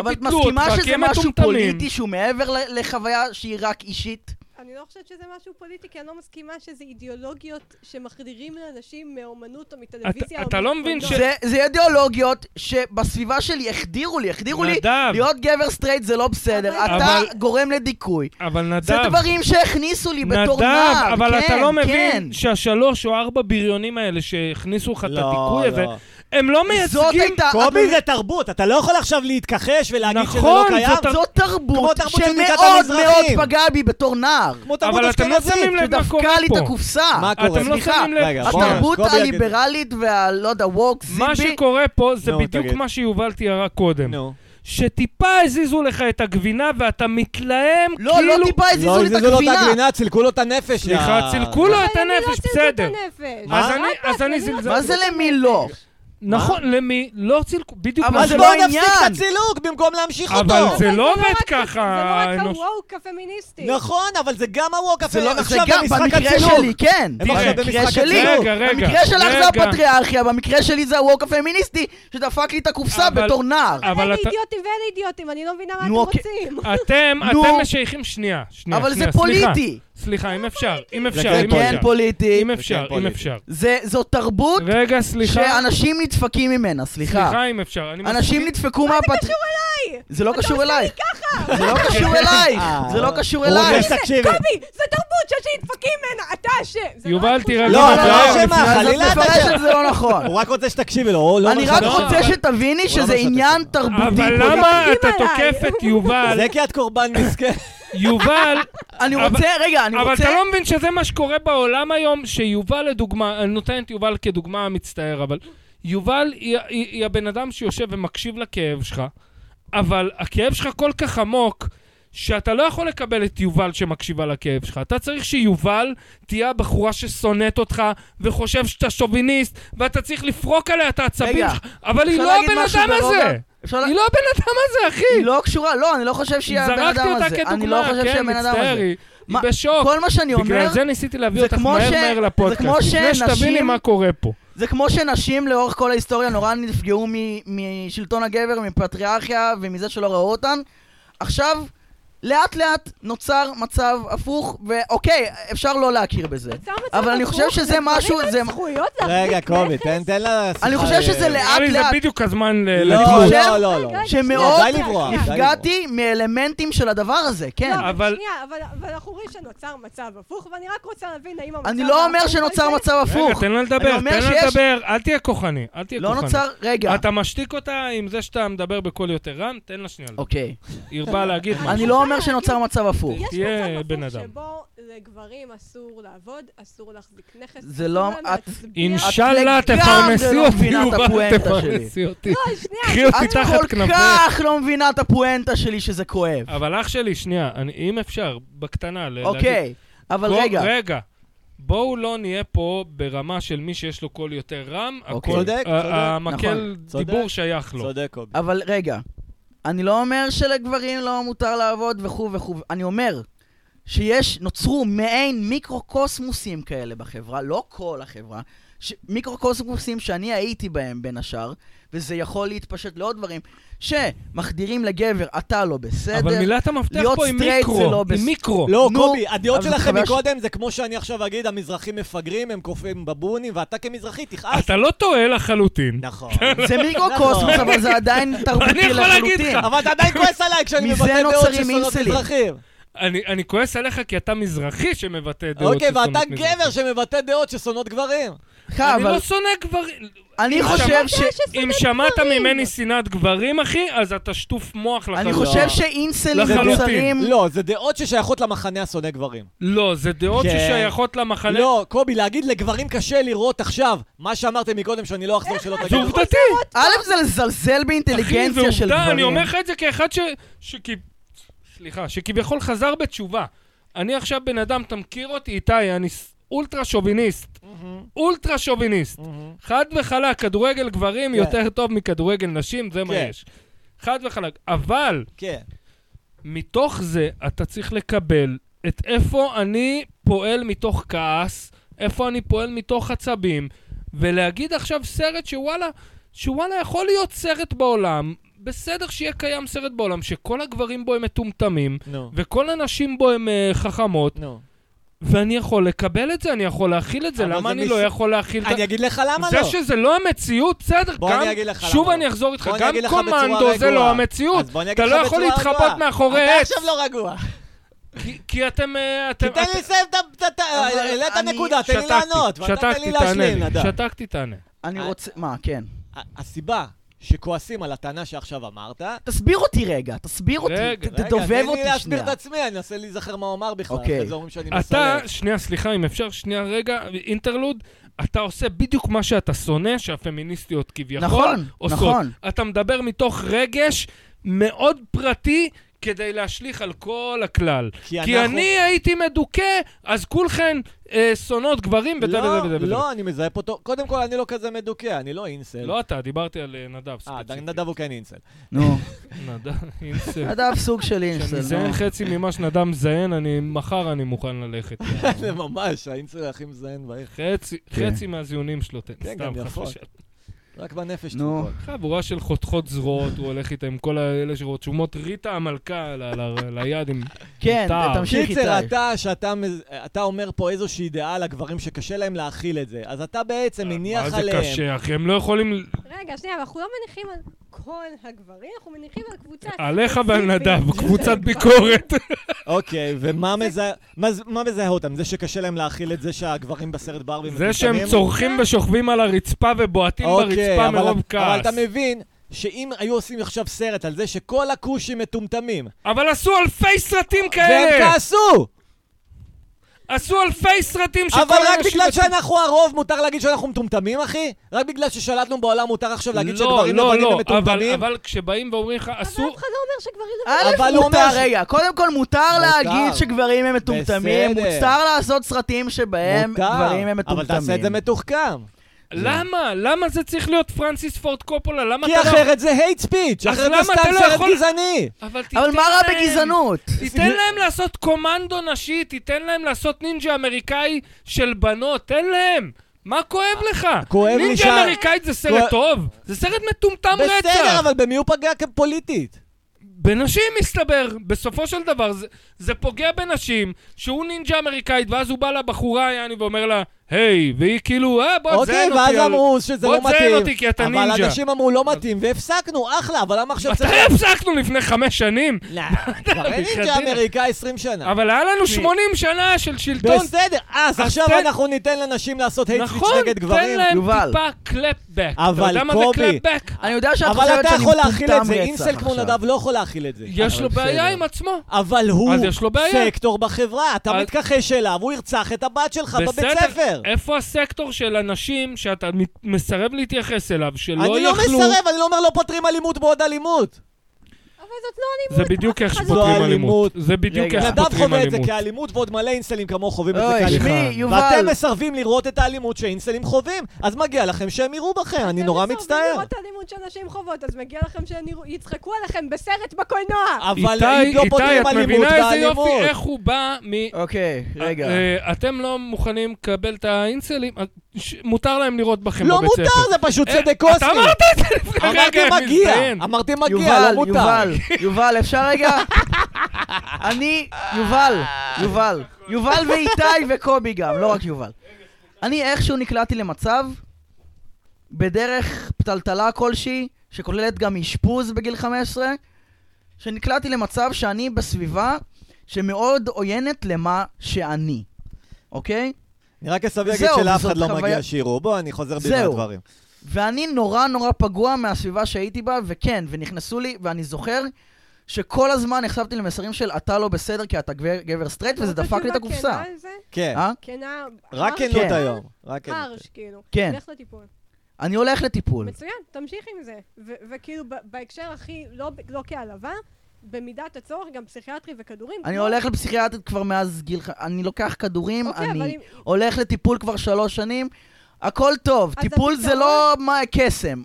A: אבל את
C: שביטלו אותך
A: מסכימה
C: כי
A: שזה
C: הם
A: משהו
C: מטומטמים.
A: פוליטי שהוא מעבר ל- לחוויה שהיא רק אישית?
D: אני לא חושבת שזה משהו פוליטי, כי אני לא מסכימה שזה אידיאולוגיות שמחדירים לאנשים מאומנות או מטלוויזיה
C: אתה-
D: או
C: אתה לא מבין
D: מקולנוע.
C: ש-
A: זה, זה אידיאולוגיות שבסביבה שלי החדירו לי, החדירו לי,
C: נדב,
A: להיות גבר סטרייט זה לא בסדר,
D: אבל-
A: אתה
C: אבל-
A: גורם לדיכוי.
C: אבל
A: זה
C: נדב,
A: דברים שהכניסו לי בתור
C: נדב,
A: נער,
C: אבל
A: כן,
C: אתה לא
A: כן.
C: מבין שהשלוש או ארבע בריונים האלה שהכניסו לך את
B: לא,
C: הדיכוי
A: אה,
C: הזה,
B: לא.
C: הם לא
A: זאת
C: מייצגים...
A: הייתה...
E: קובי זה תרבות, אתה לא יכול עכשיו להתכחש ולהגיד שזה לא
C: נכון,
E: קיים.
C: זאת
A: זאת
E: כמו
A: תרבות
E: תרבות של בקעת
A: שמאוד
E: המזרחים.
A: מאוד פגעה בי בתור נער.
E: כמו תרבות
C: אבל אתם לא
E: אשכנזית. אה,
C: שמים לב מה קורה
A: שדפקה לי
C: פה.
A: את הקופסה.
E: מה קורה?
C: אתם לא
A: סליחה,
C: שמים לב...
E: רגע, בוא,
A: התרבות
E: קובי יגיד.
A: הליברלית והלא יודע, ווק,
C: מה
A: זיבי,
C: שקורה פה זה
B: נו,
C: בדיוק
B: תגיד.
C: מה שיובל תיארה קודם.
B: נו.
C: שטיפה הזיזו לך את הגבינה ואתה מתלהם
A: לא,
C: כאילו...
A: לא טיפה הזיזו לי את
E: לא הזיזו לו את
A: הגבינה.
E: הגבינה, צילקו לו את הנפש. אה,
C: סליחה,
E: יא-
C: צילקו לו את
D: אבל אני לא
C: הנפש,
D: צלצול
C: בסדר.
D: הנפש.
C: אז
D: רק
C: אני- אז אני
D: לא
C: זלזלתי.
A: מה זה למי לא?
C: נכון, למי? לא צילקו, בדיוק
A: אבל
C: מה
E: אז
A: זה
C: ש-
A: לא
E: בואו נפסיק את
A: העניין.
E: הצילוק במקום להמשיך
C: אבל
E: אותו.
C: זה
D: אבל
C: לא
D: רק-
C: עובד ככה, אה,
D: זה לא רק
C: האנוש-
D: הווק הפמיניסטי.
E: נכון, אבל זה גם הווק
A: זה לא-
E: הפ-
A: זה
E: עכשיו
A: גם
E: במשחק
A: במקרה
E: הצילוק.
A: שלי, כן.
E: הם עכשיו
C: תראה,
E: במשחק
A: במקרה שלי.
E: הצילוק.
C: רגע, רגע.
A: במקרה שלך זה
C: רגע.
A: הפטריארכיה, במקרה שלי זה הווק הפמיניסטי שדפק לי את הקופסה
C: אבל- אה,
A: בתור נער.
C: אבל
D: אלה
C: אתה-
D: אידיוטים ואלה אידיוטים, אני לא מבינה מה אתם
A: נו, אוקיי.
D: רוצים.
C: אתם,
A: נו.
C: אתם משייכים שנייה, שנייה,
A: אבל זה
C: שנייה, סליחה.
A: פוליטי.
C: סליחה, אם אפשר, אם
A: זה
C: אפשר, אם
A: כן
C: אפשר.
A: פוליטי.
C: אם אפשר, אם
B: פוליטי.
C: אפשר.
A: זה- זו תרבות
C: רגע, סליחה.
A: שאנשים נדפקים ממנה, סליחה.
C: סליחה, אם אפשר. אני
A: אנשים
C: מסכים.
A: נדפקו מהפטריארכיה. מה זה קשור
D: אליי?
A: זה לא קשור אליי. זה לא קשור אלייך.
B: אה,
A: זה לא
B: אה.
A: קשור
B: הוא
A: אליי.
B: רומז, תקשיבי.
D: קובי, זו תרבות שיש נדפקים ממנה, אתה אשם. זה לא
C: יובל,
D: התחושה.
C: תירגע.
E: לא,
C: רגע,
E: אבל
C: רגע,
E: לא
C: לפני-
E: אשמה,
A: אז את
E: חלילה אתה
A: מפרשת
E: אשם.
A: את זה לא נכון.
E: הוא רק רוצה שתקשיבי לו, הוא לא
A: אני
E: אומר
A: רק
E: לך-
C: לא.
A: רוצה שתביני
E: לא
A: שזה
E: משנה,
A: עניין
E: אבל
A: תרבותי.
C: אבל
A: פוליטי.
C: למה אתה
D: עליי.
C: תוקף את יובל?
E: זה כי את קורבן מסכן.
C: יובל,
A: אני
C: אבל-
A: רוצה, רגע, אני
C: אבל
A: רוצה...
C: אתה לא מבין שזה מה שקורה בעולם היום, שיובל לדוגמה, אני נותן את יובל כדוגמה מצטער, אבל יובל היא, היא, היא הבן אדם שיושב ומקשיב לכאב שלך, אבל הכאב שלך כל כך עמוק, שאתה לא יכול לקבל את יובל שמקשיבה לכאב שלך. אתה צריך שיובל תהיה הבחורה ששונאת אותך וחושב שאתה שוביניסט, ואתה צריך לפרוק עליה את העצבים
A: רגע,
C: שלך, אבל היא
A: אפשר
C: לא
A: להגיד
C: הבן
A: משהו
C: אדם
A: ברוגע?
C: הזה!
A: אפשר לה-
C: היא לא הבן אדם הזה, אחי!
A: היא לא קשורה, לא, אני לא חושב שהיא הבן אדם הזה.
C: זרקתי אותה
A: אני לא
C: כדוגמה,
A: חושב שהיא
C: כן,
A: הבן אדם
C: מצטער,
A: הזה.
C: היא היא
A: מה-
C: בשוק.
A: כל מה שאני אומר,
C: בגלל זה ניסיתי להביא
A: זה
C: אותך
A: כמו
C: מהר
A: ש-
C: מהר לפודקאסט,
A: זה כמו
C: לפני
A: שנשים-
C: שתביני מה קורה פה.
A: זה כמו שנשים לאורך כל ההיסטוריה נורא נפגעו מ- משלטון הגבר, מפטריארכיה ומזה שלא ראו אותן. עכשיו, לאט לאט נוצר מצב הפוך, ואוקיי, אפשר לא להכיר בזה.
D: אתה מצב
A: אבל אני
D: הפוך,
A: חושב שזה
D: לגברים
A: משהו-
D: אין
A: זה-
D: זכויות
E: רגע,
D: להחזיק
E: קובי,
D: נכס?
E: תן תן לה... שיחה
A: אני חושב
E: ל-
A: שזה
C: נראה
A: לאט
C: לי זה
A: לאט,
C: בדיוק הזמן אה, ל-
E: לא,
A: אני
C: לדיבור.
A: חושב
E: לא, לא, לא.
D: רגע, רגע,
A: שמאוד
D: שנייה,
E: די לברוח.
D: שנייה.
A: נפגעתי מאלמנטים של הדבר הזה, כן.
D: לא,
C: אבל-
D: שנייה, אבל אבל אנחנו רואים שנוצר מצב הפוך, ואני רק רוצה להבין האם המצב...
A: אני לא אומר
D: ההפוך
A: שנוצר
D: הזה-
A: מצב
C: רגע,
A: הפוך.
C: תן לה
A: אני
C: לדבר,
A: אומר
C: תן לה
A: שיש-
C: לדבר, אל תהיה כוחני, אל תהיה
A: לא
C: כוחני.
A: נוצר, רגע.
C: אתה משתיק אותה עם זה שאתה מדבר בקול יותר רם, תן לה שנייה. לדבר.
A: אוקיי.
C: היא באה להגיד
A: אני
C: משהו.
A: לא אומר שנוצר מצב הפוך.
D: יש
C: תהיה
D: מצב
C: בן
D: הפוך
C: אדם.
D: שבו לגברים אסור לעבוד, אסור להחזיק נכס,
A: זה
D: אסור
A: לא-
D: להם
A: את-
D: להצביע.
C: אינשאללה,
A: את לגמרי
C: תפרנסי
A: לא
C: אותי,
A: מבינה את
C: יובל,
A: הפואנטה שלי.
C: תפרנסי אותי.
D: לא, שנייה,
C: קחי אותי
A: את כל
C: תחת כנפי.
A: כך לא מבינה את הפואנטה שלי שזה כואב.
C: אבל אח שלי, שנייה, אני- אם אפשר, בקטנה, ל- אה, להגיד
A: אוקיי, אבל
C: בוא-
A: רגע.
C: רגע. בואו לא נהיה פה ברמה של מי שיש לו קול יותר רם,
A: אוקיי.
C: הקול-
E: צודק,
C: ה-
E: צודק.
C: המקל
E: נכון, צודק.
C: אה, דיבור שייך לו.
E: צודק,
D: אה,
E: קובי.
A: אבל רגע, אני לא אומר שלגברים לא מותר לעבוד וכו' וכו', אני אומר שיש, נוצרו מעין מיקרוקוסמוסים כאלה בחברה, לא כל החברה, ש... מיקרוקוסמוסים שאני הייתי בהם בין השאר, וזה יכול להתפשט לעוד דברים, שמחדירים לגבר, אתה לא בסדר.
C: אבל מילת המפתח
A: להיות
C: פה היא
A: סטרייט זה לא
C: מיקרו, היא
A: בס-
C: מיקרו.
D: אוקיי.
E: לא,
A: נו,
E: קובי, הדעות
A: אבל זה
E: שלכם
A: חוויה ש-
E: מקודם זה כמו שאני עכשיו אגיד, המזרחים מפגרים, הם קופאים בבונים, ואתה כמזרחי תכעס.
C: אתה לא טועה לחלוטין.
E: נכון.
A: זה מיקרוקוסמוס, אבל זה עדיין
C: אני
A: תרבותי
C: יכול להגיד
A: לחלוטין.
C: לך.
E: אבל אתה עדיין כועס עליי כשאני
A: מזה
E: מבטא דעות
A: נוצרים
E: ששונות
A: אינסלים.
E: מזרחים.
C: אני אני כועס עליך כי אתה מזרחי שמבטא דעות.
E: אוקיי,
C: ששונאות
E: ואתה
C: מזרחים.
E: גבר שמבטא דעות ששונאות גברים.
A: לך,
C: אני
A: אבל
C: לא שונא גברים.
A: אני
C: שמעת
A: חושב ש...
C: אם שמעת ממני שנאת גברים, אחי, אז אתה שטוף מוח
A: אני
C: לחלוטין.
A: חושב שאינסלים
C: לא. לחלוטין.
A: נוצרים...
E: לא, זה דעות ששייכות למחנה השונא גברים.
C: לא, זה דעות
E: כן.
C: ששייכות למחנה.
E: לא, קובי, להגיד לגברים קשה לראות עכשיו מה שאמרתם מקודם, שאני לא אחזור
D: אה,
E: שלא
C: זה
E: תגידו.
C: עובדתי.
A: א', זה לזלזל
C: אחי, זה
A: באינטליגנציה של
C: עובדה,
A: גברים.
C: אני אומר לך את זה כאחד ש... שכי- סליחה, שכביכול חזר בתשובה. אני עכשיו בן אדם, אתה מכיר אותי, איתי, אני ס- אולטרה שוביניסט.
B: Mm-hmm.
C: אולטרה שוביניסט. חד וחלק, כדורגל גברים
E: כן.
C: יותר טוב מכדורגל נשים, זה מה
E: כן.
C: יש. חד וחלק. אבל
E: כן.
C: מתוך זה אתה צריך לקבל את איפה אני פועל מתוך כעס, איפה אני פועל מתוך עצבים, ולהגיד עכשיו סרט שוואלה, שוואלה יכול להיות סרט בעולם, בסדר שיהיה קיים סרט בעולם שכל הגברים בו הם מטומטמים,
B: נו,
C: וכל הנשים בו הן אה, חכמות,
B: נו.
C: ואני יכול לקבל את זה, אני יכול להכיל את זה,
B: אבל
C: למה
B: זה
C: אני
B: מס-
C: לא יכול להכיל את זה?
B: אני אגיד לך למה
C: זה
B: לא.
C: שזה לא המציאות, בסדר,
B: בוא
C: גם,
B: אני אגיד לך
C: שוב
B: למה
C: אני
B: לא.
C: אחזור איתך,
B: בוא אני
C: גם
B: אגיד לך בצורה
C: קומנדו זה
B: רגועה.
C: לא המציאות.
B: אז בוא אני אגיד
C: אתה
B: לך
C: לא יכול
B: בצורה
C: להתחפות
B: רגועה.
C: מאחורי
B: אתה
C: עץ.
B: עכשיו לא רגוע.
C: כי- כי אתם... אה, אתם...
B: תן לי לסיים את ה... את ה- את ה-
A: אבל
B: העלית
A: אני-
B: נקודה, תן לי לענות. ואתה תן לי
C: שתקתי, תענה
B: להשלים,
C: לי.
B: נדב.
C: שתקתי, תענה.
A: אני
B: אה.
A: רוצה... מה, כן.
B: ה- הסיבה שכועסים על הטענה שעכשיו אמרת...
A: תסביר אותי רגע, תסביר אותי.
C: רגע,
A: ת-
B: רגע,
A: תדובב
B: תן לי
A: אותי
B: להסביר
A: שנייה.
B: את עצמי, אני אנסה להיזכר מה הוא אמר בכלל.
A: אוקיי.
B: אחרי זה אומרים שאני
C: אתה,
B: מסלף.
C: שנייה, סליחה, אם אפשר, שנייה, רגע, אינטרלוד, אתה עושה בדיוק מה שאתה שונא, שהפמיניסטיות כביכול
A: נכון,
C: עושות.
A: נכון.
C: אתה מדבר מתוך רגש מאוד פרטי. כדי להשליך על כל הכלל.
B: כי
C: כי
B: אנחנו-
C: אני הייתי מדוכא, אז כולכן אה, שונאות גברים וזה וזה
B: לא,
C: וזה וזה.
B: לא, אני מזהה פה טוב. קודם כל, אני לא כזה מדוכא, אני לא אינסל.
C: לא אתה, דיברתי על אה, נדב
B: אה,
C: ספציפית.
B: נדב הוא כן אינסל.
A: נו,
C: נדב, אינסל.
A: נדב סוג של
B: לא-
C: כשאני
A: אינסל,
C: מזיין
A: נו.
C: חצי ממה שנדב מזיין, אני, מחר אני מוכן ללכת.
B: זה ממש, האינסל הכי מזיין בעיר.
C: חצי,
A: כן.
C: חצי מהזיונים שלו, תן,
B: כן,
C: סתם
B: גם
C: חס
B: יכול.
C: ושלום.
B: רק בנפש
A: נו.
B: תרופות.
C: חבורה של חותכות זרועות, הוא הולך איתה עם כל האלה שרואות שומות, ריטה המלכה ל- ל- ליד עם...
A: כן,
C: טעם.
A: תמשיך איתי.
B: קיצר, אתה, שאתה מז- אתה אומר פה איזושהי דעה לגברים שקשה להם להכיל את זה, אז אתה בעצם מניח
C: אה, מה זה
B: עליהם...
C: קשה, אחי, הם לא יכולים...
D: רגע, שנייה, אבל אנחנו לא מניחים על כל הגברים, אנחנו מניחים על קבוצה...
C: עליך
D: ספציפית.
C: ועל נדב, קבוצת ביקורת.
B: אוקיי, ומה מזהה- מה ז- מה מזהה אותם? זה שקשה להם להכיל את זה שהגברים בסרט ברבי
C: זה שהם
B: מטומטמים?
C: צורכים ושוכבים על הרצפה ובועטים ברצפה
B: כן. אוקיי, אבל-
C: מרוב
B: אבל
C: כעס.
B: אתה מבין שאם היו עושים עכשיו סרט על זה שכל הכושים מטומטמים,
C: אבל עשו אלפי סרטים
B: והם
C: כאלה!
B: כעסו!
C: עשו אלפי סרטים שכל
B: אבל רק
C: האנשים
B: בגלל שאנחנו הרוב מותר להגיד שאנחנו מטומטמים, אחי? רק בגלל ששלטנו בעולם מותר עכשיו להגיד שגברים
C: לא,
B: לבנים
C: לא,
B: הם
C: אבל,
B: מטומטמים?
C: אבל כשבאים ואומרים לך,
D: אבל
C: אסור...
D: אף אחד לא אומר שגברים... לא-
B: אבל
A: א',
B: הוא אומר
A: מותר,
B: ש-
A: רגע, קודם כל מותר להגיד שגברים הם מטומטמים,
B: בסדר.
A: מותר לעשות סרטים שבהם גברים הם
B: אבל תעשה את זה
A: מטומטמים.
B: מתוחכם.
C: למה? למה זה צריך להיות פרנסיס פורד קופולה? למה
B: כי
C: אתה לא...
B: אחרת זה hate speech,
C: אז
B: אחרת
C: למה
B: זה סתם
C: אתה לא
B: סרט
C: יכול-
B: גזעני.
C: תיתן
A: אבל מה רע
C: להם-
A: בגזענות?
C: תיתן להם לעשות קומנדו נשי, תיתן להם לעשות נינג'ה אמריקאי של בנות, תן להם! מה כואב לך?
B: כואב לי שה-
C: נינג'ה אמריקאית זה סרט
B: כואב-
C: טוב? זה סרט מטומטם רצח.
B: בסדר, אבל במי הוא פגע פוליטית?
C: בנשים מסתבר, בסופו של דבר זה, זה פוגע בנשים שהוא נינג'ה אמריקאית ואז הוא בא לבחורה יעני ואומר לה היי והיא כאילו אה בוא
B: אוקיי,
C: תזיין אותי
B: ואז
C: על-
B: אמרו שזה
C: בוא
B: לא
C: תזיין
B: מתאים.
C: אותי כי אתה
B: אבל
C: נינג'ה.
B: אנשים אמרו לא מתאים, והפסקנו, אחלה, אבל למה עכשיו
C: מתי הפסקנו לפני חמש שנים?
B: לא, כבר אין נינג'ה
C: בחייאת.
B: אמריקה 20 שנה.
C: אבל היה לנו 80 שנה של שלטון.
B: אה. בסדר, אז עכשיו
C: תן-
B: אנחנו ניתן לנשים לעשות hate
C: נכון,
B: speech נגד
C: תן
B: גברים.
C: להם
A: יובל.
C: טיפה קלפבק.
B: אבל
C: אתה יודע מה זה
B: קובי, אה,
C: קלפבק?
A: אני יודע שאת
B: אבל
A: חושבת
B: אתה
A: שאני
B: יכול
A: מטומטם רצח
B: להכיל את זה,
A: עכשיו.
B: אינסל כמו נדב לא יכול להכיל את זה.
C: יש
A: אבל
C: לו בעיה
A: בסדר.
C: עם עצמו.
B: אבל הוא
C: אז יש לו בעיה.
B: סקטור בחברה, אתה
C: אז-
B: מתכחש אליו, הוא ירצח את הבת שלך בבית
C: בסדר,
B: ספר.
C: איפה הסקטור של אנשים שאתה מת- מסרב להתייחס אליו,
B: אני
C: שלא
B: לא
C: יכלו...
B: מסרב, אני לא אומר לא פותרים אלימות בעוד אלימות.
D: אבל זאת לא אלימות.
C: זה בדיוק איך
D: אף אחד לא-
B: זו
C: שפותרים אלימות.
B: אלימות.
C: זה בדיוק
A: רגע.
C: איך
B: נדב
C: שפותרים
B: חווה את זה
C: לא אלימות.
B: כאלימות ועוד מלא אינסלים כמוהו חווים את זה
A: אוי,
B: כאלימות.
A: שמי,
C: סליחה.
A: יובל.
B: ואתם מסרבים לראות את האלימות שאינסלים חווים, אז מגיע לכם שהם יראו בכם, אני
D: אתם
B: נורא
D: מסרבים
B: מצטער.
D: לראות את האלימות שנשים חוות, אז מגיע לכם שיצחקו עליכם בסרט
A: אה,
D: בקולנוע.
B: אבל אם
C: איתי,
B: לא
C: איתי,
B: פותרים
C: את
B: אלימות
C: מבינה איזה יופי,
B: באלימות.
C: איך הוא בא מ...
A: אוקיי, רגע.
C: אה, אתם לא מוכנים לקבל את האינסלים, אה, ש- מותר להם לראות בכם
B: לא
C: בבית ספר.
B: מותר, זה פשוט
C: אה,
B: צדק קוסמי.
C: אתה אמרת כן, את זה לפני רגע,
B: אמרתי
C: אני
B: מגיע,
C: מזדיין.
B: אמרתי מגיע,
A: יובל,
B: לא מותר.
A: יובל, יובל, אפשר רגע? אני, יובל, יובל, יובל ואיתי וקובי גם, לא רק יובל. אני איכשהו נקלעתי למצב, בדרך פתלתלה כלשהי, שכוללת גם אשפוז בגיל 15, שנקלעתי למצב שאני בסביבה שמאוד עוינת למה שאני, אוקיי?
B: אני רק אסביר להגיד
A: זהו,
B: שלאף
A: וזאת
B: אחד לא
A: חוויה-
B: מגיע שירו. בוא, אני חוזר בי
A: זהו.
B: מהדברים.
A: ואני נורא נורא פגוע מהסביבה שהייתי בה, וכן, ונכנסו לי, ואני זוכר שכל הזמן נחשפתי למסרים של אתה לא בסדר כי אתה גבר, גבר סטרייט, וזה
D: אתה רוצה
A: דפק לי את
D: תשובה
A: הקופסה.
D: כנה על זה?
B: כן.
A: אה?
D: כנה...
B: רק
D: הרש
B: כנות
D: כנה?
B: היום. רק כנות.
D: הרש, כאילו.
A: כן.
D: לך לטיפול.
A: אני הולך לטיפול.
D: מצוין, תמשיך עם זה. ו- וכאילו, ב- בהקשר הכי, לא ב- לא כהעלבה, במידת הצורך גם פסיכיאטרי וכדורים.
A: אני
D: כמו-
A: הולך לפסיכיאטרית כבר מאז גיל... ח- אני לוקח כדורים,
D: אוקיי, אבל
A: אני
D: אם-
A: הולך לטיפול כבר שלוש שנים, הכל טוב.
D: אז
A: טיפול זה
D: הפתרון-
A: לא מה קסם.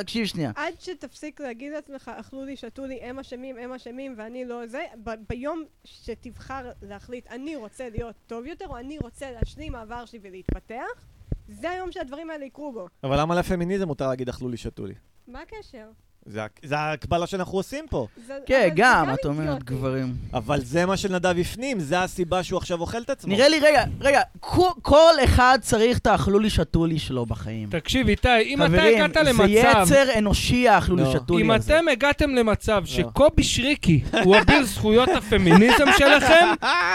A: תקשיב שנייה.
D: עד שתפסיק להגיד לעצמך, אכלו לי, שתו לי, הם אשמים, הם אשמים, ואני לא זה, ב- ביום שתבחר להחליט, אני רוצה להיות טוב יותר, או אני רוצה להשלים העבר שלי ולהתפתח, זה היום שהדברים האלה יקרו בו.
B: אבל למה לפמיניזם מותר להגיד אכלו לי, שתו לי?
D: מה הקשר?
B: זה ה- זה ההקבלה שאנחנו עושים פה.
D: זה-
A: כן,
D: אבל זה
A: גם, את אומרת
D: אידיוטי.
A: גברים.
B: אבל זה מה שנדב הפנים, זה הסיבה שהוא עכשיו אוכל את עצמו.
A: נראה לי, רגע, רגע, כל- כל אחד צריך את האכלולי שתולי שלו בחיים.
C: תקשיב, איתי, אם אתה
A: חברים,
C: הגעת
A: זה
C: למצב...
A: יצר אנושי האכלולי
F: לא.
A: שתולי
C: אם
A: הזה. לא.
C: אתם הגעתם למצב שקובי שריקי הוא אביר זכויות הפמיניזם שלכם,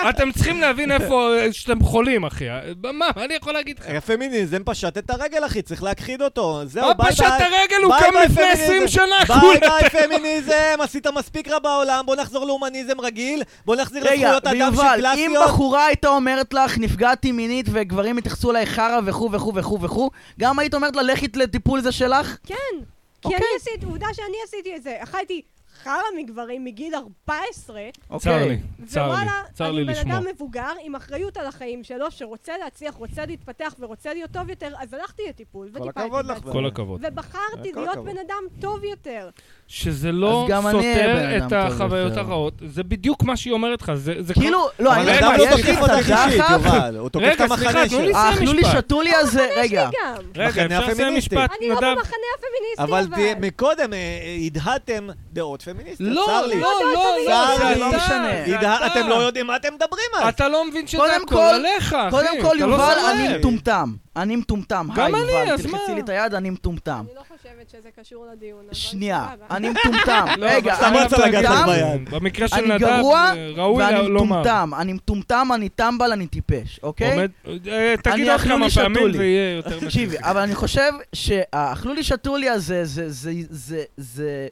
C: אתם צריכים להבין איפה אה, שאתם חולים, אחי. אה, מה, מה אני יכול להגיד לך?
B: אה, הפמיניזם פשט את הרגל, אחי, צריך להכחיד אותו. זהו,
C: מה
B: ביי ביי.
C: פשט הרגל? הוא
B: ביי
C: קם
B: ביי,
C: לפני
B: פמיניזם.
C: 20 שנה,
B: ביי
C: כולה.
B: ביי פמיניזם, עשית מספיק רע בעולם, בוא נחזור להומניזם רגיל, בוא נחזיר
A: רגע,
B: לזכויות אדם
A: ויובל, אם
B: שקלאסיות.
A: בחורה הייתה אומרת לך, נפגעתי מינית וגברים התייחסו אליי חרא וכו' וכו' וכו' וכו', גם היית אומרת לה, לכי לטיפול זה שלך?
D: כן, כי
A: אוקיי.
D: אני עשיתי, עובדה שאני עשיתי את זה. אכלתי חרא מגברים מגיל 14,
C: צר
A: אוקיי.
C: לי, צר לי,
D: ווואלה,
C: צר לי
D: אני בן
C: לשמוע.
D: אדם מבוגר עם אחריות על החיים שלו, שרוצה להצליח, רוצה להתפתח ורוצה להיות טוב יותר, אז הלכתי לטיפול וטיפלתי
B: הכבוד לך,
D: בעצמי.
C: כל הכבוד.
D: ובחרתי
B: כל
D: להיות
B: הכבוד.
D: בן אדם טוב יותר.
C: שזה לא
A: אז גם אני בן
C: סותר
A: אדם
C: את
A: טוב
C: החוויות
A: יותר.
C: הרעות, זה בדיוק מה שהיא אומרת לך, זה... זה כל-
A: כאילו, לא, אני
B: אבל
C: רגע,
B: אדם
A: רגע,
B: לא
A: יש לי
B: תוקף
A: את
B: אותך אישית,
A: הדחף,
B: יובל, הוא תוקף את
C: רגע, סליחה,
B: המחנה
C: תנו
B: שלו.
C: לי לסיים
A: האכלולי
C: משפט.
A: שתולי הזה, אה, רגע.
D: לי גם.
C: רגע,
B: מחנה
C: אפשר לסיים
B: הפמיניסטי.
C: משפט,
D: אני לא
C: נדב?
D: במחנה הפמיניסטי, אבל...
B: אבל תהיה- מקודם אה, אה, הדהדתם דעות פמיניסטיות,
C: לא,
B: צר לי.
C: לא, לא,
B: צר
C: לא,
B: לי.
C: זה
B: לא
C: אתה,
A: משנה.
C: זה
B: הדה-
C: אתה.
B: אתם לא יודעים מה אתם מדברים על.
C: אתה לא מבין שזה
A: קודם
C: הכל
A: כל-
C: עליך, אחי.
A: קודם כל,
C: אתה לא
A: יובל,
C: שם
A: אני
C: לב.
A: מטומטם. אני מטומטם. היי,
C: אני,
A: יובל,
C: אז
A: תלחצי
C: מה?
A: לי את היד, אני מטומטם.
D: אני לא חושבת שזה קשור לדיון, אבל...
A: שנייה,
D: סבבה.
A: אני מטומטם.
C: לא, אבל
A: רגע,
C: סתם
A: אני
B: רצת לגעת לך
A: מטומטם,
B: ביד.
C: במקרה של
A: אני
C: נדב,
A: גרוע
C: אה, ראוי
A: ואני
C: לומר.
A: מטומטם. אני מטומטם, אני טמבל, אני טיפש, אוקיי?
C: עומד- אה, תגיד
A: אני
C: עוד
A: אכלו
C: כמה
A: לי, שתו
C: פעמים
A: לי.
C: זה יהיה יותר
A: תקשיבי, אבל אני חושב שהאכלו לי שתו לי הזה, זה, זה, זה, זה,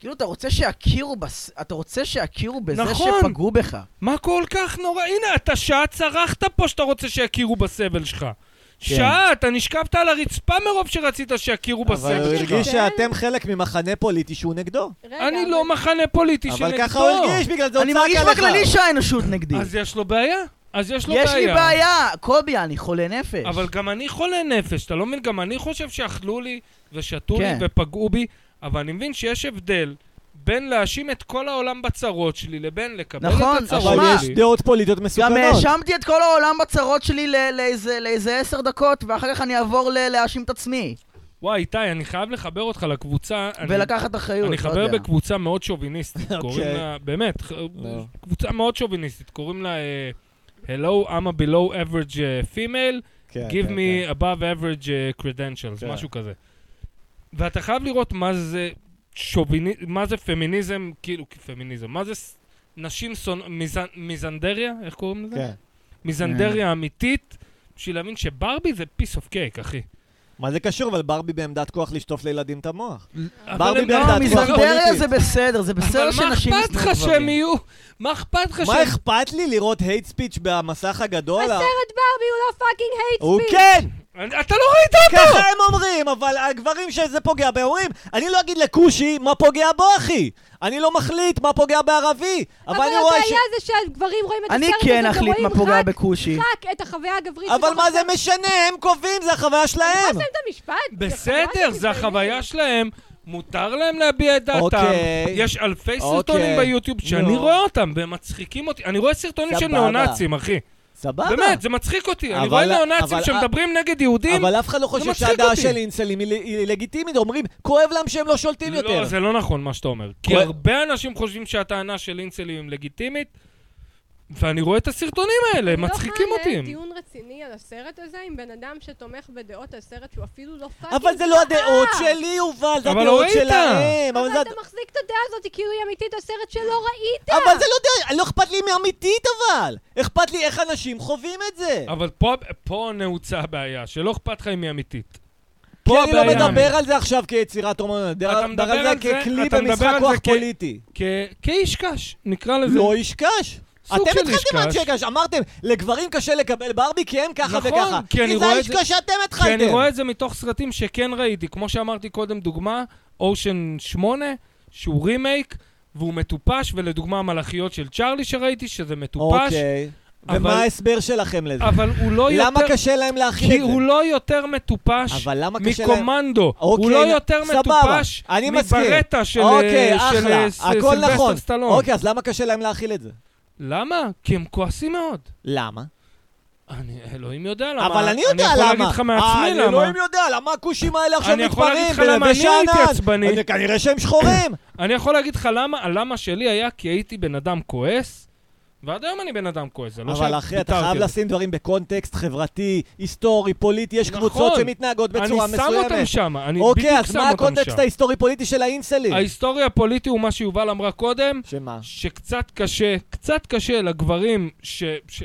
A: כאילו אתה רוצה שיכירו, בס... אתה רוצה שיכירו בזה
C: נכון.
A: שפגעו בך.
C: מה כל כך נורא? הנה, אתה שעה צרחת פה שאתה רוצה שיכירו בסבל שלך. שעה, אתה נשכבת על הרצפה מרוב שרצית שיכירו
B: אבל הוא
C: בסבל שלך.
B: הרגיש שאתם חלק ממחנה פוליטי שהוא נגדו.
D: רגע,
C: אני
D: אבל-
C: לא מחנה פוליטי שנגדו.
B: אבל ככה הוא הרגיש, בגלל זה הוא
A: אני
B: צעק
A: מרגיש
B: עליך.
A: בכללי שהאנושות נגדי.
C: אז יש לו בעיה. אז יש לו בעיה.
A: יש לי בעיה, קובי, אני חולה נפש.
C: אבל גם אני חולה נפש, אתה לא מבין? גם אני חושב שאכלו לי ושתו
A: כן.
C: לי ופגעו בי, אבל אני מבין שיש הבדל בין להאשים את כל העולם בצרות שלי לבין לקבל
A: נכון,
C: את הצרות
B: אבל
A: שמע,
B: יש
C: שלי.
B: דעות פוליטיות
A: גם אה,
B: מסוכנות.
A: האשמתי את כל העולם בצרות שלי ל- לאיזה- לאיזה עשר דקות, ואחר כך אני אעבור ל- להאשים את עצמי.
C: וואי, איתי, אני חייב לחבר אותך לקבוצה. אני-
A: ולקחת אחריות,
C: אני
A: לא
C: חבר
A: יודע.
C: בקבוצה מאוד שוביניסטית,
B: אוקיי.
C: קוראים לה, באמת, ח-
B: לא.
C: קבוצה מאוד שוביניסטית, קוראים לה אה, Hello, I'm a below average uh, female,
B: כן,
C: give
B: כן,
C: me above average uh, credentials,
B: כן.
C: משהו כזה. ואתה חייב לראות מה זה שוביניזם, מה זה פמיניזם, כאילו, פמיניזם, מה זה ס- נשים סונ... מיזנ... מיזנדריה, איך קוראים לזה?
B: כן. כן.
A: Mm.
C: מיזנדריה אמיתית, בשביל להבין שברבי זה piece of cake, אחי.
B: מה זה קשור? אבל ברבי בעמדת כוח לשטוף לילדים את המוח.
C: אבל
B: ברבי
C: הם-
B: בן
C: לא,
B: דעת,
A: לא, מיזנדריה
B: פוליטית.
A: זה בסדר, זה
C: אבל
A: בסדר
C: מה
A: שנשים
C: אכפת
A: ישנאו
C: לך שהם
A: גברים.
C: יהיו? מה אכפת לך
B: מה
C: שהם
B: אכפת לי לראות הייט ספיץ' במסך הגדול?
D: הסרט ברבי הוא לא פאקינג הייט
B: הוא
D: ספיץ'.
B: כן!
C: אני- אתה לא ראית
B: ככה
C: אותו!
B: הם אומרים, אבל הגברים שזה פוגע בהם אומרים, אני לא אגיד לכושי מה פוגע בו, אחי. אני לא מחליט מה פוגע בערבי. אבל
D: אבל
B: אני רואה ש...
D: הבעיה זה שהגברים רואים את הסרט
A: אני
D: הזה
A: כן
D: ורואים
A: אחליט מה פוגע
D: רק-
A: בכושי.
D: רק את החוויה הגברית.
B: אבל
D: שלו.
B: מה זה משנה? הם קובעים, זה החוויה
D: אני
B: שלהם.
D: יכולה לסיים את המשפט?
B: כן.
C: בסדר,
D: של
C: זה החוויה
D: מתביימים.
C: שלהם. מותר להם להביע את דעתם.
B: אוקיי.
C: יש אלפי
B: אוקיי.
C: סרטונים ביוטיוב שאני
B: נו.
C: רואה אותם, והם מצחיקים אותי. אני רואה סרטונים של
B: סבבה.
C: נאו-נאצים, אחי.
B: סבבה.
C: באמת, זה מצחיק אותי. אני
B: אבל-
C: רואה נאו-נאצים
B: אבל-
C: שמדברים נגד יהודים.
B: אבל אף אחד לא
C: זה
B: חושב
C: מצחיק
B: שהדעה
C: אותי.
B: של אינסלים היא ל- היא לגיטימית, אומרים, כואב להם שהם לא שולטים יותר.
C: לא, זה לא נכון מה שאתה אומר. כי
B: כל-
C: הרבה אנשים חושבים שהטענה של אינסלים לגיטימית, ואני רואה את הסרטונים האלה, הם
D: אני לא
C: מצחיקים
D: יכולה לנהל
C: אותי.
D: דיון רציני על הסרט הזה עם בן אדם שתומך בדעות על סרט שהוא אפילו לא פאקינג...
B: אבל זה לא הדעות
D: ראה.
B: שלי, יובל, זה
C: אבל לא
B: הדעות
C: ראית.
B: שלהם. אבל
D: אבל
B: זה
D: אתה מחזיק את הדעה הזאת כאילו היא אמיתית על סרט שלא ראית.
B: אבל זה לא דעה, לא אכפת לי מאמיתית אבל! אכפת לי איך אנשים חווים את זה!
C: אבל פה- פה נעוצה הבעיה, שלא אכפת לך אם היא אמיתית.
B: כי אני לא
C: הבעיה
B: מדבר על זה עכשיו כיצירת אומנות, אני מדבר
C: אתה
B: מדבר
C: מדבר
B: על
C: על
B: זה
C: זה-
B: ככלי
C: אתה מדבר
B: במשחק
C: על
B: כוח
C: זה כ-
B: פוליטי.
C: כ- כאיש קש, נקרא לזה.
B: לא איש קש! אתם
C: סוג של איש
B: התחלתם על
C: קש.
B: שקש, אמרתם, לגברים קשה לקבל ברבי כי הם ככה
C: נכון,
B: וככה.
C: כי אני
B: זה
C: רואה את
B: האיש
C: זה-
B: קש שאתם
C: כי אני רואה
B: התחלתם.
C: את זה מתוך סרטים שכן ראיתי, כמו שאמרתי קודם, דוגמה, אושן 8, שהוא רימייק, והוא מטופש, ולדוגמה המלאכיות של צ'ארלי שראיתי, שזה מטופש,
B: אוקיי.
C: אבל-
B: ומה ההסבר שלכם לזה?
C: אבל הוא לא
B: למה
C: יותר...
B: קשה להם להכיל
C: כי
B: את
C: הוא
B: זה?
C: לא יותר מטופש
B: אבל למה קשה להם...
C: מקומנדו. הוא
B: אוקיי,
C: לא
B: נ-
C: יותר
B: סבבה,
C: מטופש
B: אני מסכים.
C: מברטה של
B: אוקיי,
C: של,
B: אחלה,
C: אה, ס-
B: הכל
C: סילבסטר
B: נכון.
C: סטלון.
B: אוקיי, אז למה קשה להם להכיל את זה?
C: למה? כי הם כועסים מאוד.
B: למה?
C: אני, אלוהים יודע למה.
E: אבל אני יודע למה.
C: אני יכול להגיד לך
E: אה,
C: מעצמי
B: לא
E: אני
C: למה.
E: אלוהים יודע למה הכושים האלה עכשיו
C: אני יכול
E: מתפרעים
C: להגיד לך למה
E: בלבש
C: אני הייתי
E: הענן.
C: עצבני.
E: אני- כנראה שהם שחורים.
C: אני יכול להגיד לך למה, הלמה שלי היה כי הייתי בן אדם כועס, ועד היום אני בן אדם כועס, זה לא
B: אבל אחי, אתה חייב לשים דברים בקונטקסט חברתי, היסטורי, פוליטי, יש
C: נכון.
B: קבוצות שמתנהגות בצורה
C: אני שם אותם
B: מסוימת.
C: שם, אני בדיוק
B: אוקיי, אז
C: שם
B: מה
C: אותם
B: הקונטקסט
C: שם. אה.
B: ההיסטורי-פוליטי של האינסלים?
C: ההיסטוריה הפוליטי הוא מה שיובל אמרה קודם,
B: שמה?
C: שקצת קשה, קצת קשה לגברים ש... ש...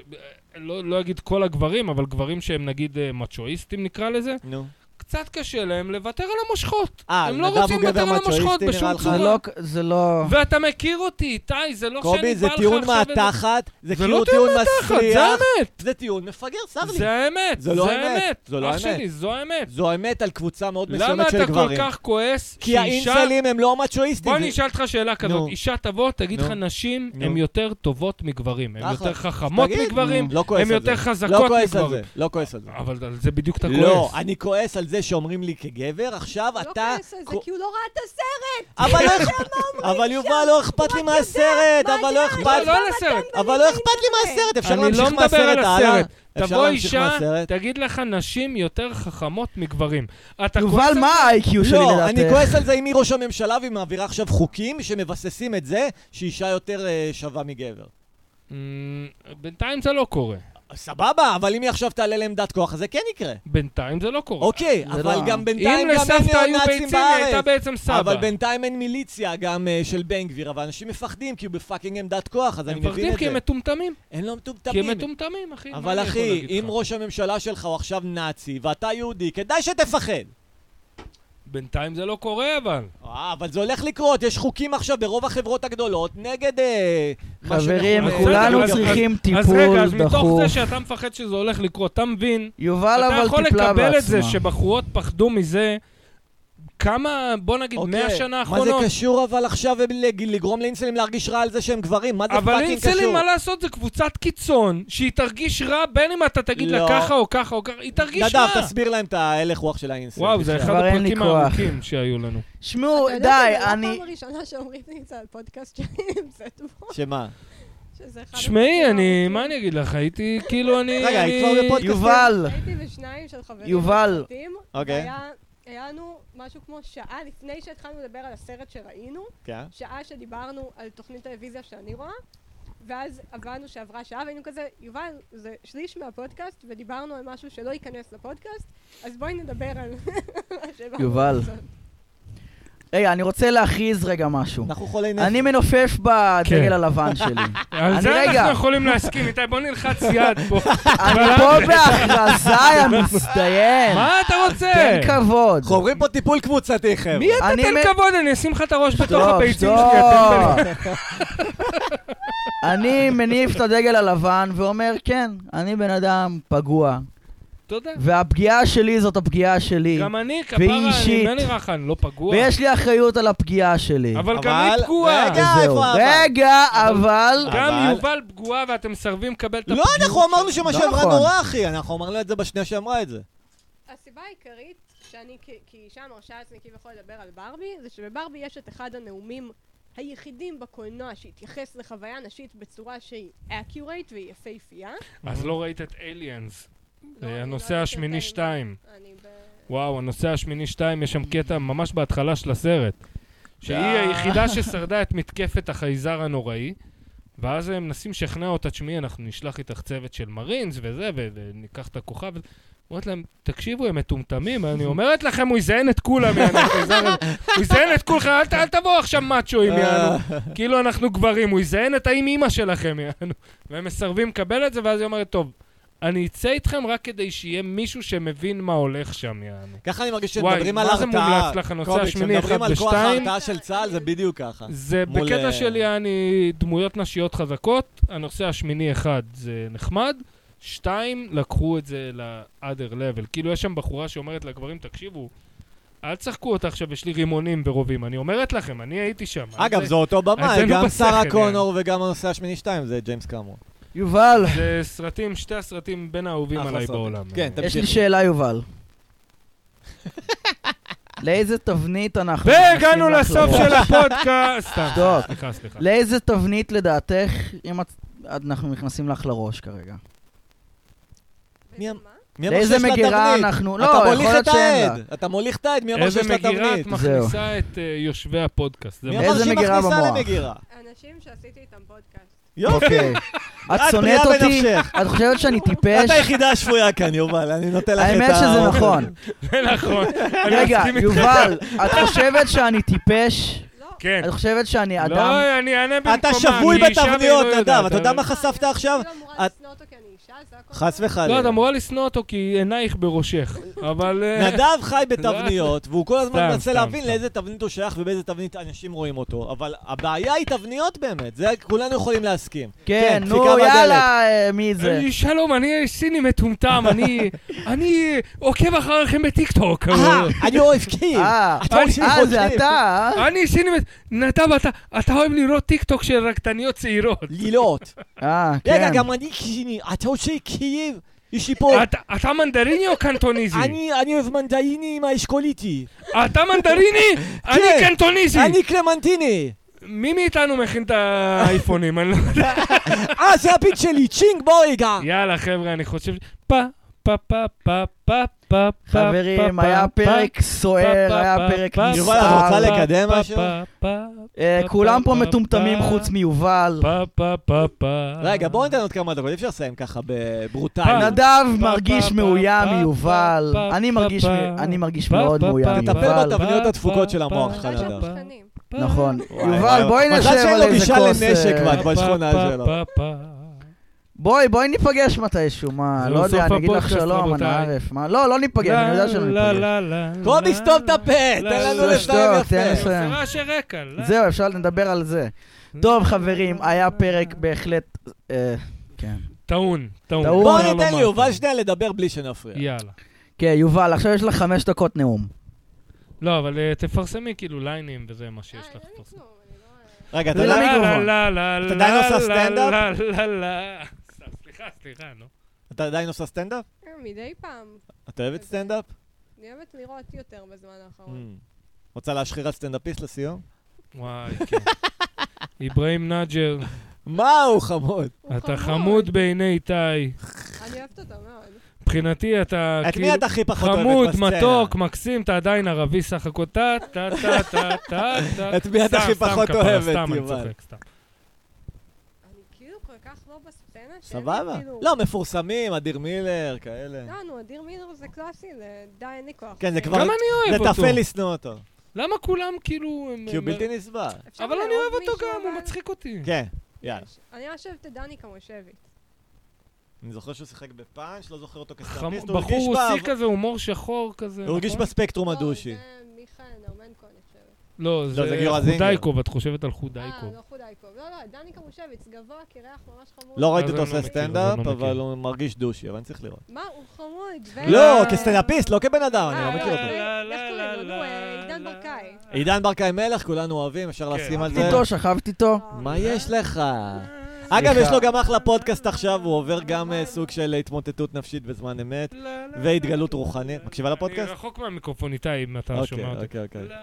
C: לא, לא אגיד כל הגברים, אבל גברים שהם נגיד אה, מצ'ואיסטים נקרא לזה,
B: נו.
C: קצת קשה להם לוותר על המושכות.
B: אה,
C: הם לא
B: נדב הוא
C: רוצים
B: גבר
C: לוותר על
B: מצ'ואיסטי,
C: המושכות
B: נראה
C: בשום
B: לך?
A: זה
C: צורה.
A: לא... זה לא...
C: ואתה מכיר אותי, איתי, זה לא שאני בא
B: קובי,
C: לך
B: זה
C: עכשיו...
B: טיעון
C: איזה-
B: מהתחת, זה
C: זה לא
B: כאילו
C: טיעון
B: טיעון
C: מהתחת, זה
B: מסריח,
C: האמת.
B: זה טיעון מפגר, צר לי.
C: זה האמת,
B: זה לא
C: זה
B: האמת,
C: האמת.
B: זה לא
C: אח
B: האמת.
C: שלי, זו האמת.
B: זו אמת על קבוצה מאוד
C: למה
B: מסוימת של
C: אתה כל
B: גברים.
C: כך כועס
B: כי
C: שאישה...
B: האינסלים הם לא מצ'ואיסטים.
C: בוא
B: זה-
C: אני אשאל אותך שאלה
B: נו.
C: כזאת. אישה תבוא, תגיד
B: נו.
C: לך, נשים
B: נו.
C: הן יותר טובות מגברים. הן
B: אחלה.
C: יותר חכמות
B: תגיד,
C: מגברים,
B: לא כועס על
C: הן
B: זה.
C: יותר
B: לא
C: חזקות
B: כועס על זה,
C: מגברים.
B: לא כועס על זה.
C: אבל על זה בדיוק אתה כועס.
B: לא, אני כועס על זה שאומרים לי כגבר, עכשיו
D: לא
B: אתה...
D: כועס על זה,
B: כו-
D: כי הוא לא ראה את הסרט!
B: אבל לא אכפ- אבל יובל, לא אכפת לי מהסרט,
D: מה
B: אבל לא
D: הדעה?
B: אכפת...
C: לא, לא על הסרט.
B: אבל לא אכפת לי מהסרט, אפשר
C: אני
B: להמשיך
C: לא מדבר
B: מהסרט
C: על
B: הלאה?
C: הסרט.
B: אפשר
C: תבוא
B: להמשיך
C: אישה,
B: מהסרט?
C: תגיד לך, נשים יותר חכמות מגברים. אתה
A: יובל,
C: כועס על
A: מה ה-IQ שלי לדעתך?
B: לא,
C: אה.
B: אני כועס על זה עם היא ראש הממשלה והיא מעבירה עכשיו חוקים שמבססים את זה שאישה יותר אה, שווה מגבר.
C: אמ, בינתיים זה לא קורה.
B: סבבה, אבל אם היא עכשיו תעלה לעמדת כוח, אז זה כן יקרה.
C: בינתיים זה לא קורה.
B: אוקיי,
A: זה
B: אבל
A: לא-
B: גם בינתיים
C: אם
B: גם אין
C: לסבתא היו
B: ניאו-נאצים
C: ביצים, היא הייתה
B: בארץ.
C: בעצם סבא.
B: אבל בינתיים אין מיליציה גם אה, של בן גביר, אבל אנשים מפחדים כי הוא בפאקינג עמדת כוח, אז אני
C: הם
B: מבין
C: מפחדים
B: את
C: כי הם
B: זה.
C: מטומטמים.
B: הם לא
C: כי הם
B: מטומטמים.
C: מטומטמים, אחי. מה
B: אבל
C: אני יכול
B: אחי,
C: להגיד
B: אם
C: לך?
B: ראש הממשלה שלך הוא עכשיו נאצי ואתה יהודי, כדאי שתפחד.
C: בינתיים זה לא קורה, אבל.
B: אה, אבל זה הולך לקרות, יש חוקים עכשיו ברוב החברות הגדולות נגד... אה, מה
A: חברים,
B: שמכונה-
C: בסדר,
A: כולנו
C: אבל-
A: צריכים
C: אז רגע,
A: טיפול
C: אז מתוך
B: נכון.
A: דחוף.
C: זה שאתה מפחד שזה הולך לקרות, אתה מבין?
A: יובל
C: אתה יכול
A: אבל טיפלה
C: לקבל את זה
A: בעצמה.
C: שבחורות פחדו מזה כמה, בוא נגיד, 100
B: אוקיי,
C: שנה
B: מה
C: האחרונות.
B: זה קשור אבל עכשיו לג- לגרום לאינסלים להרגיש רע על זה שהם גברים? מה זה פאקינג קשור?
C: אבל אינסלים, מה לעשות, זה קבוצת קיצון, שהיא תרגיש רע בין אם אתה תגיד לה
B: לא.
C: ככה או ככה או ככה, היא תרגיש רע.
B: נדב, תסביר להם את ההלך רוח של האינסלים.
C: וואו, זה אחד
A: כבר אין לי
C: הפרקים
A: כוח.
C: הארוכים שהיו לנו.
A: שמעו,
D: אתה יודע
A: די,
D: שזו לא
A: אני...
D: הפעם הראשונה שאומרים לי את זה על פודקאסט שאני נמצאת בו.
B: שמה?
D: שזה אחד
C: תשמעי,
D: הפרקים
C: אני,
D: הארוכים.
C: מה אני אגיד לך, הייתי, כאילו, אני...
B: רגע, היא
C: אני-
B: כבר בפודקאסט?
A: יובל,
D: הייתי בשניים של חברים.
A: יובל.
D: נוספים,
B: אוקיי.
D: והיה- היה לנו משהו כמו שעה לפני שהתחלנו לדבר על הסרט שראינו,
B: כן.
D: שעה שדיברנו על תוכנית טלוויזיה שאני רואה, ואז הבנו שעברה שעה והיינו כזה, יובל, זה שליש מהפודקאסט, ודיברנו על משהו שלא ייכנס לפודקאסט, אז בואי נדבר על מה שבאנו
A: יובל.
D: לעשות."
A: רגע, אני רוצה להכריז רגע משהו.
B: אנחנו חולי נפש.
A: אני מנופף
C: כן.
A: בדגל הלבן שלי.
C: על
A: אני
C: זה
A: רגע.
C: אנחנו יכולים להסכים, איתי, בוא נלחץ יד פה.
A: אני
C: אבל-
A: פה בהכרזה, יא מצטיין.
C: מה אתה רוצה?
A: תן כבוד.
B: אנחנו עוברים פה טיפול קבוצתי, חבר'ה.
C: מי אתה
A: אני מ- לא,
C: תן כבוד? אני אשים לך את הראש בתוך
A: שתוק,
C: הביצים
A: שתוק.
C: שלי, הטמבל.
A: אני מניף את הדגל הלבן ואומר, כן, אני בן אדם פגוע,
C: תודה.
A: והפגיעה שלי זאת הפגיעה שלי,
C: גם אני, כפרה,
A: והיא
C: אני
A: אישית.
C: מה נראה לך, אני לא פגוע.
A: ויש לי אחריות על הפגיעה שלי.
C: אבל גם היא פגועה.
B: רגע,
G: אה,
A: וזהו.
B: איפה אבל?
A: רגע, אבל...
C: גם
B: אבל-
C: יובל פגועה ואתם מסרבים לקבל את
B: לא, אנחנו אמרנו שמה
A: לא
B: שעברה
A: נכון.
B: נורא, אחי. אנחנו אמרנו את זה בשנייה שאמרה את זה.
D: הסיבה העיקרית שאני כ- כאישה מרשה לעצמי כביכול לדבר על ברבי, זה שבברבי יש את אחד הנאומים היחידים בקולנוע שהתייחס לחוויה נשית בצורה שהיא accurate והיא יפהפייה.
C: אז לא ראית את אליאנס.
D: לא, אני לא
C: הנושא
D: יודעת
C: השמיני
D: יותר.
C: 2.
D: אני ב...
C: וואו, הנושא השמיני 2, יש שם קטע ממש בהתחלה של הסרט. שהיא
B: אה.
C: היחידה ששרדה את מתקפת החייזר הנוראי, ואז הם מנסים לשכנע אותה, תשמעי, אנחנו נשלח איתך צוות של מרינס וזה, ו- וניקח את הכוכב. אומרת להם, תקשיבו, הם מטומטמים, אני אומרת לכם, הוא יזיין את כולם, יענו, החייזר הזה. הוא יזיין את כולכם, אל ת- אל תבואו עכשיו מאצ'ואים, יענו. כאילו אנחנו גברים, הוא יזיין את האם אימא שלכם, יענו. והם מסרבים לקבל את זה, ואז היא אומרת, טוב, אני אצא איתכם רק כדי שיהיה מישהו שמבין מה הולך שם, יענו.
B: ככה אני מרגיש
C: וואי,
B: שמדברים
C: מה
B: על
C: זה
B: הרתעה.
C: מומלץ לך, הנושא
B: קובי,
C: השמיני,
B: כשמדברים
C: אחד
B: על כוח
C: ושתיים?
B: ההרתעה של צה"ל, זה בדיוק ככה.
C: זה
B: מול, אה,
C: בקטע שלי אני דמויות נשיות חזקות, הנושא השמיני אחד זה נחמד, שתיים, לקחו את זה ל-other level. כאילו יש שם בחורה שאומרת לגברים, תקשיבו, אל תשחקו אותה עכשיו, יש לי רימונים ורובים. אני אומרת לכם, אני הייתי שם.
B: אגב,
C: זה-
B: זה אותו במה,
C: אצלנו
B: גם
C: בשכל,
B: שרה
C: כן.
B: קונור וגם הנושא השמיני 2, זה ג'יימס קמרון.
A: יובל,
C: זה סרטים, שתי הסרטים בין האהובים
B: אחלה
C: עליי
B: סרט.
C: בעולם.
B: כן, תמשיך.
A: יש לי שאלה, יובל. לאיזה תבנית אנחנו...
C: והגענו
A: נכנסים
C: לסוף
A: להחלטה?
C: של הפודקאסט. סתם,
A: שתוק.
C: סליחה, סליחה.
A: לאיזה תבנית לדעתך, אם את... אנחנו נכנסים לך לראש כרגע?
G: מי
B: אמ-
G: המ-
D: מה?
G: מי אמר
A: לאיזה
G: שיש לה
A: מגירה
G: תבנית?
A: אנחנו...
G: אתה
A: לא, יכול
G: מוליך
A: להיות
G: את
A: שאין לה.
G: העד, אתה מוליך את העד, מי
B: לא
G: אמר
C: איזה
G: שיש לה
C: מגירה את
G: תבנית?
C: מכניסה את אה, יושבי הפודקאסט? זה
G: מי
C: מה-
G: אמר
A: איזה
G: שהיא
A: מגירה
G: מכניסה
A: במוח?
G: למגירה?
D: אנשים שעשיתי איתם פודקאסט.
G: יופי,
A: אוקיי. את
G: את בריאה
A: שונאת אותי?
G: בנפשך.
A: את חושבת שאני טיפש?
G: את היחידה השפויה כאן, יובל, אני נותן לך את ה...
A: האמת שזה
B: אוקיי.
A: נכון.
C: זה נכון. אני
A: רגע,
C: מסכים איתך.
A: יובל, את חושבת שאני טיפש?
D: לא,
C: כן.
A: את חושבת שאני אדם?
C: לא, אני אענה במקומה.
B: אתה
C: אני
B: שבוי
C: אישה והיא לא
B: בתבניות,
C: יודעת,
B: נדב, אתה יודע
C: אבל-
B: מה חשפת עכשיו?
D: אני לא אמורה
B: את-
D: לשנוא אותו כי אני אישה, זה הכל.
G: חס
C: לא,
G: וחלילה.
C: את אמורה לשנוא אותו כי עינייך בראשך. אבל... אה,
G: נדב חי
B: בתבניות, והוא כל הזמן
C: סתם,
B: מנסה
C: סתם,
B: להבין
C: סתם.
B: לאיזה תבנית הוא שייך ובאיזה תבנית אנשים רואים אותו, אבל הבעיה היא תבניות באמת, זה כולנו יכולים להסכים.
A: כן, נו,
B: דפיקה בדלת.
A: יאללה, אה, מי זה?
C: אה, שלום, אני סיני מטומטם, אני... אני עוקב אחריכם בטיקטוק.
B: אה, אני אוהב קיר.
A: אה,
B: אתה אוהב
A: אה,
B: חוקים.
A: זה אתה, אה?
C: אני סיני מט... נדב, אתה- אתה אוהב לראות טיקטוק של רקדניות צעירות.
B: לילות.
A: אה,
B: רגע,
A: כן.
B: גם אני קיני, אתה עושה קייב? יש לי פה...
C: אתה- אתה מנדריני או קנטוניזי?
B: לא. אני אני אוהב מנדאיני עם האשכוליטי.
C: אתה מנדריני? אני קנטוניזי.
B: כן. אני קלמנטיני.
C: מי מאיתנו מכין את האייפונים? אני לא יודע.
B: אה, זה הפיט שלי, צ'ינג, בוא רגע.
C: יאללה, חבר'ה, אני חושב... ש- פה, פה, פה, פה, פה, פה, פה,
A: חברים,
C: פה,
A: היה
C: פה,
A: פרק
C: פה,
A: סוער,
C: פה,
A: היה
C: פה,
A: פרק
C: פה,
B: יובל, את
A: נסער.
B: רוצה
C: פה,
B: לקדם
C: פה,
B: משהו?
C: פה, פה,
A: אה,
C: פה,
A: כולם
C: פה,
A: פה
C: פה,
A: מטומטמים
C: פה,
A: חוץ מיובל.
C: פה, פה, פה, פה.
B: רגע, בואו ניתן עוד כמה דקות, אי אפשר לסיים ככה בברוטליות.
C: פעם.
A: נדב
C: פה,
A: מרגיש
C: פה,
A: מאוים
C: פה,
A: מיובל.
C: פה,
A: אני
C: פה,
A: מרגיש
C: פה.
A: מ- אני מרגיש
C: פה,
A: מאוד
C: פה, פה,
A: מאוים
C: פה,
B: תטפל
A: מיובל.
C: פה,
B: בתבניות
C: פה,
B: התפוקות
C: פה,
B: של המוח
C: פה,
B: שלך,
D: מזל
B: חרדה.
C: פה,
D: שאנחנו שכנים.
C: פה,
A: נכון.
C: פה,
B: וואי,
A: יובל,
B: וואי,
A: בואי
B: וואי.
A: נשב
B: מזל שאין
A: על
B: לו
A: איזה
B: גישה
A: כוס...
B: לנשק
A: אה,
B: כבר, את בשכונה
C: פה,
B: שלו.
C: פה, פה.
A: בואי, בואי ניפגש מתישהו, מה?
C: זהו,
A: לא יודע,
C: סוף
A: אני אגיד לך
C: הפודקאסט,
A: שלום, אני
C: רבותיי. לא,
A: ערף. מה? לא, לא ניפגש, אני יודע שלא
C: לה,
A: ניפגש.
C: לה, לה, לה,
B: קובי, סתום את הפה,
C: לה,
B: תן לנו
C: לה,
A: לשתוק, תן
B: לסיים יפה.
A: לסיים.
C: עושה רעשי רקע. לה.
A: זהו, אפשר לדבר על זה. טוב, חברים, היה פרק בהחלט... אה, כן.
C: טעון, טעון.
A: טעון.
B: בואו
A: הוא
C: לא
B: ניתן
C: לומר.
B: ליובל שנייה לדבר בלי שנפריע.
C: יאללה.
A: כן, יובל, עכשיו יש לך חמש דקות נאום.
C: לא, אבל אה, תפרסמי כאילו ליינים וזה מה שיש לך
D: אין לי
C: לפרסם.
D: כלום, אני לא...
B: רגע, אתה
A: זה
B: יודע-
A: לא מיקרופון.
C: לה, לה, לה,
B: אתה עדיין
C: לה,
B: עושה
C: לה,
B: סטנדאפ?
C: לה, לה, לה. סליחה, סליחה, נו.
B: אתה עדיין עושה סטנדאפ?
D: אה, מדי פעם.
B: אתה אוהבת סטנדאפ?
C: אה,
D: אני אוהבת לראות יותר בזמן האחרון.
B: Mm. רוצה להשחיר על סטנדאפיסט לסיום?
C: וואי, כן. אברהים נג'ר,
B: וואו, חמוד.
D: הוא
C: אתה חמוד בעיני איתי.
D: אני אוהבת אותו מאוד.
C: מבחינתי אתה
B: את מי
C: כאילו
B: את הכי פחות
C: חמוד,
B: אוהבת בסצנה?
C: מתוק, מקסים, אתה עדיין ערבי סך הכל. טה, טה, טה, טה, טה, טה.
B: את מי את
C: סתם,
B: הכי
C: סתם
B: פחות
C: כפרה,
B: אוהבת,
C: סתם, אני
B: יובל?
C: צוחק, סתם.
D: אני כאילו כל כך לא בסצנה שאין לי
B: סבבה.
D: כאילו...
B: לא, מפורסמים, אדיר מילר, כאלה.
D: לא, נו, אדיר מילר זה קלאסי, זה- די, אין לי כוח.
B: כן, זה כבר...
C: גם אני
B: זה
C: אוהב אותו.
B: טפל לשנוא אותו,
C: למה כולם כאילו... הם-
B: כי הוא
C: הם-
B: בלתי נסבל.
D: אפשר
C: אבל אני
D: לאהוב
C: אוהב אותו
D: מישהו,
C: גם, הוא
D: אבל-
C: מצחיק אותי.
B: כן, יאללה.
D: אני ממש אוהבת את דני כמושבי.
B: אני זוכר שהוא שיחק בפאנץ', לא זוכר אותו
C: חמ-
B: כסטנדאפיסט. הוא הרגיש
C: בחור
B: ב-
C: רוסי כזה, הומור שחור כזה.
B: הוא הרגיש
C: נכון?
B: בספקטרום הדושי.
D: לא, זה מיכאל נאומנקו, אני חושבת.
C: לא,
B: זה
C: זה
B: גיורא זינגר.
C: חודאיקוב, את חושבת על
D: אה,
C: חודאיקוב.
D: לא חודאיקוב. לא, לא, דני כמושביץ, גבוה, קירח ממש חמוד.
B: לא ראיתי
C: אז
B: אותו
C: אני לא
B: עושה
C: מכיר, אז אני
B: סטנדאפ,
C: לא
B: אבל
C: מכיר.
B: הוא מרגיש דושי, אבל אני צריך לראות.
D: מה, הוא חמוד. ו-
B: לא, כסטנדאפיסט, לא כבן אדם, אני לא
D: אה,
B: מכיר
D: אה,
B: אותו.
D: אה, איך קוראים
C: לא,
D: לו? נו, אה, עידן ברקאי.
B: עידן ברקאי מלך, כולנו אוהבים, אפשר
C: כן.
B: להסכים על
A: שכבתי
B: זה.
A: איתו, שכבת
D: אה,
A: איתו.
B: מה
C: לא,
B: יש לך? אגב, יש לו גם אחלה פודקאסט עכשיו, הוא עובר גם אה, סוג של התמוטטות נפשית בזמן אמת, והתגלות רוחנית. מקשיבה
C: לא, אני לא
B: לפודקאסט?
C: רחוק מהמיקרופון איתי, אם אתה
B: אוקיי,
C: שומע אותי. לא,
B: אוקיי, אוקיי.
C: לה,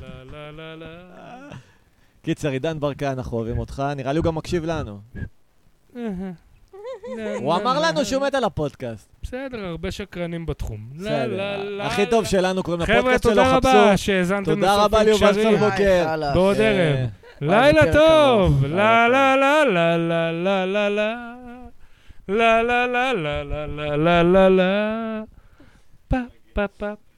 C: לה, לה, לה, לה, לה, לה.
B: קיצר, עידן ברקאי, אנחנו אוהבים אותך, נראה לי הוא גם מקשיב לנו. אה.
C: אה, לא,
B: הוא אמר לנו שהוא מת על הפודקאסט.
C: בסדר, הרבה שקרנים בתחום. לא, לה, לה,
B: בסדר.
C: לה,
B: הכי
C: לה.
B: טוב שלנו קוראים
C: לא, חבר'ה,
B: לפודקאסט שלו,
C: תודה רבה
B: חפשו.
C: שהאזנתם
B: תודה
C: לסוף
B: רבה ליובל
C: מקשרים.
B: סולברג. בוקר.
A: אה, חלאס.
C: בעוד
B: אה,
C: ערב.
A: אה,
C: לילה
A: יותר
C: טוב!
A: קרוב.
C: לה
B: לילה
C: לה לה לה לה לה לה לה לה לה לה לה לה לה לה לה לה פה פה